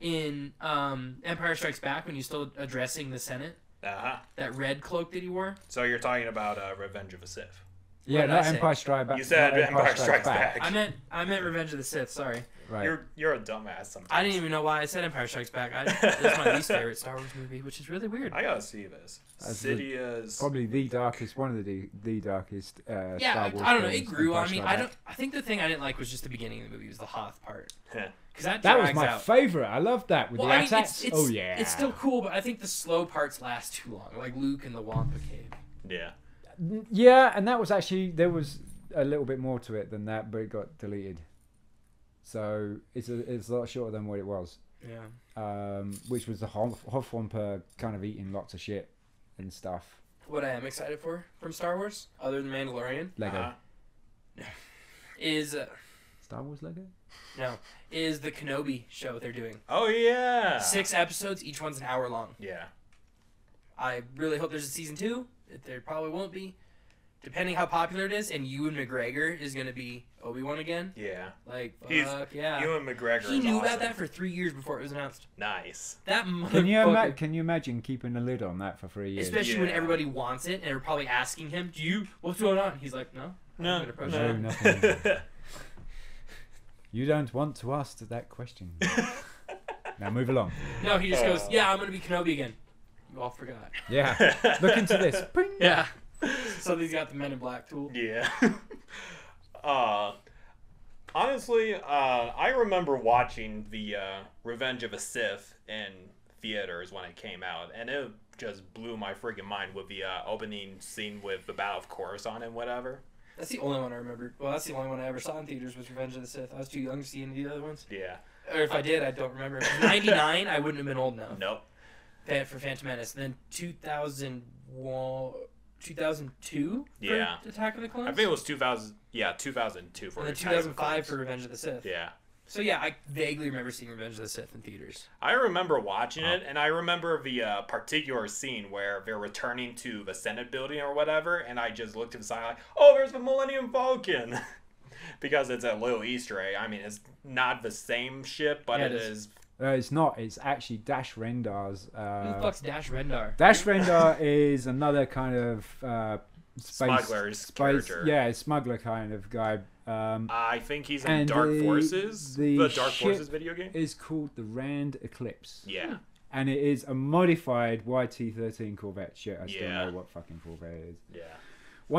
in um, Empire Strikes Back when he was still addressing the Senate.
Uh huh.
That red cloak that he wore.
So you're talking about uh, Revenge of the Sith.
Yeah,
did I
not
say?
Empire Strikes Back.
You said
not
Empire, Strikes Back.
I meant I meant Revenge of the Sith. Sorry,
Right.
You're you're a dumbass. Sometimes.
I didn't even know why I said Empire Strikes Back. I, it's my least favorite Star Wars movie, which is really weird.
I gotta see this.
That's the-
Sidious.
Probably the darkest, one of the the darkest. Uh,
yeah,
Star
I-
Wars
I don't know.
films,
It grew
Empire
on me.
Strikes
I
Back.
don't. I think the thing I didn't like was just the beginning of the movie was the Hoth part
Heh.
because that
That
drags
was my
out.
favorite. I loved that with
well,
the
I mean,
attacks.
it's, it's,
oh yeah.
it's still cool, but I think the slow parts last too long, like Luke and the Wampa Cave.
yeah.
Yeah, and that was actually there was a little bit more to it than that, but it got deleted. So it's a, it's a lot shorter than what it was,
Yeah.
um, which was the Hoff- Hoffwampa kind of eating lots of shit and stuff.
What I am excited for from Star Wars, other than Mandalorian,
Lego
Uh-huh.
is uh,
Star Wars Lego.
no, is the Kenobi show they're doing.
Oh yeah.
Six episodes, each one's an hour long.
Yeah.
I really hope there's a season two. There probably won't be, depending how popular it is. And Ewan McGregor is gonna be Obi Wan again.
Yeah.
Like, fuck
He's-
yeah.
Ewan McGregor.
Uh, He
is
knew
awesome.
about that for three years before it was announced.
Nice.
That motherfucker.
Can you ima- can you imagine keeping a lid on that for three years?
Especially when
Yeah.
everybody wants it, and they're probably asking him, "Do you? What's going on?" He's like, "No." I'm
No,
not gonna approach
no.
it."
nothing. you don't want to ask that question. now move along.
No, he just goes,
Uh.
"Yeah, I'm gonna be Kenobi again." You all forgot.
Yeah. Look into this. Ping.
Yeah. Something's got the Men in Black tool.
Yeah. uh, honestly, uh, I remember watching the uh, Revenge of a Sith in theaters when it came out, and it just blew my freaking mind with the uh, opening scene with the Battle of Coruscant and whatever.
That's the only one I remember. Well, that's the only one I ever saw in theaters was Revenge of the Sith. I was too young to see any of the other ones,
Yeah.
or if I did, I don't remember. '99, I wouldn't have been old enough
Nope.
fa- for Phantom Menace. And then 2001, 2002 for
Yeah.
Attack of the Clones.
I think it was 2000. Yeah, 2002 for
and then
Attack of the
2005 for
Clones.
Revenge of the Sith.
Yeah.
So yeah, I vaguely remember seeing Revenge of the Sith in theaters.
I remember watching it, and I remember the uh, particular scene where they're returning to the Senate building or whatever, and I just looked inside like, oh, there's the Millennium Falcon, because it's a little Easter egg. I mean, it's not the same ship, but
Yeah,
it
it is.
is.
Uh, it's not. It's actually Dash Rendar's.
Who the
Uh,
fuck's Dash Rendar?
Dash Rendar is another kind of uh, space
Smuggler's
space,
character.
yeah, smuggler kind of guy. Um,
I think he's in
And
Dark
the-
Forces,
the
the, Dark
ship-
Forces video game.
is called the Rand Eclipse,
Yeah,
and it is a modified YT13 Corvette. Shit, I still
Yeah.
know what fucking Corvette it is.
yeah.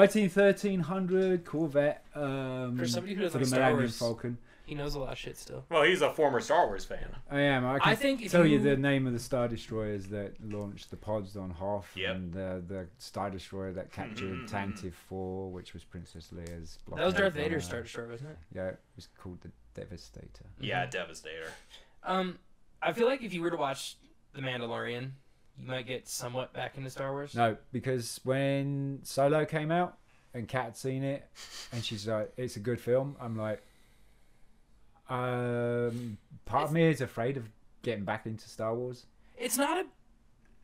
YT thirteen hundred Corvette um,
For somebody who doesn't
for the
like Star
Millennium
Wars-
Falcon.
He knows a lot of shit still.
Well, he's a former Star Wars fan.
I am. I can
I think if
tell you,
you-
the name of the star destroyers that launched the pods on Hoth,
Yep. Hmm.
and the the star destroyer that captured Tantive Four, which was Princess Leia's.
Hmm. That was
blockade
Darth
runner.
Vader's Star Destroyer, wasn't it?
Yeah, it was called the Devastator.
Mm-hmm.
Yeah, Devastator.
Um, I feel like if you were to watch The Mandalorian, you might get somewhat back into Star Wars.
No, because when Solo came out and Kat had seen it, and she's like, "It's a good film," I'm like, Um, part of me is afraid of getting back into Star Wars.
It's not a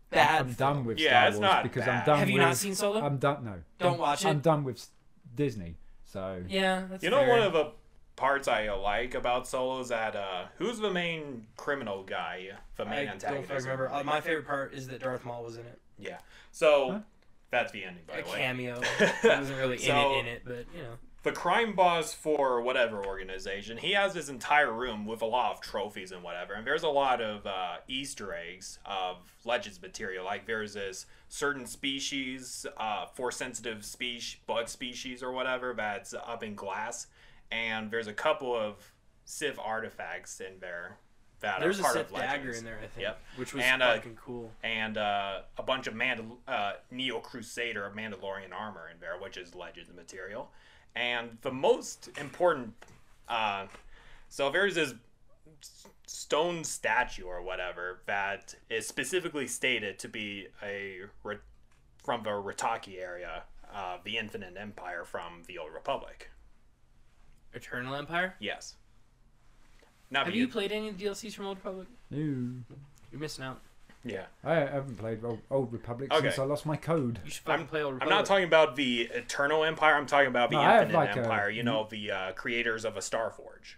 bad.
I'm done with
Yeah,
Star
it's
Wars
not
because I'm
bad.
done.
Have you
with,
not seen Solo?
I'm done. No,
Don't
I'm-
watch
I'm
it.
done with Disney. So
yeah, that's
You know,
fair.
one of the parts I like about Solo is that uh, who's the main criminal guy, the
I
main
don't know if
antagonist.
I remember. Uh, my favorite part is that Darth Maul was in it.
Yeah. So
Huh?
that's the ending, by
A
the way.
cameo. He wasn't really
So-
in it, in it, but you know.
The crime boss for whatever organization, he has his entire room with a lot of trophies and whatever. And there's a lot of uh, Easter eggs of Legends material. Like there's this certain species, uh, for sensitive species, bug species or whatever, that's up in glass. And there's a couple of Civ artifacts in there that
There's
are
a
part
Sith
of Legends.
dagger in there, I think,
Yep.
which was
And, uh,
fucking cool.
and uh, a bunch of Mandal- uh, Neo Crusader Mandalorian armor in there, which is Legends material. And the most important, uh, so there's this s- stone statue or whatever that is specifically stated to be a re- from the Rataki area, uh, the Infinite Empire from the Old Republic.
Eternal Empire.
Yes. Not
Have
the-
you played any of the DLCs from Old Republic?
no,
You're missing out.
Yeah.
I haven't played Old, Old Republic
Okay.
since I lost my code.
You should fucking
I'm,
play Old
I'm
Republic.
not talking about the Eternal Empire. I'm talking about the
No, I have
Infinite
like a-
Empire. You know, the uh, creators of a Star Forge.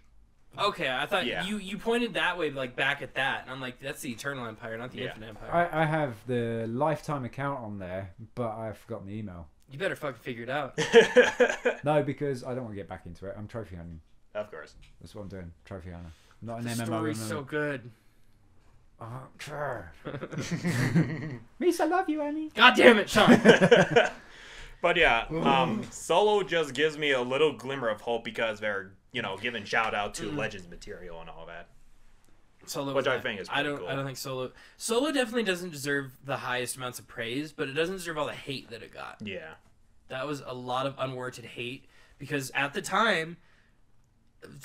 Okay, I thought
Yeah.
you you pointed that way, like back at that, and I'm like, that's the Eternal Empire, not the
Yeah.
Infinite Empire.
I, I have the lifetime account on there, but I've forgotten the email.
You better fucking figure it out.
of
No, because I don't want to get back into it. I'm trophy hunting.
course.
That's what I'm doing. Trophy hunter. I'm not an
the
MMO.
story's
MMO.
so good.
Oh, sure. Reese, I love you, Annie.
God damn it, Sean.
But yeah, um, Solo just gives me a little glimmer of hope because they're, you know, giving shout out to Legends material and all that.
Solo,
Which
was
I
not-
think is
I
pretty
don't.
cool.
I don't think Solo. Solo definitely doesn't deserve the highest amounts of praise, but it doesn't deserve all the hate that it got.
Yeah.
That was a lot of unwarranted hate because at the time,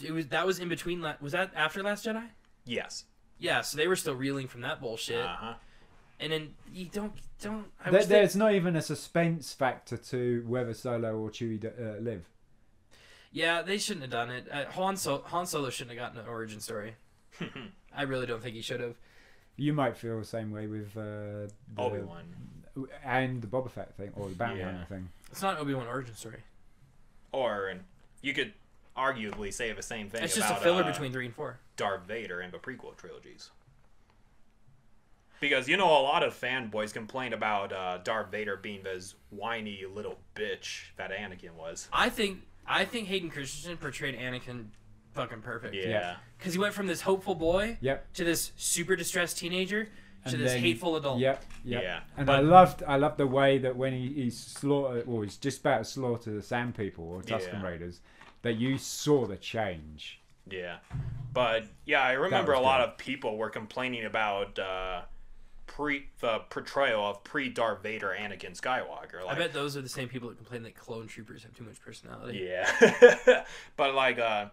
it was that was in between. La- Was that after Last Jedi?
Yes.
Yeah, so they were still reeling from that bullshit.
Uh huh.
and then you don't don't. I
There,
wish they-
there's not even a suspense factor to whether Solo or Chewie d- uh, live.
Yeah, they shouldn't have done it. Uh, Han, Sol- Han Solo shouldn't have gotten an origin story. I really don't think he should have.
You might feel the same way with uh, the,
Obi Wan.
and the Boba Fett thing or the bounty
Yeah.
hunter thing.
It's not an Obi Wan origin story.
Or and you could arguably say the same thing
It's
about
just a filler
uh,
between three and four.
Darth Vader in the prequel trilogies. Because you know a lot of fanboys complain about uh, Darth Vader being this whiny little bitch that Anakin was.
I think I think Hayden Christensen portrayed Anakin fucking perfect.
Yeah.
Yeah.
Because he went from this hopeful boy
Yep.
to this super distressed teenager to
And
this
then-
hateful adult.
Yep. Yep.
Yeah.
And I loved, I loved the way that when he, he slaughtered, or he's just about to slaughter the Sand People or Tusken
Yeah.
Raiders, that you saw the change.
Yeah. But yeah, I remember
was
a lot
good.
of people were complaining about uh, pre the portrayal of pre Darth Vader Anakin Skywalker.
I
Like,
bet those are the same people that complain that clone troopers have too much personality.
yeah. but like, uh,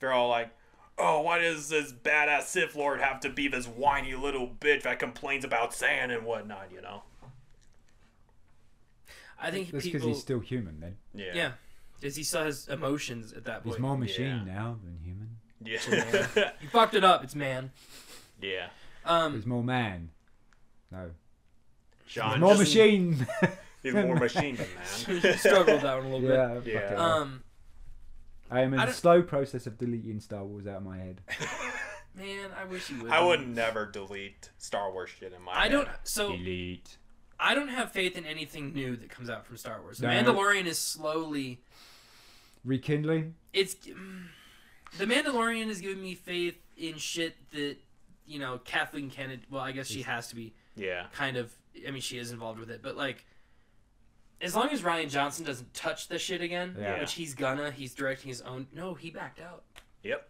they're all like, "Oh, why does this badass Sith Lord have to be this whiny little bitch that complains about sand and whatnot?" You know?
I think
That's because
people.
he's still human. Then
Yeah.
yeah, because he still has emotions at that
he's
point.
more machine
yeah.
now than human.
Yeah.
You fucked it up. It's man.
yeah.
Um,
He's more man. No,
Sean,
more
just,
just-
machine.
he's more machine than
you
man.
struggled with that one a little bit.
yeah. fuck
Yeah.
it.
Um,
I am in
I
the
don't-
slow process of deleting Star Wars out of my head.
man, I wish you would.
I would never delete Star Wars shit in my.
I
head.
don't. So
Delete.
I don't have faith in anything new that comes out from Star Wars. The
No.
Mandalorian is slowly.
Rekindling.
It's. mm, The Mandalorian is giving me faith in shit that, you know, Kathleen Kennedy. Well, I guess she has to be
Yeah.
kind of. I mean, she is involved with it, but like. As long as Ryan Johnson doesn't touch the shit again,
Yeah.
which he's gonna, he's directing his own. No, he backed out.
Yep.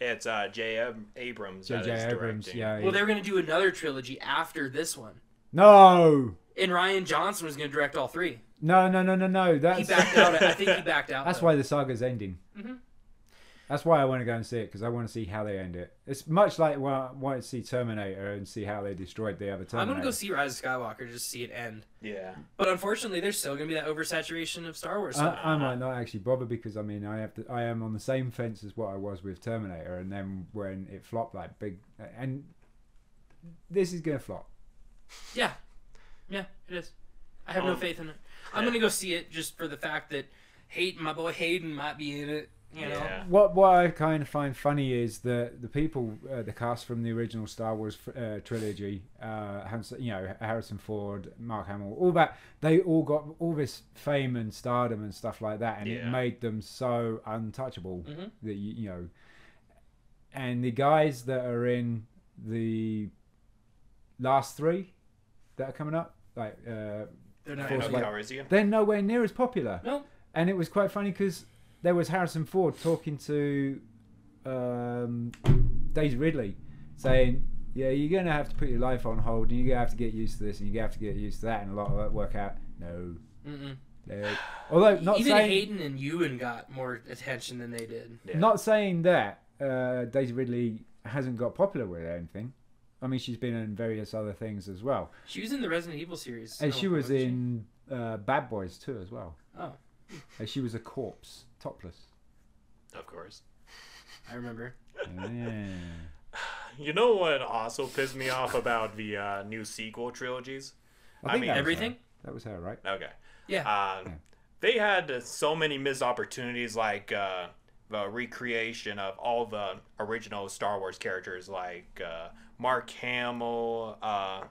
It's uh, J.M. Abrams that
J.J.
is
Abrams.
directing.
Yeah.
Well, they were gonna do another trilogy after this one.
no.
and Ryan Johnson was going to direct all three.
No. No. No. No. No.
He
That's
backed out. I think he backed out.
that's
though.
why the saga's ending. That's why I want to go and see it because I want to see how they end it. It's much like when I wanted to see Terminator and see how they destroyed the other Terminator.
I'm gonna go see Rise of Skywalker just to see it end.
Yeah.
But unfortunately, there's still gonna be that oversaturation of Star Wars. stuff.
I, I might not actually bother because I mean I have to. I am on the same fence as what I was with Terminator, and then when it flopped like big, and this is gonna flop.
yeah, yeah, it is. I have no
Um,
faith in it. I'm
yeah.
gonna go see it just for the fact that Hayden, my boy Hayden, might be in it. You know,
Yeah.
What what I kind of find funny is that the people, uh, the cast from the original Star Wars uh, trilogy, uh, Hans, you know Harrison Ford, Mark Hamill, all that, they all got all this fame and stardom and stuff like that, and it
Yeah. Mm-hmm.
made them so untouchable
Mhm.
that you, you know. And the guys that are in the last three that are coming up, like uh,
they're not.
Force
And
Awakens. Awakens.
Gonna be.
Okinawa is again.
they're nowhere near as popular.
No,
And it was quite funny because there was Harrison Ford talking to um, Daisy Ridley, saying, "Yeah, you're going to have to put your life on hold, and you're going to have to get used to this, and you're going to have to get used to that." And a lot of that work out. No,
Mm-mm.
no. although not
even
saying
Hayden and Ewan got more attention than they did.
Yeah.
not saying that uh, Daisy Ridley hasn't got popular with anything. I mean, she's been in various other things as well,
She was in the Resident Evil series,
and
Oh,
she was
wasn't
in uh, Bad Boys too as well.
Oh.
And she was a corpse, topless.
Of course.
I remember.
Yeah.
You know what also pissed me off about the uh, new sequel trilogies? I
that
mean,
was her.
Everything.
That was her, right?
Okay.
Yeah.
Yeah.
Um, they had uh, so many missed opportunities, like uh, the recreation of all the original Star Wars characters, like uh, Mark Hamill, uh,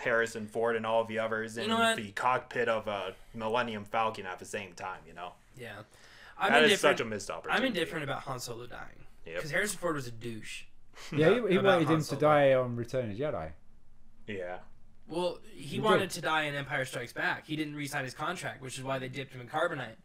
Harrison Ford, and all the others in
know what?
the cockpit of a Millennium Falcon at the same time. You know,
yeah. I'm
that is
indifferent.
such a missed opportunity.
I'm indifferent about Han Solo dying
Yep.
because Harrison Ford was a douche.
Yeah, he, he
about
wanted
Han
him to
Solo.
die on Return of the Jedi.
Yeah.
Well, he
did.
wanted to die in Empire Strikes Back. He didn't re-sign his contract, which is why they dipped him in carbonite.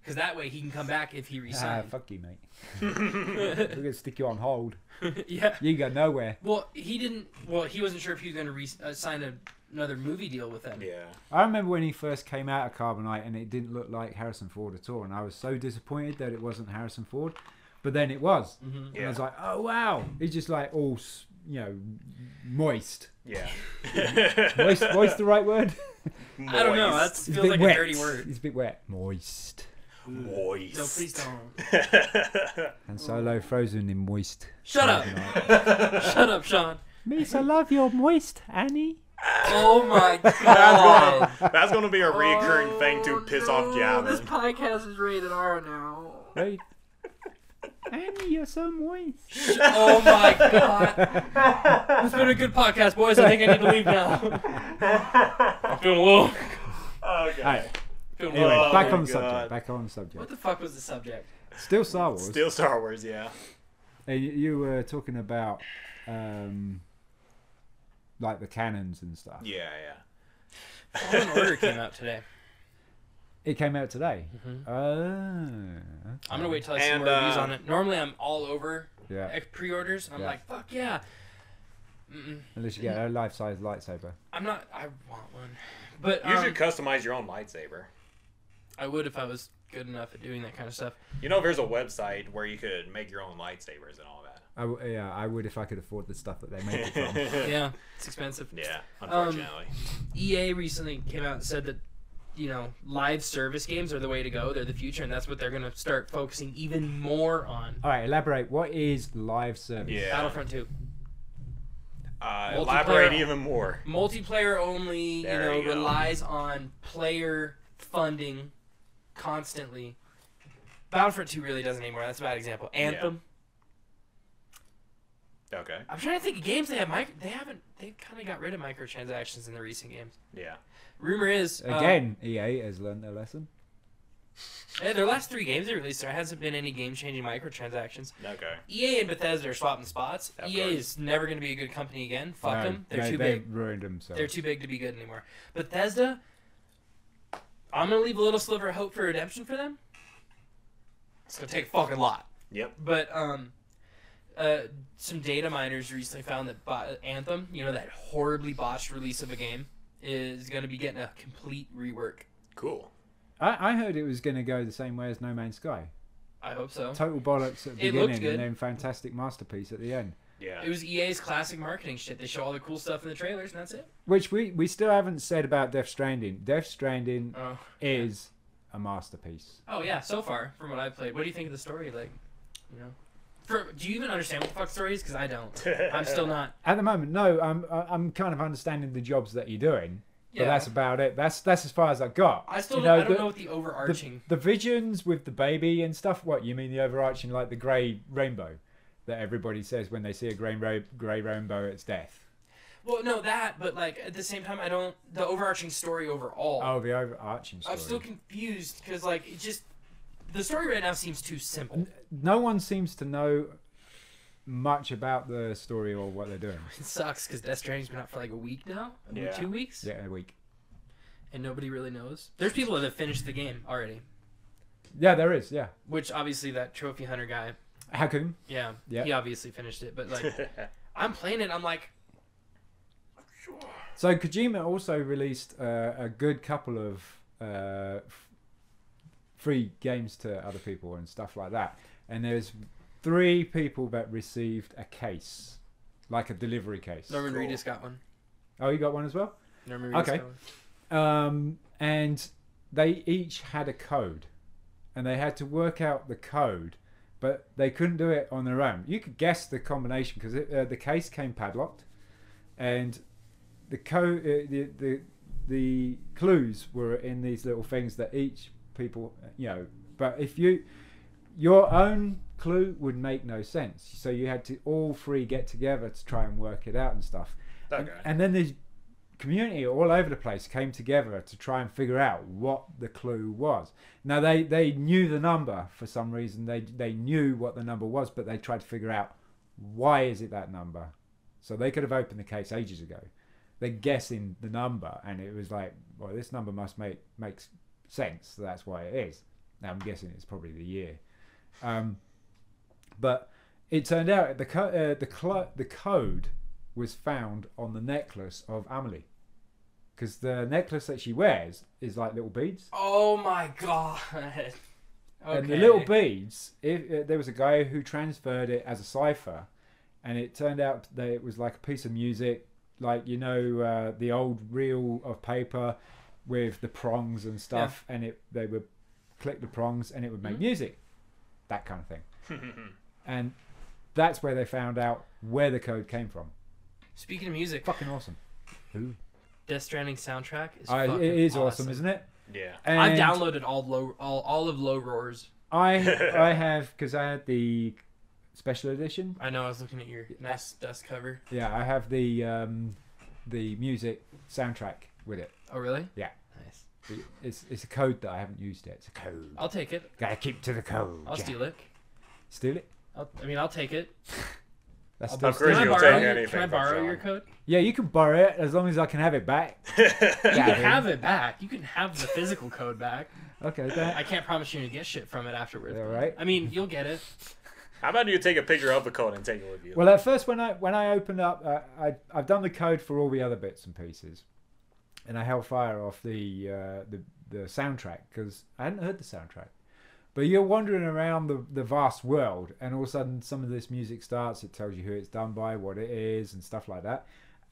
Because that way he can come back if he
Ah,
resigns.
fuck you, mate. We're gonna stick you on hold.
yeah.
You go nowhere.
Well, he didn't. Well, he wasn't sure if he was going to re- uh, sign a, another movie deal with them.
Yeah.
I remember when he first came out of Carbonite, and it didn't look like Harrison Ford at all, and I was so disappointed that it wasn't Harrison Ford. But then it was,
Mm-hmm.
and I
Yeah.
was like, oh wow, he's just like all s- you know, moist.
Yeah.
Moist, moist the right word?
I don't know. That
He's
feels like
wet.
a dirty word.
He's a bit wet. Moist.
moist.
No, please don't.
And Solo frozen in moist.
Oh. Shut up. Shut up, Sean.
Miss, I love your moist, Annie.
Oh my god.
That's gonna be a recurring
Oh,
thing to piss off
This
Gavin.
podcast is rated R now.
Right. Annie, you're so moist.
Oh my god. It's been a good podcast, boys. I think I need to leave now. I'm feeling a little.
Okay.
Alright.
Feeling a
Anyway,
little
Oh
back
my
on the
God.
subject. Back on the
What
subject.
the fuck was the subject?
Still Star Wars.
Still Star Wars, yeah.
Uh, you, you were talking about um, like the cannons and stuff.
Yeah,
Fallen Order came out today.
It came out today.
Mhm.
Oh, okay.
I'm gonna wait till I see
And,
more reviews
uh,
on it. Normally, I'm all over
Yeah,
ex- pre-orders. I'm
Yeah.
like, fuck yeah. Mm-mm.
unless you get a life-size lightsaber.
I'm not. I want one, but
You should
um,
customize your own lightsaber.
I would if I was good enough at doing that kind of stuff.
You know, there's a website where you could make your own lightsabers and all that.
I w- yeah, I would if I could afford the stuff that they make it from.
yeah.
Yeah, it's expensive. Um,
unfortunately.
EA recently came out and said that you know live service games are the way to go. They're the future, and that's what they're gonna start focusing even more on.
All right, elaborate. What is live service?
yeah.
Battlefront 2,
Uh,
Multiplayer-
elaborate even more.
multiplayer only.
There
you know,
you go.
relies on player funding constantly. Battlefront 2 really doesn't anymore. That's a bad example. Anthem.
Okay.
I'm trying to think of games they have. Micro- they haven't. They kind of got rid of microtransactions in the recent games.
Yeah.
Rumor is uh,
Again, EA has learned their lesson.
Yeah, their last three games they released, there hasn't been any game-changing microtransactions.
Okay.
EA and Bethesda are swapping spots.
Of
EA
course.
is never going to be a good company again. Fuck
No,
them. They're
they,
too
they
big.
ruined themselves.
They're too big to be good anymore. Bethesda, I'm going to leave a little sliver of hope for redemption for them. It's going to take a fucking lot.
Yep.
But um, uh, some data miners recently found that Bo- Anthem, you know, that horribly botched release of a game, is going to be getting a complete rework.
Cool.
I, I heard it was going to go the same way as No Man's Sky.
I hope so.
Total bollocks at the
It looked
beginning
good.
and then fantastic masterpiece at the end.
Yeah.
It was EA's classic marketing shit. They show all the cool stuff in the trailers, and that's it.
Which we, we still haven't said about Death Stranding. Death Stranding
Oh,
is a masterpiece.
oh yeah. So far, from what I've played, what do you think of the story? Like, you know, for do you even understand what the fuck story is? Because I don't. I'm still not.
At the moment, no, I'm I- I'm kind of understanding the jobs that you're doing,
Yeah.
but that's about it. That's that's as far as I got.
I still
You
don't, I
the-
don't know what the overarching.
The, the visions with the baby and stuff. What you mean the overarching, like the grey rainbow, that everybody says when they see a grey ra- grey rainbow, it's death.
Well, no, that, but like at the same time, I don't the overarching story overall.
Oh, the overarching story.
I'm still confused because like it just the story right now seems too simple.
N- no one seems to know much about the story or what they're doing.
It sucks because Death Stranding's been out for like a week now,
Yeah.
two weeks,
Yeah, a week.
and nobody really knows. There's people that have finished the game already,
Yeah, there is. Yeah,
which obviously that trophy hunter guy,
Hakun.
yeah,
Yeah.
he obviously finished it. But like, I'm playing it, I'm like,
So Kojima also released uh, a good couple of uh, f- free games to other people and stuff like that. And there's three people that received a case, like a delivery case.
Norman
Cool.
Reedus got one.
Oh, you got one as well.
Norman Reedus
Okay.
got one.
Um, and they each had a code, and they had to work out the code, but they couldn't do it on their own. You could guess the combination because uh, the case came padlocked, and the code, uh, the, the the clues were in these little things that each people, you know. But if you your own clue would make no sense, so you had to all three get together to try and work it out and stuff. And-
Okay.
And then the community all over the place came together to try and figure out what the clue was. Now they they knew the number for some reason. They they knew what the number was, but they tried to figure out why is it that number. So they could have opened the case ages ago. They're guessing the number, and it was like, well, this number must make makes sense. So that's why it is. Now I'm guessing it's probably the year. Um, but it turned out the co- uh, the cl- the code was found on the necklace of Amelie. Because the necklace that she wears is like little beads.
Oh my god. Okay.
And the little beads, if, uh, there was a guy who transferred it as a cipher, and it turned out that it was like a piece of music, like, you know, uh, the old reel of paper with the prongs and stuff, and it they would click the prongs and it would make
Mhm.
music, that kind of thing. And that's where they found out where the code came from.
Speaking of music,
Fucking awesome.
Death Stranding soundtrack is
Uh,
fucking
it is awesome, isn't it?
yeah.
And
I've downloaded all low all, all of Low Roars.
I I have because I had the special edition.
I know I was looking at your nice dust cover.
Yeah, I have the um, the music soundtrack with it.
Oh really?
Yeah.
Nice.
It- It's it's a code that I haven't used yet. It's a code.
I'll take it.
Gotta keep to the code.
I'll
yeah.
steal it.
Steal it.
I'll, I mean, I'll take it.
That's
I'll
still
Of course
stealing.
can I
you'll
borrow,
take
your-
anything
can I
from
borrow
Sean.
your code?
Yeah, you can borrow it as long as I can have it back.
You
Yeah,
can
dude.
have it back. You can have the physical code back.
Okay, that,
I can't promise you're gonna get shit from it afterwards.
Yeah, right.
I mean, you'll get it.
How about you take a picture of the code and take it with you?
Well, at first, when I when I opened up, uh, I I've done the code for all the other bits and pieces, and I held fire off the uh, the the soundtrack because I hadn't heard the soundtrack. But you're wandering around the, the vast world, and all of a sudden, some of this music starts. It tells you who it's done by, what it is, and stuff like that.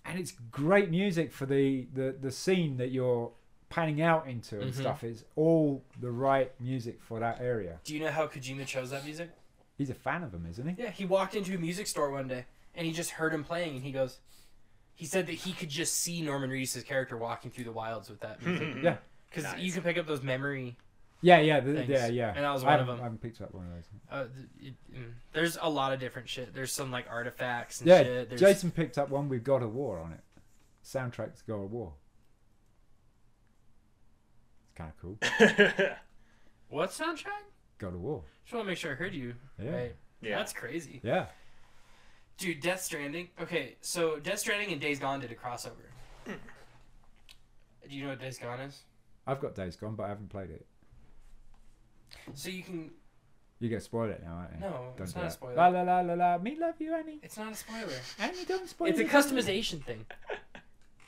And it's great music for the the, the scene that you're panning out into and
Mhm.
stuff. It's all the right music for that area.
Do you know how Kojima chose that music?
He's a fan of them, isn't he?
Yeah, he walked into a music store one day and he just heard him playing, and he goes. He said that he could just see Norman Reedus' character walking through the wilds with that music.
Yeah,
Because
Nice.
you can pick up those memory.
yeah, yeah, the,
Thanks.
yeah, yeah.
And that was
I
one of
haven't-
them.
I haven't picked up one of those.
Uh, th- it, mm, there's a lot of different shit. There's some like artifacts and
Yeah,
shit. There's,
Jason picked up one with God of War on it. Soundtrack to God of War. It's kind of cool.
What soundtrack?
God of War.
Just want to make sure I heard you.
Yeah.
Right.
yeah.
That's crazy.
Yeah.
Dude, Death Stranding. Okay, so Death Stranding and Days Gone did a crossover. Do you know what Days Gone is?
I've got Days Gone, but I haven't played it.
So you can.
You get spoiled it now, aren't you?
No,
Don't
it's
do
not a
that.
spoiler.
La la la la la. Me love you, Annie.
It's not a spoiler.
Annie, don't spoil
It's a
it.
customization thing,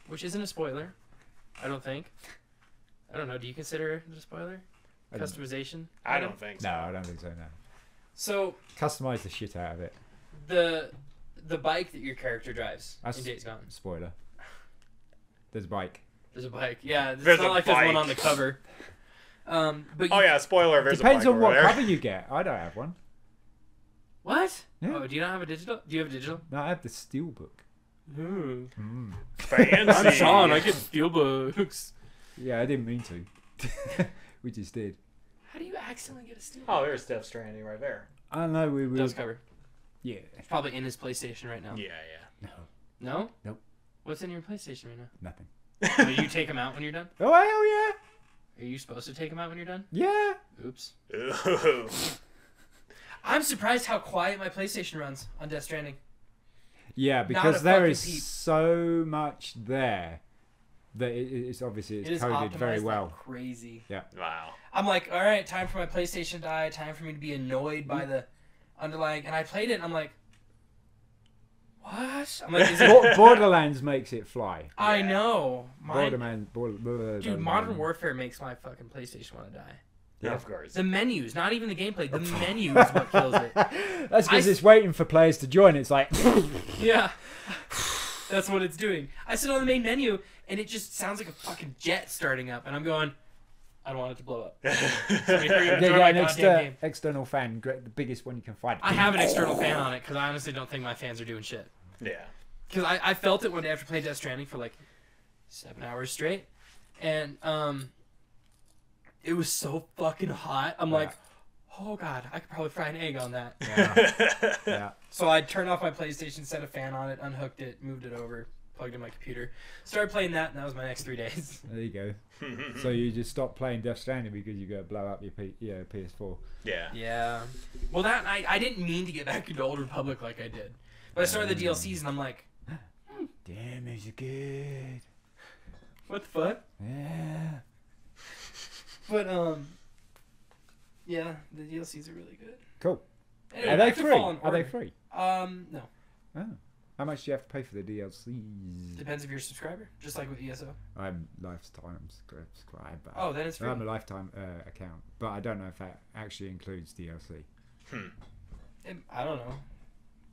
which isn't a spoiler. I don't think. I don't know. Do you consider it a spoiler?
I don't-
Customization?
I don't think so.
No, I don't think so. No.
So
Customize the shit out of it.
the the bike that your character drives
That's-
in Days Gone.
Spoiler. There's a bike.
There's a bike. Yeah, it's
There's
not
a
like there's one
bike.
on the cover. Um, but
Oh
you-
yeah, spoiler. There's
Depends
a bike
on
over
what
there.
cover you get. I don't have one.
What?
Yeah.
Oh, do you not have a digital? Do you have a digital?
No, I have the steel book.
Ooh.
Fancy.
steelbooks.
Yeah, I didn't mean to. we just did.
How do you accidentally get a steelbook?
Oh, there's Death Stranding right there.
I know we were.
Those cover.
Yeah.
It's probably in his PlayStation right now.
Yeah,
No.
Nope.
What's in your PlayStation right now?
Nothing.
yeah.
Will you take them out when you're done?
Oh hell
Are you supposed to take them out when you're done?
yeah! Yeah.
Oops.
Ooh.
I'm surprised how quiet my PlayStation runs on Death Stranding.
Yeah,
a
because there
fucking
is
peep.
so much there that it, it- it's obviously it's
It is
coded
optimized
very
like
well.
crazy.
Wow.
I'm like, all right, time for my PlayStation to die. Time for me to be annoyed by the underlying. And I played it. and I'm like, what? I'm like, is it?
Bo- Borderlands makes it fly.
I know. My,
Borderman, Border, Borderlands.
dude, Modern Warfare makes my fucking PlayStation want to die.
Yeah.
Of course.
The menus, not even the gameplay. The menu is what kills it.
That's because
I-
it's waiting for players to join. It's like
Yeah. That's what it's doing. I sit on the main menu and it just sounds like a fucking jet starting up, and I'm going, I don't want it to blow up.
they
Throw
get
my
an
goddamn
exter-
game.
external fan, gre- the biggest one you can find.
I have an external fan on it because I honestly don't think my fans are doing shit.
yeah.
because I, I felt it one day after playing Death Stranding for like seven hours straight, and um, it was so fucking hot. I'm like, oh god, I could probably fry an egg on that.
Yeah, yeah.
So I turned off my PlayStation, set a fan on it, unhooked it, moved it over, plugged in my computer, started playing that, and that was my next three days.
There you go. so you just stop playing Death Stranding because you're gonna blow up your P- yeah, PS4.
yeah.
Yeah. Well, that I I didn't mean to get back into Old Republic like I did, but I started the DLCs and I'm like,
Damn, these are good.
what the fuck?
Yeah.
But um, yeah, the DLCs are really good.
Cool.
Anyway,
are they
back to
free?
Fallen
Are they
Order.
free?
Um, no.
How much do you have to pay for the DLCs?
Depends if you're a subscriber, just like with ESO.
I'm lifetime subscriber.
Oh, that is free.
I'm a lifetime uh, account, but I don't know if that actually includes DLC.
Um, I don't know.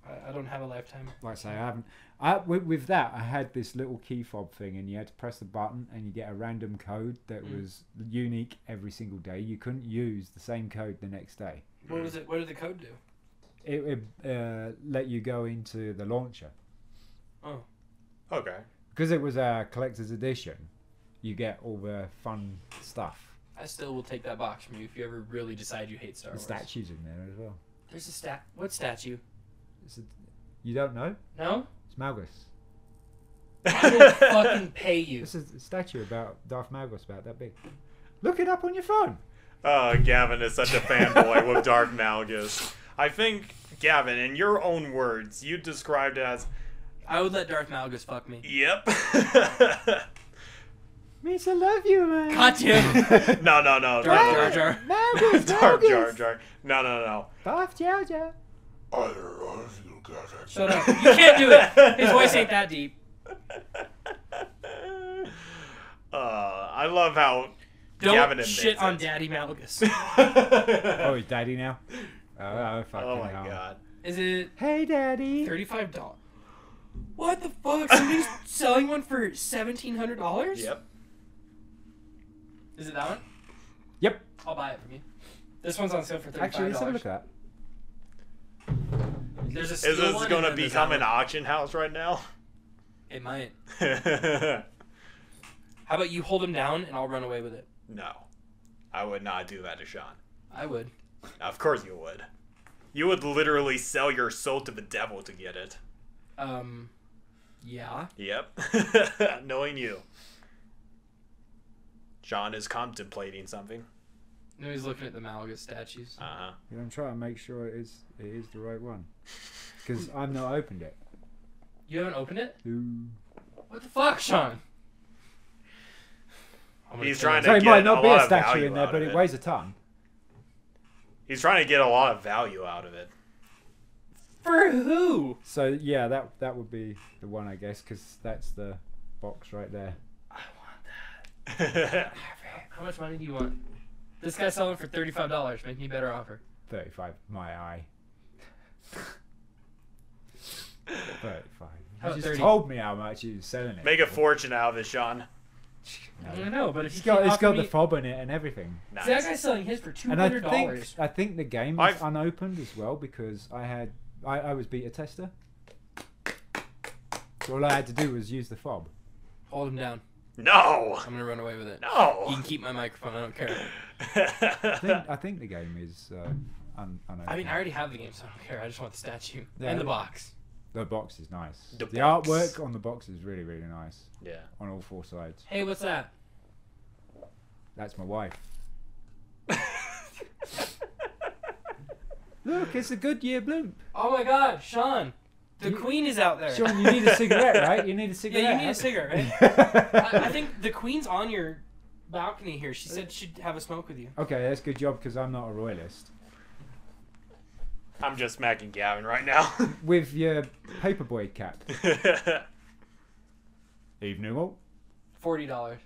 I, I don't have a lifetime.
Like I say, I haven't. I, with, with that, I had this little key fob thing, and you had to press the button, and you get a random code that
Mm.
was unique every single day. You couldn't use the same code the next day.
What was it? What did the code do?
It would uh, let you go into the launcher
Okay.
because it was a collector's edition. You get all the fun stuff.
I still will take that box from you if you ever really decide you hate Star
The
Wars.
statues in there as well.
There's a stat. What statue?
It's a, you don't know?
No.
It's Malgus.
I will fucking pay you.
This is a statue about Darth Malgus about that big. Look it up on your phone.
Oh, Gavin is such a fanboy with Darth Malgus. I think, Gavin, in your own words, you described it as,
I would let Darth Malgus fuck me.
yep.
Means I love you, man.
Got you.
no, no, no.
Darth
no.
Jar Jar.
Malgus,
Darth Jar
Malgus.
Jar. No, no, no.
Darth Jar Jar.
I don't know if you got it.
Shut up. You can't do it. His voice ain't that deep.
Uh, I love how.
Don't
Gavin admits
shit on
it.
Daddy Malgus.
Oh,
oh,
he's daddy now. Oh, oh fucking
my
hell.
god.
Is it
Hey, daddy.
Thirty-five dollars. What the fuck? Somebody's selling one for seventeen hundred dollars?
Yep.
Is it that one?
Yep.
I'll buy it from you. This one's on sale for thirty-five
Actually,
dollars.
let's have a look at
There's a
Is
steel
this
one
going to
and then there's
become
that
an auction house right now?
one. It might.
no.
How about you hold him down and I'll run away with it?
I would not do that to Sean.
I would.
Of course you would. You would literally sell your soul to the devil to get it.
Um, yeah.
Yep. Knowing you. John is contemplating something.
No, he's looking at the Malaga statues.
Uh huh.
that. I'm trying to make sure it is it is the right one because I've not opened it.
You haven't opened it?
Ooh.
What the fuck, Sean? I'm gonna
He's
kill
trying
him.
So it
get
might
a
not be
lot
a
of
statue
value
in there,
out
but
of
it.
it.
weighs a ton.
He's trying to get a lot of value out of it.
For who?
So yeah, that that would be the one, I guess, because that's the box right there.
I want that. How much money do you want? This guy's selling for thirty-five dollars. Make me a better offer.
35, my eye. 35.
How
You
about
just
30?
told me how much you was selling it.
Make a fortune out of it, Sean.
I don't know, but if
It's
you
got,
can't
it's got
offer
the
me-
fob in it and everything.
Nice.
See, that guy's selling his for two
And I
hundred
think
dollars.
I think the game is
I've-
unopened as well because I had I, I was beta tester. So all I had to do was use the fob.
Hold him down.
No,
I'm gonna run away with it. You
no.
can keep my microphone. I don't care.
I think, I think the game is uh, un, unopened.
I mean, I already have the game, so I don't care. I just want the statue
Yeah.
and the box.
the box is nice.
The
The,
box.
artwork on the box is really really nice
yeah.
on all four sides.
Hey, what's that?
That's my wife. Look, it's a Goodyear blimp.
Oh my God, Sean, the
You-
Queen is out there.
Sean, you need a cigarette, right? You need a cigarette.
yeah, you need a
huh?
cigarette, right? I, I think the Queen's on your balcony here. She said she'd have a smoke with you.
Okay, that's a good job because I'm not a royalist.
I'm just smacking Gavin right now.
With your paperboy cap. Evening all.
Forty dollars.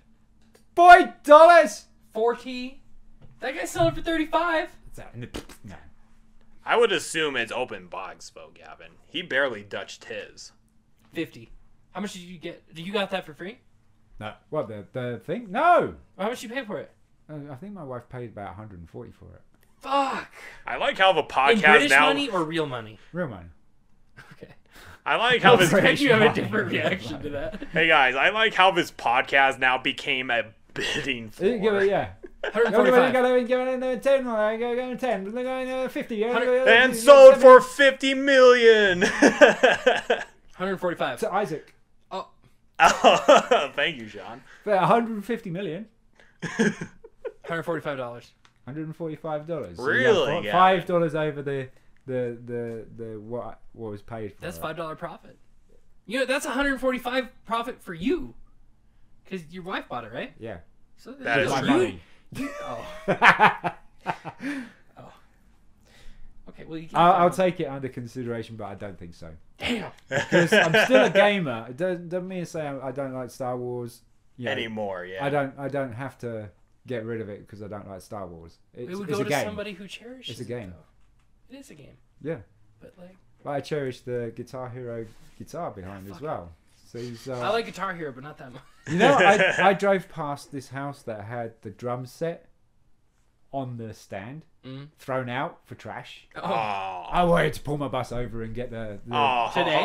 Boy dollars.
Forty. That guy's selling for thirty-five.
What's that? in the- No.
I would assume it's open box, though, Gavin. He barely dutched his.
Fifty. How much did you get? Did you got that for free?
No. What the the thing? No.
Or how much you pay for it?
Uh, I think my wife paid about 140 for it.
Fuck.
I like how the
In
podcast
British
now.
money or real money?
Real money.
Okay.
I like how this.
British
you have a
money.
different reaction to that.
Hey guys, I like how this podcast now became a bidding
Uh, Give
floor.
it, yeah. Go, go, go,
145.
go, go, another 10, go, go, go, 10, go, go, go, 50. go, go,
Hundred-
go, go,
And
go,
sold
go,
for 50 million.
145.
To Isaac.
oh,
Oh, Thank you, Sean.
For 150 million.
145 dollars.
$145. So
Really,
yeah,
guy?
Five dollars over the the the the what I- what was paid for.
That's
it.
five dollar profit. You know that's 145 profit for you, because your wife bought it, right?
Yeah.
So
That is
My
you-
money.
you- oh,
I'll,
okay. Well, you can't
I'll take it under consideration, but I don't think so.
Damn.
Because I'm still a gamer. It doesn't, doesn't mean to say I I don't like Star Wars. You know,
Anymore, yeah.
I don't. I don't have to get rid of it because I don't like Star Wars. It's,
It would
it's
go
a
to
game.
somebody who
It's
cherishes.
a game.
It, though. it is a game.
Yeah.
But like,
But I cherish the Guitar Hero guitar behind as
Ah, fuck
well. So he's, uh,
I like Guitar Hero, but not that much.
you know, I, I drove past this house that had the drum set on the stand,
Mm.
thrown out for trash.
Oh,
Oh.
I wanted to pull my bus over and get the. the
Oh.
Today?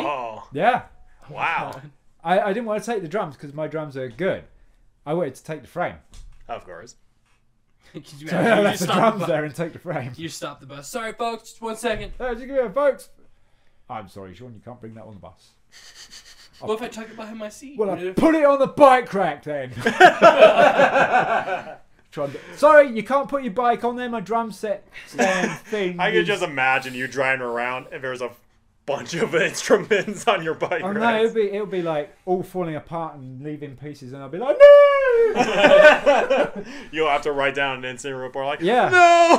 Yeah.
Wow.
I, I didn't want to take the drums because my drums are good. I wanted to take the frame.
Of course.
Could you
So
imagine?
I
You
left
just
the
stop the
drums
bus.
there and take the frame.
You just stop the bus. Sorry, folks. Just one second.
Oh, just give me a folks. I'm sorry, Sean, you can't bring that on the bus.
What if I tuck it behind my seat?
Well,
Would
I
it-
put it on the bike rack then. Try and get- sorry, you can't put your bike on there. My drum set stand thing.
I could
is-
just imagine you driving around and there's a bunch of instruments on your bike.
Oh no,
racks.
it'll be it'll be like all falling apart and leaving pieces, and I'll be like, no.
You'll have to write down an incident report like,
Yeah.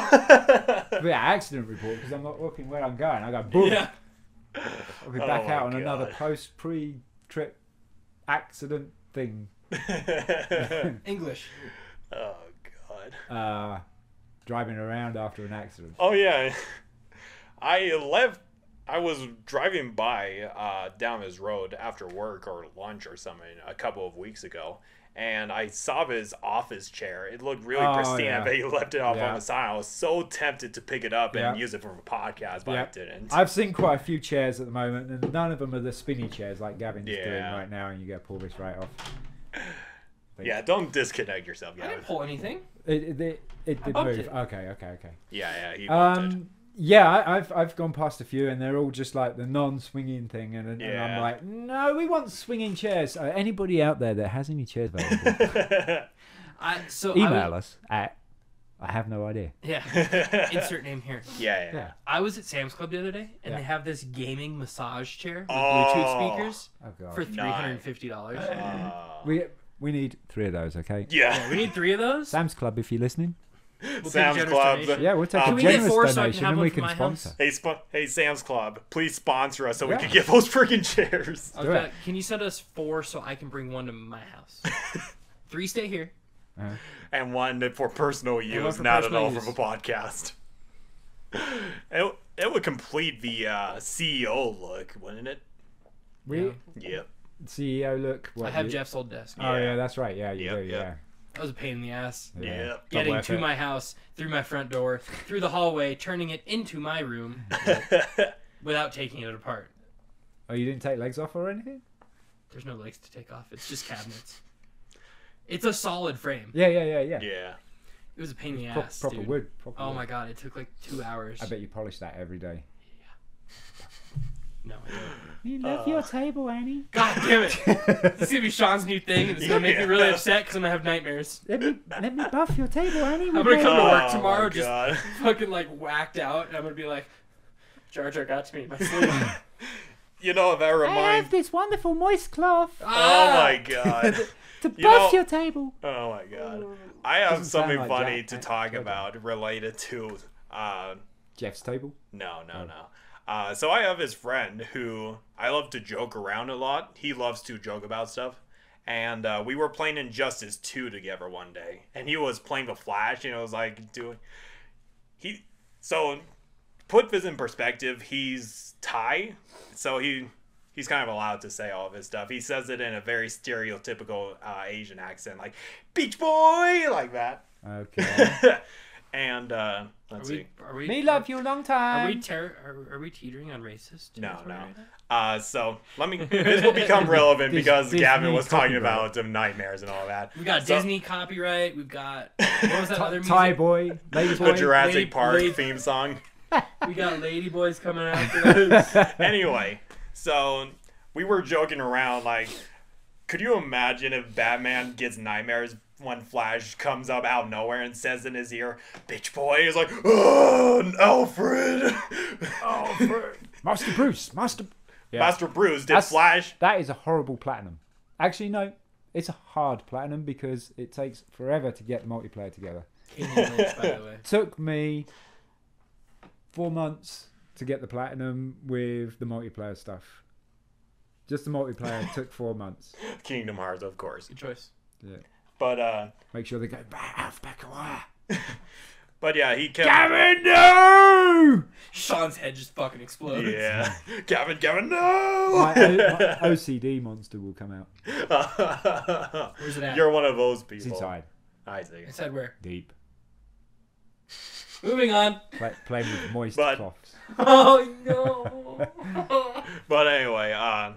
no!
It'll be an accident report because I'm not looking where I'm going. I go boom.
yeah.
I'll be
Oh
back
my
out on another
God.
post pre trip accident thing.
English.
oh, God.
Uh, driving around after an accident.
Oh, yeah. I left. I was driving by uh, down this road after work or lunch or something a couple of weeks ago, and I saw this office chair. It looked really
Oh,
pristine,
yeah.
but he left it off
Yeah.
on the side. I was so tempted to pick it up and
Yeah.
use it for a podcast, but I
Yeah.
didn't.
I've seen quite a few chairs at the moment, and none of them are the spinny chairs like Gavin's doing
Yeah.
right now. And you go pull this right off.
yeah, don't disconnect yourself,
I
guys.
didn't pull anything.
It it, it, it did
bumped
move.
it.
Okay, okay, okay.
Yeah, yeah, he bumped it.
Um, yeah, I, I've I've gone past a few, and they're all just like the non-swinging thing, and, and
Yeah.
I'm like, no, we want swinging chairs. Uh, anybody out there that has any chairs available,
I so I
email
was-
us at. I have no idea.
Yeah.
yeah, yeah,
Insert name here.
yeah.
I was at Sam's Club the other day, and
Yeah.
they have this gaming massage chair with
Oh.
Bluetooth speakers
Oh god.
for three hundred and fifty dollars.
Uh,
we we need three of those, okay?
yeah.
We need three of those.
Sam's Club, if you're listening.
We'll take a
Sam's
generous
Club.
donation.
Yeah, we'll take
Can
a
we
get
generous
Uh, four so I can
donation,
have
and
one
we
for
can
my
sponsor.
house?
Hey, sp- hey, Sam's Club, please sponsor us so we
Yeah.
can get those freaking chairs.
I was
Do
about-
it.
can you send us four so I can bring one to my house? three stay here.
And one for personal
one
use,
for
not
personal
at all
use.
from a podcast. It, it would complete the uh, CEO look, wouldn't it?
We
Yeah.
Yep.
CEO look. What,
I have
you-
Jeff's old desk.
Oh yeah.
Yeah.
that's right. Yeah, you
Yep,
do.
yep.
That was a pain in the ass.
Yeah. yeah.
Yep.
Double
Getting
effort.
to my house through my front door, through the hallway, turning it into my room without taking it apart.
Oh, you didn't take legs off or anything?
There's no legs to take off. It's just cabinets. It's a solid frame.
Yeah, yeah, yeah, yeah.
yeah.
It was a pain in the
Pro-
ass.
proper
dude.
wood. Proper
Oh
wood.
my god, it took like two hours.
I bet you polish that every day.
No, I don't.
You
Uh.
love your table, Annie.
God damn it! This is gonna be Sean's new thing, and it's gonna make me really
Yeah.
upset because I'm gonna have nightmares.
let me let me buff your table, Annie.
I'm gonna come to
Oh
work tomorrow
my
just
God.
fucking like whacked out, and I'm gonna be like, Jar Jar got to me in my sleep.
You know, that reminds.
this wonderful moist cloth
Ah,
Oh my god.
to
You buff know- your
table.
Oh my god. I have
Doesn't sound
something
like
funny
Jack,
to
right?
talk
Okay.
about related to. Uh,
Jeff's table.
no,
Oh.
no, no. Uh, so I have his friend who I love to joke around a lot. He loves to joke about stuff. And uh, we were playing Injustice 2 together one day. And he was playing the Flash, and I was like, doing. He. So, put this in perspective, he's Thai. So he. He's kind of allowed to say all of his stuff. He says it in a very stereotypical uh, Asian accent, like "Beach Boy," like that.
Okay.
and uh, let's
Are we?
see.
Are we?
me love you long time.
Are we ter- are, are we teetering on racist?
No,
territory
no.
right now?
Uh, so let me. This will become relevant
Dis-
because Gavin
Disney
was talking
copyright.
about them nightmares and all that.
We got
So-
Disney copyright. We've got what was that other music?
Thai boy, lady
The
boy.
Jurassic
Lady-
Park
Lady-
theme song.
We got Lady Boys coming out.
anyway, so we were joking around like, could you imagine if Batman gets nightmares when Flash comes up out of nowhere and says in his ear, "Bitch boy," he's like, "Oh, Alfred."
Oh.
Alfred.
Master Bruce, Master. Yeah.
Master Bruce did
That's-
Flash
That is a horrible platinum. Actually, no, it's a hard platinum because it takes forever to get multiplayer together.
Kenyon Lynch, by the way.
Took me four months to get the platinum with the multiplayer stuff. Just the multiplayer took four months.
Kingdom Hearts, of course.
Good choice.
Yeah.
But uh,
Make sure they go back off, back away.
but yeah, he kept.
Gavin, no!
Sean's head just fucking explodes.
Yeah, Gavin, Gavin,
My, O- my
no.
OCD monster will come out.
Where's it at?
You're one of those
It's
people.
inside,
I see.
It's said where?
deep,
Moving on.
play, playing with moist
But-
cloths.
Oh no.
But anyway, uh,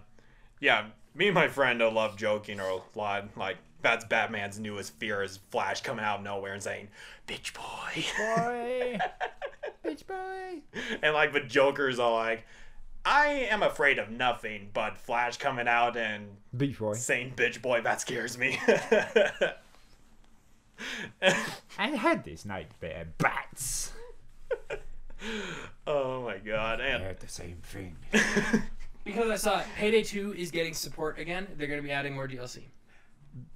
yeah, me and my friend uh, love joking a lot. Like that's Batman's newest fear is Flash coming out of nowhere and saying, "Bitch boy,"
Boy, bitch, boy.
and like the Joker's all like, "I am afraid of nothing," but Flash coming out and
Beach boy.
saying "Bitch boy" that scares me.
I had this night bear bats.
oh my god!
I
And
had the same thing.
because I saw it, Payday 2 is getting support again. They're going to be adding more DLC.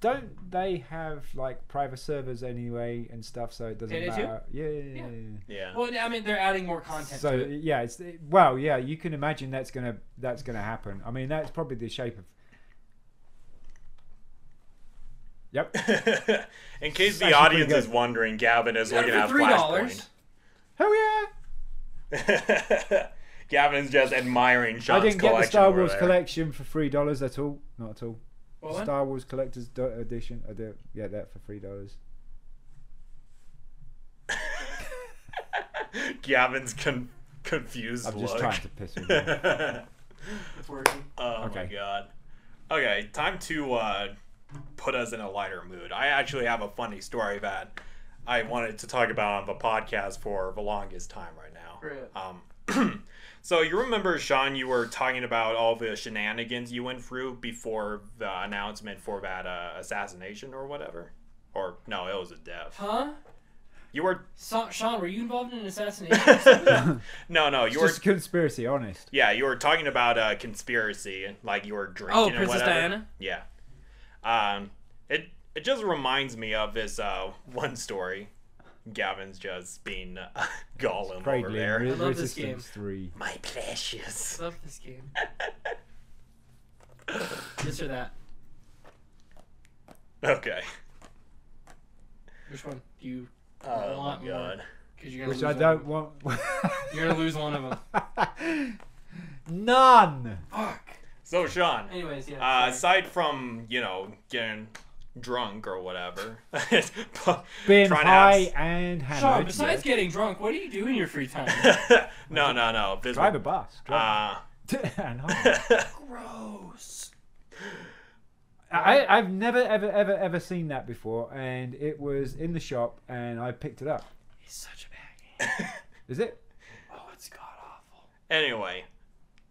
Don't they have like private servers anyway and stuff? So it doesn't
They do?
matter. Yeah, yeah, yeah,
Yeah.
yeah.
yeah,
Well, I mean, they're adding more content.
So
to it.
yeah, it's well, yeah. You can imagine that's gonna that's gonna happen. I mean, that's probably the shape of. Yep.
In
actually
case
pretty
the audience
good.
is wondering, Gavin is
Got
looking
it
at
for three dollars.
Hell yeah!
Flashpoint. Gavin's just admiring
I
Sean's
didn't
collection.
get the Star
over
Wars
there.
collection for three dollars at all. Not at all.
What?
Star Wars Collector's Do- Edition. I did get that for three dollars.
Gavin's con- confused
I'm
look.
just trying to piss him off.
It's working.
oh my
Okay.
god. Okay, time to uh, put us in a lighter mood. I actually have a funny story that I wanted to talk about on the podcast for the longest time right now.
Great.
Um, so you remember, Sean, you were talking about all the shenanigans you went through before the announcement for that uh, assassination or whatever? Or no, it was a death.
Huh?
You were
So, Sean, were you involved in an assassination? or something?
no, no, you were
Just conspiracy, honest.
yeah, you were talking about uh, conspiracy, like you were drinking.
oh,
and
Princess
whatever.
Diana?
Yeah. Um, it it just reminds me of this uh, one story. Gavin's just being uh, golem over
Cradling
there.
Re-
I love this
Resistance Three.
My precious.
Love this game. this or that?
Okay.
Which one do you
Oh
want
my
more.
Oh, god.
because you're gonna
which
lose
I
one.
don't want.
You're gonna lose one of them.
None.
Fuck.
So Sean,
Anyways, yeah.
uh,
sorry.
aside from you know getting drunk or whatever,
Being
trying
high
to
and hammered.
Sean, besides
yes.
getting drunk, what do you do in your free time?
have... no, no, no, uh,
drive a
Bismarck.
bus. Drive.
Uh,
and high.
Gross.
I, I've never ever ever ever seen that before, and it was in the shop, and I picked it up.
He's such a baggy.
Is it?
Oh, it's god awful.
anyway,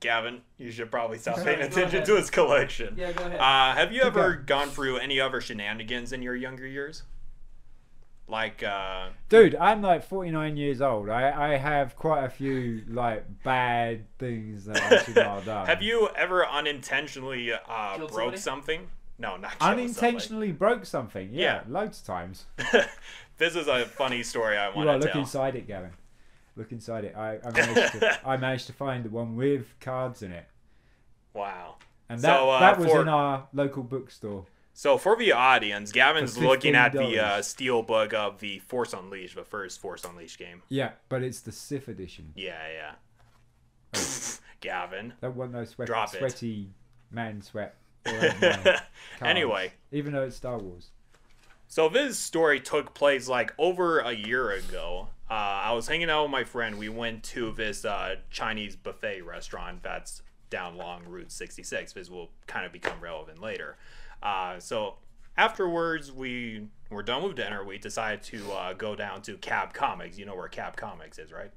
Gavin, you should probably stop
Sorry,
paying
go
attention
ahead.
to his collection.
Yeah, go ahead.
Uh, have you ever
going.
gone through any other shenanigans in your younger years? Like, uh,
Dude, I'm like 49 years old. I, I have quite a few like bad things that I should not have done.
have you ever unintentionally uh,
Killed
broke
somebody?
something? No, not killed somebody.
unintentionally broke something? Yeah,
Yeah.
loads of times.
this is a funny story I
You are
want to
look
tell.
inside it, Gavin. Look inside it. I, I managed to I managed to find the one with cards in it,
Wow.
and
So,
that
uh,
that was
for-
in our local bookstore.
So for the audience, Gavin's
For
looking at the uh,
$15.
steelbook of the Force Unleashed, the first Force Unleashed game.
Yeah, but it's the Sif edition.
Yeah, yeah. Gavin.
That wasn't no sweat,
Drop it.
sweaty man sweat. all over my cards,
Anyway.
even though it's Star Wars.
So this story took place like over a year ago. Uh, I was hanging out with my friend. We went to this uh, Chinese buffet restaurant that's down along Route 66. This will kind of become relevant later. Uh, so afterwards, we were done with dinner. We decided to uh, go down to Cab Comics. You know where Cab Comics is, right?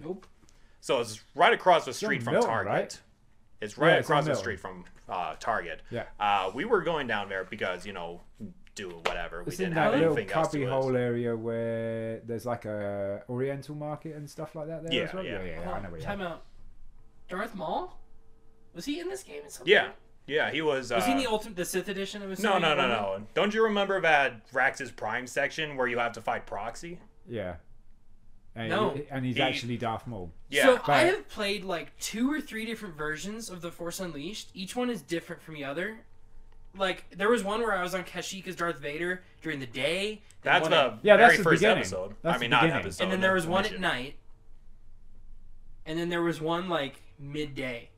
nope.
So it's right across the street
on
from
Milton,
Target.
right?
It's right
Yeah, it's on
across the
Milton.
street from uh, Target.
Yeah.
Uh, we were going down there because you know, do whatever. We
It's in
didn't have
that little
anything else to
cubby
us.
hole area where there's like a Oriental market and stuff like that. There
Yeah,
as well?
yeah.
yeah, yeah. I know where you
Time
are.
out. Darth Maul? Was he in this game? In something?
Yeah, yeah, he was. Uh,
Was he in the ultimate, the Sith edition? Of
no, no, no, no. Don't you remember that Rax's Prime section where you have to fight Proxy?
Yeah. And,
No.
he- and he's
He-
actually Darth Maul.
Yeah.
so
but-
I have played like two or three different versions of The Force Unleashed. Each one is different from the other. Like there was one where I was on Kashyyyk as Darth Vader during the day. then
that's
one
the
at-
Yeah, that's
very
the
first
beginning.
episode.
That's
I mean,
the
not
beginning.
episode.
so
and then there
the
was one at
mission.
night. And then there was one like midday.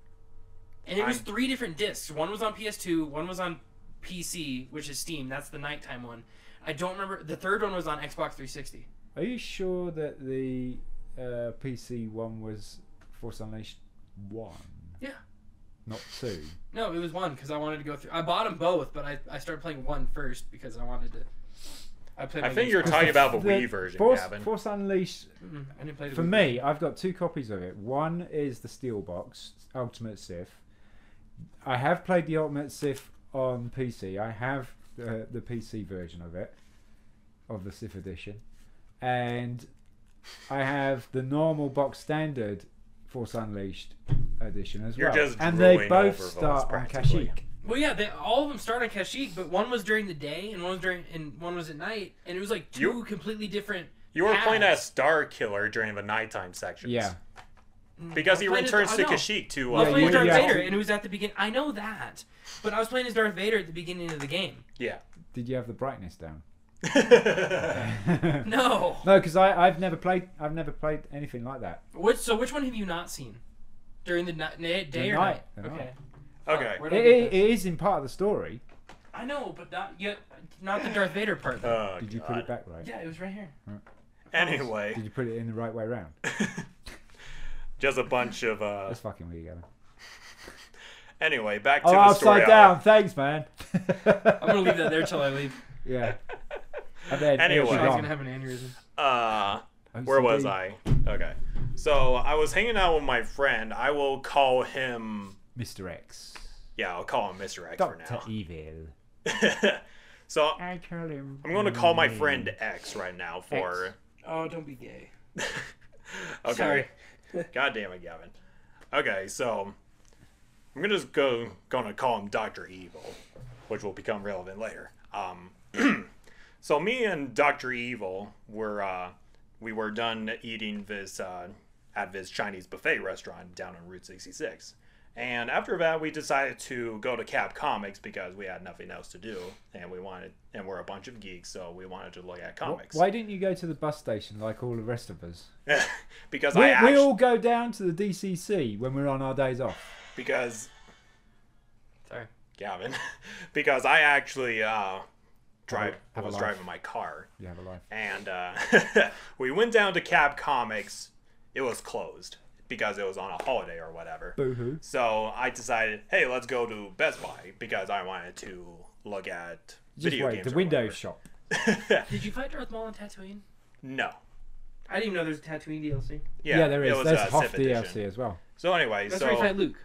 And it was
I'm-
three different discs. One was on PS2, one was on PC, which is Steam. That's the nighttime one. I don't remember. The third one was on Xbox 360.
Are you sure that the uh, PC one was Force Unleashed 1?
Yeah.
Not 2?
No, it was one because I wanted to go through. I bought them both, but I, I started playing one first because I wanted to. I played.
I
my
think
games
you're
first.
talking about the Wii version,
Force,
Gavin.
Force Unleashed,
Mm, I didn't play the
for
Wii.
me, I've got two copies of it. One is the Steelbox Ultimate Sif. I have played the Ultimate Sif on PC. I have the, the PC version of it, of the Sif edition. And I have the normal box standard Force Unleashed edition as
You're
well.
just
and they
drooling
both
over those
start on
practically.
Kashyyyk.
Well, yeah, they, all of them start on Kashyyyk, but one was during the day and one was during and one was at night, and it was like two
You-
completely different.
You were playing
paths.
as Star Killer during the nighttime sections.
Yeah.
Because he
I played as-
returns
I
to
know.
Kashyyyk to.
I
Uh,
was playing as
you-
Darth
yeah.
Vader, and it was at the begin. I know that, but I was playing as Darth Vader at the beginning of the game.
yeah.
Did you have the brightness down?
No.
No, because I've never played. I've never played anything like that.
Which so which one have you not seen during the ni- na- day
The
or
night,
night?
the
okay.
night.
okay.
Where
It,
did I get
it,
this?
it is in part of the story.
I know, but not yet. Not the Darth Vader part. though.
Oh,
Did you put
God.
it back right?
yeah, it was right here.
Anyway,
Did you put it in the right way round?
just a bunch of. uh
That's fucking weird, Gavin.
Anyway, back to
Oh,
the story.
upside down. Thanks, man.
I'm gonna leave that there till I leave.
yeah. And then
Anyway.
it'll be
I was gonna
gone.
have an aneurysm.
Uh, Where was
OCD.
I? Okay. So I was hanging out with my friend. I will call him.
Mr. X.
Yeah, I'll call him Mr. X
Doctor
for
Evil.
now. so
I call him.
I'm going to call my friend
Mm.
X right now for.
Oh, don't be gay.
Okay.
Sorry.
God damn it, Gavin. Okay, so I'm gonna just go gonna call him Doctor Evil, which will become relevant later. Um, so me and Doctor Evil were uh, we were done eating this uh, at this Chinese buffet restaurant down on Route 66, And after that, we decided to go to Cap Comics because we had nothing else to do, and we wanted, and we're a bunch of geeks, so we wanted to look at comics.
Why didn't you go to the bus station like all the rest of us?
because
We,
I
we
actually,
all go down to the DCC when we're on our days off.
because
Sorry.
Gavin, because I actually uh, drive
have a
was
life.
driving my car,
You have a life.
and uh, we went down to Cab Comics. It was closed because it was on a holiday or whatever.
Boo hoo.
So I decided, hey, let's go to Best Buy because I wanted to look at
Just
video
wait,
games.
the
or
Windows shop.
whatever.
Did you fight Darth Maul on Tatooine?
no.
I didn't even know there's a Tatooine DLC.
Yeah,
Yeah,
there
it
is.
was,
There's
uh,
Hoth
Sith edition.
DLC as well.
So anyway,
That's where
so
you fight Luke.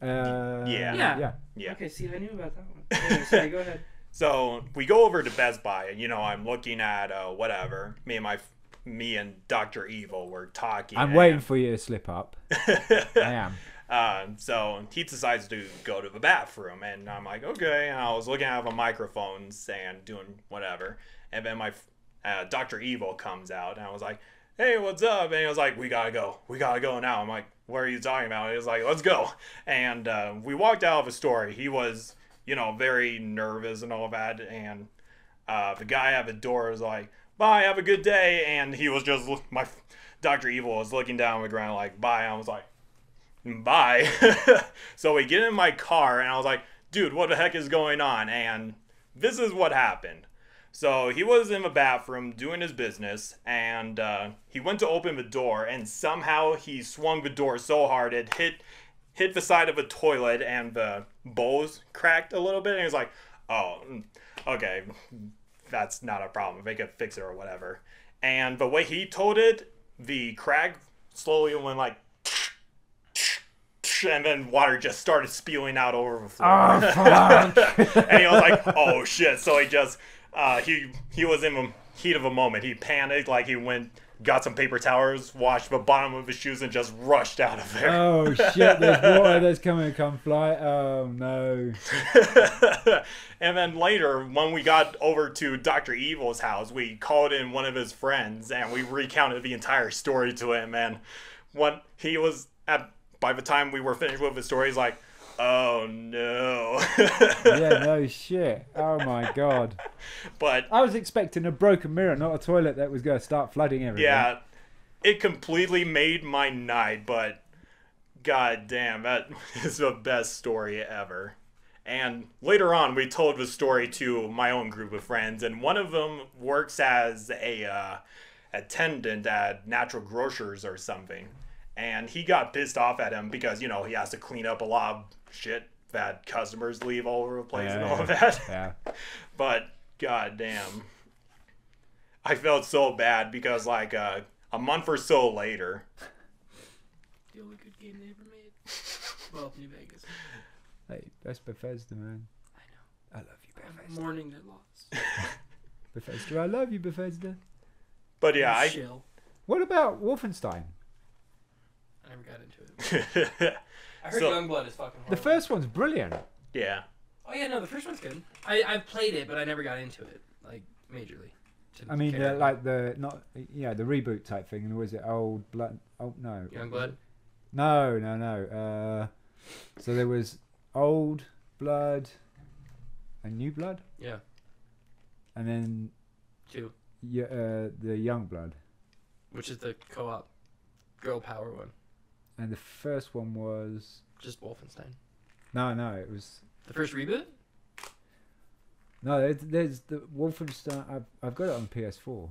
Uh,
Yeah.
Yeah.
yeah.
Yeah.
Okay, see, I knew about that one. Anyway, sorry, go ahead.
So we go over to Best Buy, and you know I'm looking at uh, whatever. Me and my, me and Doctor Evil were talking.
I'm
and-
waiting for you to slip up. I am.
Um, so he decides to go to the bathroom, and I'm like, okay. And I was looking at the microphones and doing whatever, and then my uh, Doctor Evil comes out, and I was like, hey, what's up? And he was like, we gotta go, we gotta go now. I'm like, what are you talking about? And he was like, let's go. And uh, we walked out of the store. He was, you know, very nervous and all that, and uh, the guy at the door was like, "Bye, have a good day," and he was just look- my Doctor Evil was looking down on the ground like, "Bye." I was like, "Bye." so we get in my car, and I was like, "Dude, what the heck is going on?" And this is what happened. So he was in the bathroom doing his business, and uh, he went to open the door, and somehow he swung the door so hard it hit hit the side of a toilet, and the bowls cracked a little bit. And he was like, "Oh, mm, okay, that's not a problem. They could fix it or whatever." And the way he told it, the crack slowly went like, and then water just started spewing out over the floor
Oh, fuck.
and he was like, "Oh shit!" So he just uh, he he was in the heat of a moment. He panicked, like he went, got some paper towels, washed the bottom of his shoes, and just rushed out of there.
oh, shit. There's water that's coming to come fly. Oh, no.
and then later, when we got over to Doctor Evil's house, we called in one of his friends and we recounted the entire story to him. And when he was at, by the time we were finished with the story, he's like, "Oh no!"
Yeah, no shit. Oh, my God.
but
I was expecting a broken mirror, not a toilet that was going to start flooding everything.
Yeah, it completely made my night, but god damn, that is the best story ever. And later on, we told the story to my own group of friends, and one of them works as a uh, attendant at Natural Grocers or something. And he got pissed off at him because, you know, he has to clean up a lot of shit that customers leave all over the place and
Yeah,
all of that.
Yeah.
But goddamn, I felt so bad because like uh, a month or so later,
The only good game they ever made. Well, New Vegas.
Hey, that's Bethesda, man. I know. I love you, Bethesda.
Mourning their loss.
Bethesda, I love you, Bethesda.
but yeah, I
Shill.
What about Wolfenstein?
I never got into it. I heard
So-
Youngblood is fucking horrible.
The first one's brilliant.
yeah.
Oh yeah, no, the first one's good. I I've played it, but I never got into it like majorly. Didn't
I mean,
care.
the, like the not yeah the reboot type thing, and was it old blood? Oh no,
Youngblood.
no, no, no. Uh, so there was old blood and new blood,
Yeah.
and then
Two,
y- uh, the young blood.
which is the co-op girl power one.
And the first one was
Just Wolfenstein.
no, no, it was
The first reboot.
no. there- There's the Wolfenstein. I've, I've got it on PS4.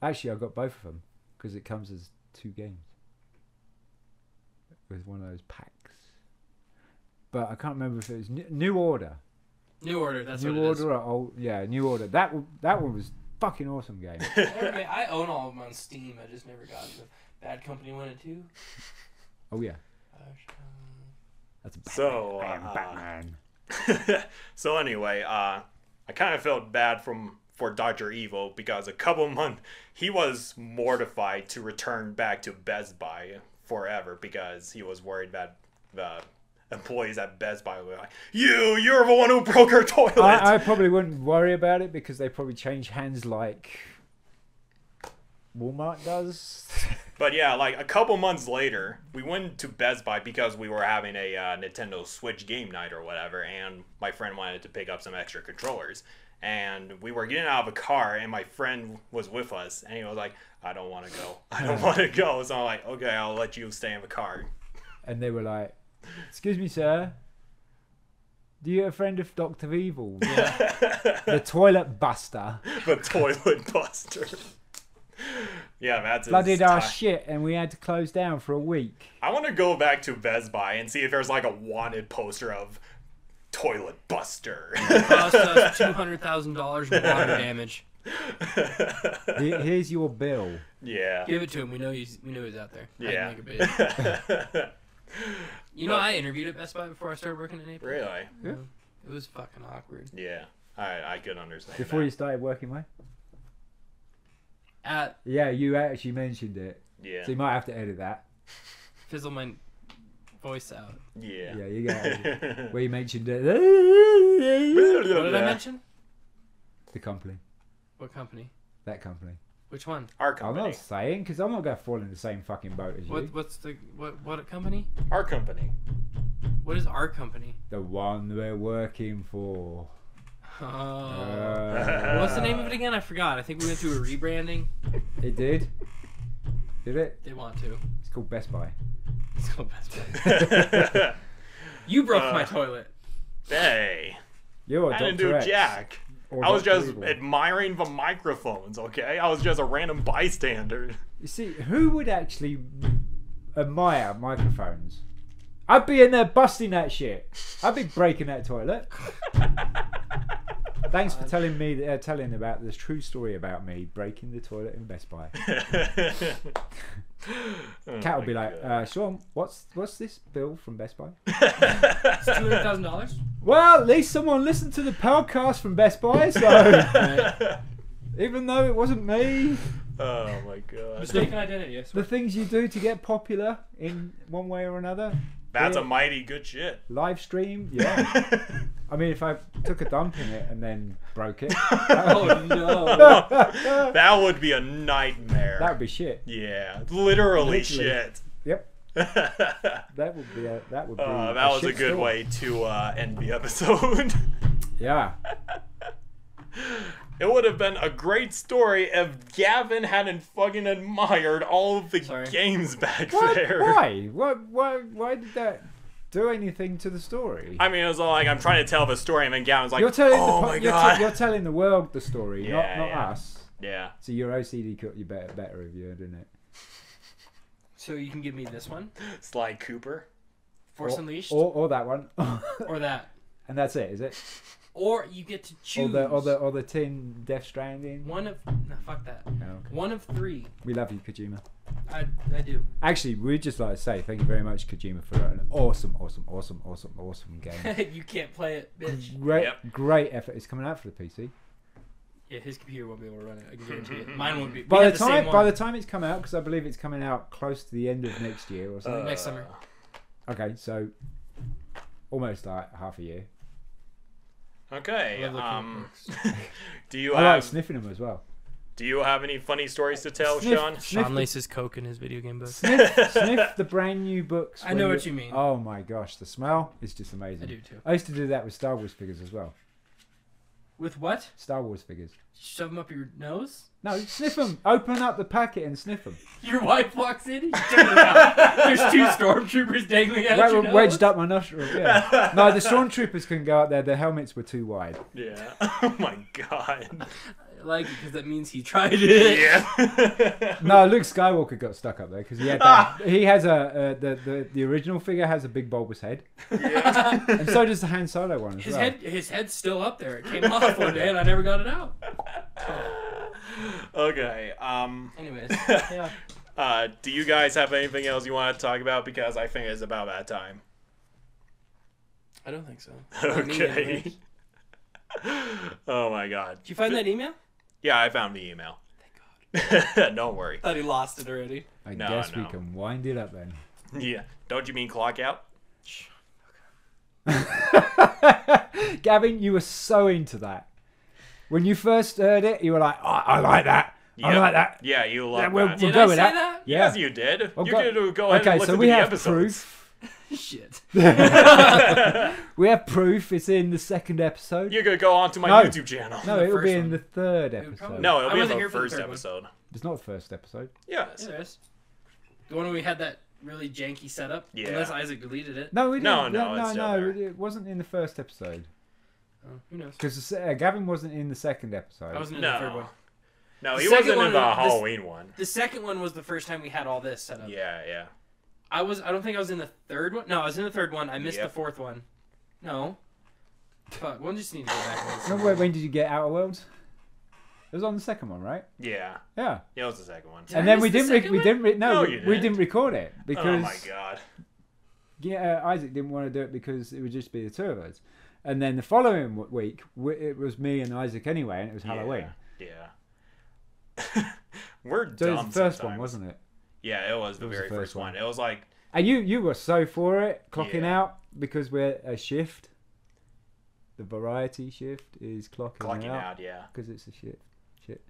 Actually, I got both of them because it comes as two games with one of those packs. But I can't remember if it was New, new Order.
New Order. That's
New
what it is.
Order or old, yeah, New Order. That w- that one was fucking awesome game.
Everybody- I own all of them on Steam. I just never got them. Bad Company one and two.
oh yeah,
Gosh, uh,
that's Batman.
So
I am
uh,
Batman.
so anyway, uh, I kind of felt bad from for Doctor Evil because a couple months he was mortified to return back to Best Buy forever because he was worried that the employees at Best Buy were like, "You, you're the one who broke her toilet."
I, I probably wouldn't worry about it because they probably change hands like Walmart does.
But yeah, like a couple months later, we went to Best Buy because we were having a uh, Nintendo Switch game night or whatever, and my friend wanted to pick up some extra controllers. And we were getting out of a car, and my friend was with us, and he was like, I don't want to go. I don't want to go. So I'm like, okay, I'll let you stay in the car.
and they were like, "Excuse me, sir, do you a friend of Doctor Evil, the Toilet Buster,
the toilet buster. yeah, that's his
flooded our
time.
shit, and we had to close down for a week?"
I want to go back to Best Buy and see if there's like a wanted poster of Toilet Buster.
Cost us two hundred thousand dollars in water damage.
Here- Here's your bill.
yeah.
Give it to him. We know he's we know he's out there. I can
Yeah.
make a bid. You know, I interviewed at Best Buy before I started working in April.
really?
It was fucking awkward.
Yeah. I I could understand.
Before
that.
you started working, way?
At
Yeah, you actually mentioned it,
Yeah.
so you might have to edit that.
fizzle my voice out.
yeah.
Yeah, you got it. Where you mentioned it. the
What did I
Yeah.
mention?
company,
What company?
that company.
Which one?
Our
I'm
company.
not saying because I'm not gonna fall in the same fucking boat as you.
What what's the what what company?
Our company.
What is our company?
The one we're working for.
Oh.
Uh,
What's the name of it again? I forgot. I think we went through a rebranding.
it did. Did it?
They want to.
It's called Best Buy.
It's called Best Buy.
hey.
You broke my
Uh,
toilet.
You're
I
Dr.
didn't do
X
jack.
or
I was
Dr.
just
Evil.
admiring the microphones, okay? I was just a random bystander.
You see, who would actually admire microphones? I'd be in there busting that shit. I'd be breaking that toilet. Thanks for telling me, uh, telling about this true story about me breaking the toilet in Best Buy.
Oh
Cat would be like, uh, Sean, what's what's this bill from Best Buy?
Two hundred thousand dollars.
Well, at least someone listened to the podcast from Best Buy, so even though it wasn't me,
oh my god.
Mistaken identity. I swear.
the things you do to get popular in one way or another,
That's a
Yeah.
mighty good shit.
live stream, yeah. I mean, if I took a dump in it and then broke it,
Oh no.
that would be a nightmare.
that would be shit.
yeah, literally,
Literally.
shit.
Yep,
uh,
that would be a, that would be.
Oh, that was a
shit
good
storm.
way to uh, end the episode.
Yeah,
it would have been a great story if Gavin hadn't fucking admired all of the
Sorry.
games back
What?
there.
why? Why? Why? Why did that do anything to the story?
I mean, it was all like I'm trying to tell the story, and then Gavin's like,
you're telling
"Oh
the po-
my
you're,
god."
te- you're telling the world the story,
Yeah,
not not
yeah.
us.
yeah.
So your OCD cut you better better of you, didn't it?
So you can give me this one,
Sly Cooper.
Force
or,
Unleashed, or,
or, or that one,
that,
and that's it, is it?
or you get to choose
Or the or the or the tin Death Stranding.
one of. No, fuck that.
Oh, okay.
One of three.
We love you, Kojima.
I I do.
Actually, we'd just like to say thank you very much, Kojima, for an awesome, awesome, awesome, awesome, awesome game.
you can't play it, bitch.
Great,
Yep.
great effort. It's coming out for the PC.
Yeah, his computer won't be able to run it. I can guarantee it. Mine won't be. we
By
have
the
same
time, by
one.
the time it's come out, because I believe it's coming out close to the end of next year or something.
Uh,
next summer.
okay, so almost like half a year.
Okay.
I love looking at
Um,
books.
do you
I like
have
sniffing them as well.
Do you have any funny stories to tell,
Sniff-
Sean?
sniff
Sean
the-
laces coke in his video game book.
sniff, sniff the brand new books.
I
when
know what you mean.
Oh my gosh, the smell is just amazing.
I do too.
I used to do that with Star Wars figures as well.
With what?
Star Wars figures.
Shove them up your nose?
No, sniff them. Open up the packet and sniff them.
Your wife walks in. And you turn around. There's two stormtroopers dangling out. your nose.
wedged up my nostril. Yeah. No, the stormtroopers couldn't go out there. Their helmets were too wide.
Yeah. Oh my god.
I like it because that means he tried it.
Yeah.
No, Luke Skywalker got stuck up there because he had
Ah.
that, he has a uh, the, the the original figure has a big bulbous head, and so does the Han Solo one as
His
well.
head, his head's still up there. It came off one day, and I never got it out.
okay. Um.
Anyways, yeah.
Uh. Do you guys have anything else you want to talk about? Because I think it's about that time.
I don't think so. Not me, anyway.
Okay.
Did
oh my god.
you find that email?
Yeah, I found the email. Don't worry.
Thought he lost it already.
I
No,
guess
no.
we can wind it up then.
Yeah. Don't you mean clock out?
Gavin, you were so into that when you first heard it. You were like, oh, I like that. I like that.
Yeah, you love
Yeah,
that.
we'll, we'll
Did
go
I
with
say
that.
that?
Yeah.
Yes, you did.
I've
you
got-
could go ahead
okay,
and listen
so we
to the
have
episodes.
proof.
Shit.
We have proof. It's in the second episode.
You're gonna go on to my
No.
YouTube channel.
no,
the
it'll be
first
in
one.
the third episode.
probably-
No, it'll
I
be in
wasn't
the
here for the
first
third one.
episode.
It's not the first episode.
Yes.
Yeah, there is. The one where we had that really janky setup.
Yeah.
Unless Isaac deleted it.
No, we didn't.
No, no,
no,
it's down
no.
there.
It it wasn't in the first episode
Oh, who knows?
because uh, Gavin wasn't in the second episode.
I wasn't in the third
No.
one.
No,
The
he
second
wasn't
one
in the
was- this-
Halloween one.
The second one was the first time we had all this set up.
Yeah, yeah.
I was. I don't think I was in the third one. No, I was in the third one. I missed
Yep.
the fourth one. No. Fuck. We'll just need to go back. and
No,
listen.
wait, when did you get Outer Worlds? It was on the second one, right?
Yeah.
Yeah.
Yeah, it was the second one.
Did I
And then
miss
we
the
didn't. Re-
second
we
one?
didn't. Re- no,
No,
we
you
we
didn't.
didn't record it because
Oh my god.
yeah, uh, Isaac didn't want to do it because it would just be the two of us. And then the following w- week, w- it was me and Isaac anyway, and it was Halloween.
Yeah. yeah. We're
So it was
dumb
the first one,
sometimes.
wasn't it?
Yeah, it was the
was the
very
first
first,
one.
one. It was like
And you you were so for it, clocking
Yeah.
out because we're a shift. The variety shift is clocking,
clocking
out
out, yeah.
because it's a shift. Shit.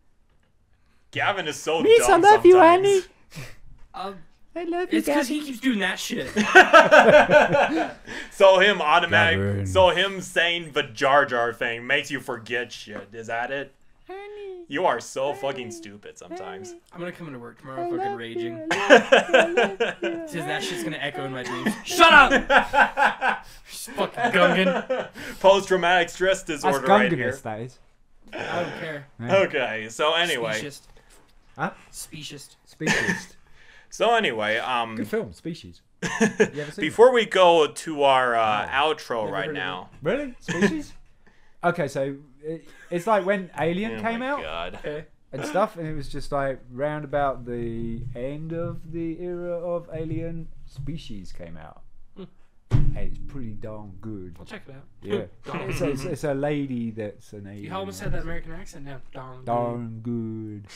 Gavin is so
Miss, I
dumb.
love you,
sometimes.
Annie.
Um,
I love you,
it's
guys.
because he keeps doing that shit.
so him automatic.
Gavin.
So him saying the Jar Jar thing makes you forget shit. Is that it?
Annie,
You are so fucking stupid sometimes.
I'm gonna come into work tomorrow, fucking raging. Says that shit's gonna echo in my dreams. Shut up, fucking gungan.
Post traumatic stress
That's
disorder right here.
gunginess, that is.
I don't care.
Okay, so anyway,
Speciesist.
Huh?
Speciesist.
Species.
so anyway, um,
Good film, Species. You ever seen
before we go to our uh, outro
Never heard
right
of
now.
it? Really? Species? okay, so it, it's like when Alien
Oh
came
my
out
God.
Okay.
and stuff, and it was just like round about the end of the era of Alien, Species came out.
Hmm.
And it's pretty darn good.
I'll check it out.
Yeah. it's, a, it's, it's a lady that's an alien.
You almost had that American accent now. Dong.
Darn good.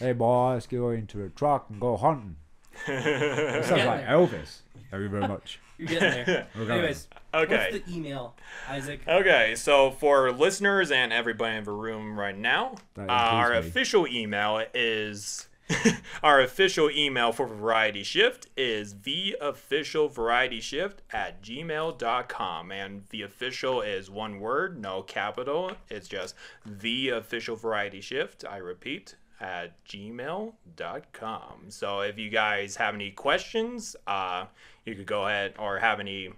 hey, boy, let's go into a truck and go hunting. It sounds
Yeah.
like Elvis. Thank you very much.
You're getting there. Anyways,
okay.
what's the email, Isaac?
Okay, so for listeners and everybody in the room right now, uh,
That
our
includes me.
official email is our official email for Variety Shift is the official variety shift at gmail.com. And the official is one word, no capital. It's just the official variety shift, I repeat, at gmail.com. So if you guys have any questions, uh, you could go ahead or have any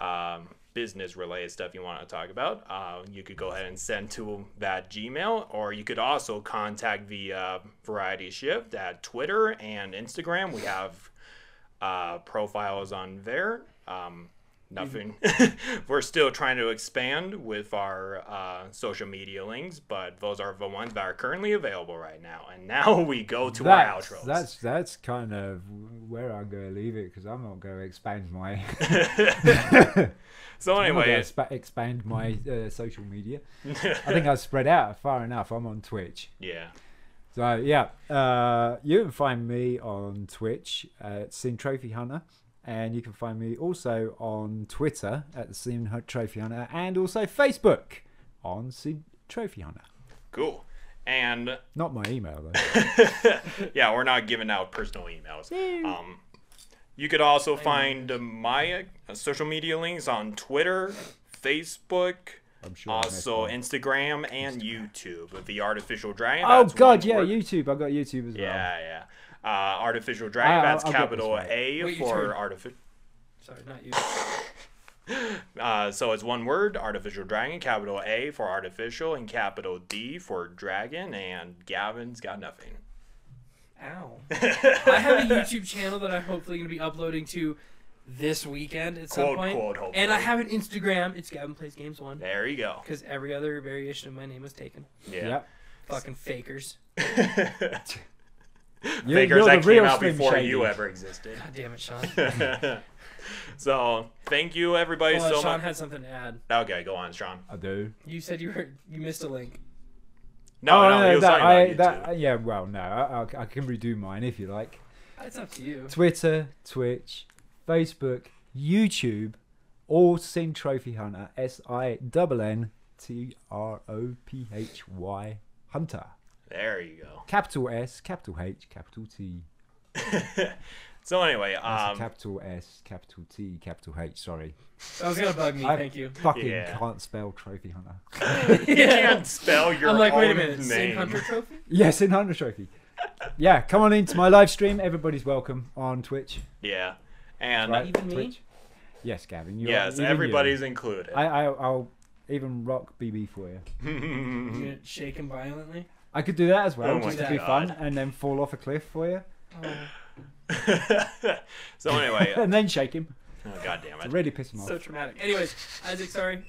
um, business related stuff you want to talk about, uh, you could go ahead and send to that Gmail, or you could also contact the uh, Variety Shift at Twitter and Instagram. We have uh, profiles on there. Um, nothing. We're still trying to expand with our uh, social media links, but those are the ones that are currently available right now. And now we go to our
That's,
outros.
that's that's kind of where I'm going to leave it because I'm not going to expand my
so
I'm not
anyway,
gonna expa- expand my uh, social media. I think I've spread out far enough. I'm on Twitch.
yeah.
So yeah, uh, you can find me on Twitch at Sin Trophy Hunter, and you can find me also on Twitter at the Sin Hu- Trophy Hunter, and also Facebook on Sin Trophy Hunter.
Cool. And
Not my email though.
yeah, we're not giving out personal emails. Um, you could also find my uh, social media links on Twitter, Facebook,
I'm sure. I messed
also
up.
Instagram and YouTube. with The Artificial Dragon.
oh
that's
God,
one
yeah,
word.
YouTube. I got YouTube as well.
Oh.
yeah, yeah. Uh, artificial
I-
Dragon. That's
I'll get this
capital
right.
A
Wait, you
for
turned-
artificial.
Sorry, not you.
Uh, so it's one word, artificial dragon, capital A for artificial, and capital D for dragon, and Gavin's got nothing.
Ow. I have a YouTube channel that I'm hopefully going to be uploading to this weekend at some
Quote,
point.
quote, hopefully.
and I have an Instagram. It's Gavin Plays Games 1.
There you go.
Because every other variation of my name was taken.
Yeah.
Yep.
Fucking fakers.
You're,
Figures
you're
that
the real
came out
Slim
before
Shady.
you ever existed.
God damn it, Sean.
so thank you everybody
Well,
so
Oh, Sean
much.
had something to add.
okay, go on, Sean.
I do.
You said you were you missed a link.
No,
Oh,
no, he was
that,
talking
I,
about YouTube.
that, yeah, well, no, I, I- I can redo mine if you like.
It's up to you.
Twitter, Twitch, Facebook, YouTube, all Sin Trophy Hunter, S I N N T R O P H Y Hunter.
There you go.
Capital S, capital H, capital T.
so anyway,
That's a
um,
capital S, capital T, capital H. Sorry,
That was gonna bug me.
I
Thank you.
Fucking
Yeah.
can't spell trophy hunter.
you
yeah.
can't spell your
I'm like,
own
wait a minute. Sin
name.
Hunter Trophy.
Yes, in hunter trophy. Yeah, come on into my live stream. Everybody's welcome on Twitch.
Yeah, and
Right?
Even me?
Twitch. Yes, Gavin. You
yes,
are, even you.
everybody's included.
I, I, I'll even rock BB for you. Mm-hmm.
I'm gonna shake him violently.
I could do that as well,
Oh
just
my
to be
God.
fun, and then fall off a cliff for you,
Oh,
so anyway, oh
and then shake him.
god damn it.
Already piss him off.
So traumatic. Anyways, Isaac, sorry.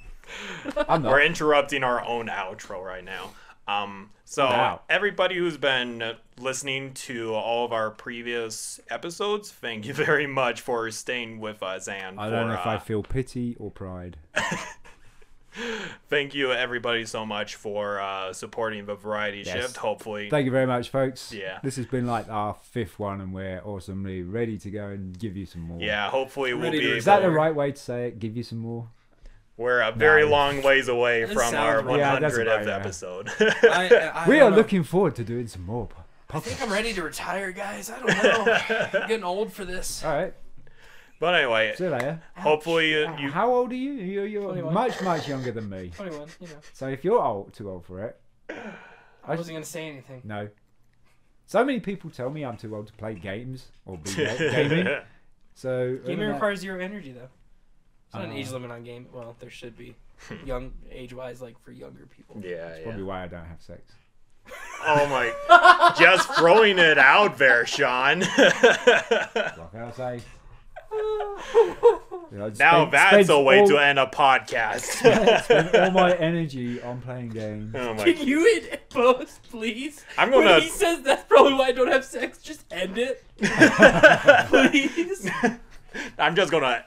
I'm not.
We're interrupting our own outro right now. Um, so
Wow.
everybody who's been listening to all of our previous episodes, thank you very much for staying with us, and
I don't
for,
know if I
uh,
feel pity or pride.
thank you everybody so much for uh, supporting the Variety
Yes.
Shift. Hopefully,
Thank you very much, folks.
Yeah.
This has been like our fifth one, and we're awesomely ready to go and give you some more.
yeah, hopefully we'll
Ready
be.
to-
Able,
Is that the right way to say it? Give you some more?
We're a very
No.
long ways away
That
from our
sounds right.
Yeah, that's
100th
right, yeah.
episode.
I, uh, I, I
we
don't
are
know.
looking forward to doing some more. po-
I think I'm ready to retire, guys. I don't know. I'm getting old for this.
All right.
but anyway,
See you later.
hopefully you, you
How old are you? You're, you're
21.
much, much younger than me.
21. You know,
So if you're old, too old for it,
I wasn't gonna say anything.
no. So many people tell me I'm too old to play games or be ga- gaming. So
Gaming
uh,
requires zero energy, though. There's not an
Uh,
age limit on game. Well, there should be, young age-wise, like for younger people.
yeah, yeah.
probably why I don't have sex.
Oh my! Just throwing it out there, Sean.
Like I say. You know, I'd
now
spent-
that's
spent
a way
all-
to end a podcast.
spent all my energy on playing games.
oh my!
Can you end it both, please?
I'm
When
gonna.
he says that's probably why I don't have sex, just end it, please. Oh.
I'm just gonna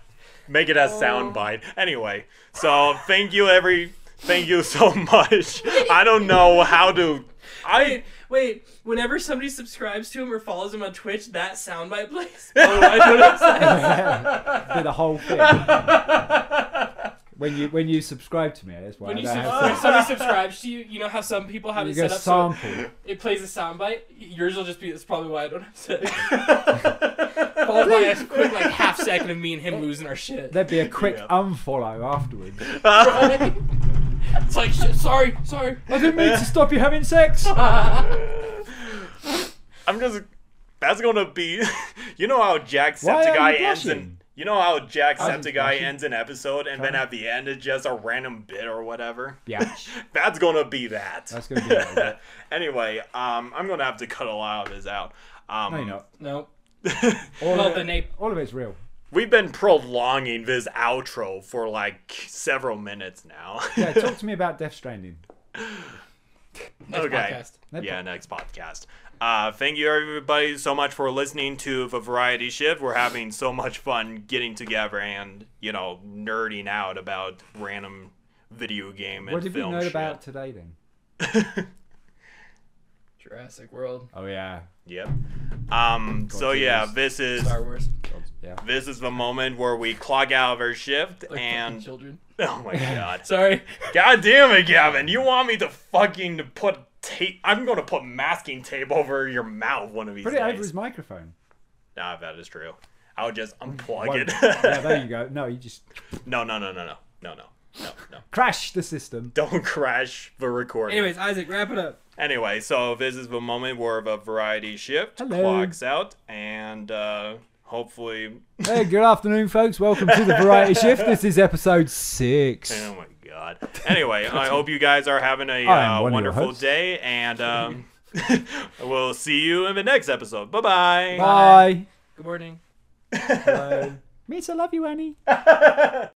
make it a soundbite. Anyway, so thank you every. Thank you so much. I don't know how to. I
Wait, wait. Whenever somebody subscribes to him or follows him on Twitch, that soundbite plays. Oh, I don't have sex.
Did the whole thing. when you when you subscribe to me, that's why
When
I
you
don't
subscribe,
have
somebody subscribes to you, you know how some people have
sex.
it
You
set
go
up so
sample.
it plays a soundbite. Yours will just be that's probably why I don't have sex. Followed by a quick like half second of me and him losing our shit.
There'd be a quick
Yeah.
unfollow afterwards.
it's like shit, sorry, sorry.
I didn't mean to stop you having sex.
I'm just. That's gonna be. You know how
Why are
Jacksepticeye
you
ends in.
blushing?
You know how
wasn't
Jacksepticeye
blushing.
ends an episode, and then
Sorry.
at the end it's just a random bit or whatever.
yeah.
That's gonna be that.
That's gonna be that.
anyway, um, I'm gonna have to cut a lot of this out. Um,
No, you're not.
No.
All,
Well,
of
the
it,
nape.
all of it's real.
We've been prolonging this outro for like several minutes now.
Yeah, talk to me about Death Stranding.
Next
Okay.
podcast.
yeah, next podcast. Uh, thank you everybody so much for listening to the Variety Shift. We're having so much fun getting together and you know nerding out about random video game and
What did we
film
know
shit.
about today then?
Jurassic World,
Oh yeah.
Yep. Um. So yeah, this is
Star Wars,
Yeah.
this is the moment where we clog out of our shift
like fucking
and
children.
oh my god.
Sorry.
God damn it, Gavin. You want me to fucking put tape. I'm going to put masking tape over your mouth one of these
Put it over
days.
his microphone.
nah, Ah, that is true. I'll just unplug
Why- yeah,
it.
there you go. No, you just
no, no, no, no, no. No, no. No, no.
crash the system.
Don't crash the recording.
Anyways, Isaac, wrap it up.
Anyway, so this is the moment where the variety shift
Hello.
clocks out, and uh, hopefully.
Hey, good afternoon, folks. Welcome to the Variety Shift. This is episode six.
Oh my god. Anyway, I hope you guys are having a
I am
uh,
one of your
wonderful
hosts.
day, and um, we'll see you in the next episode. Bye-bye.
Bye.
Good morning.
Means I love you, Annie.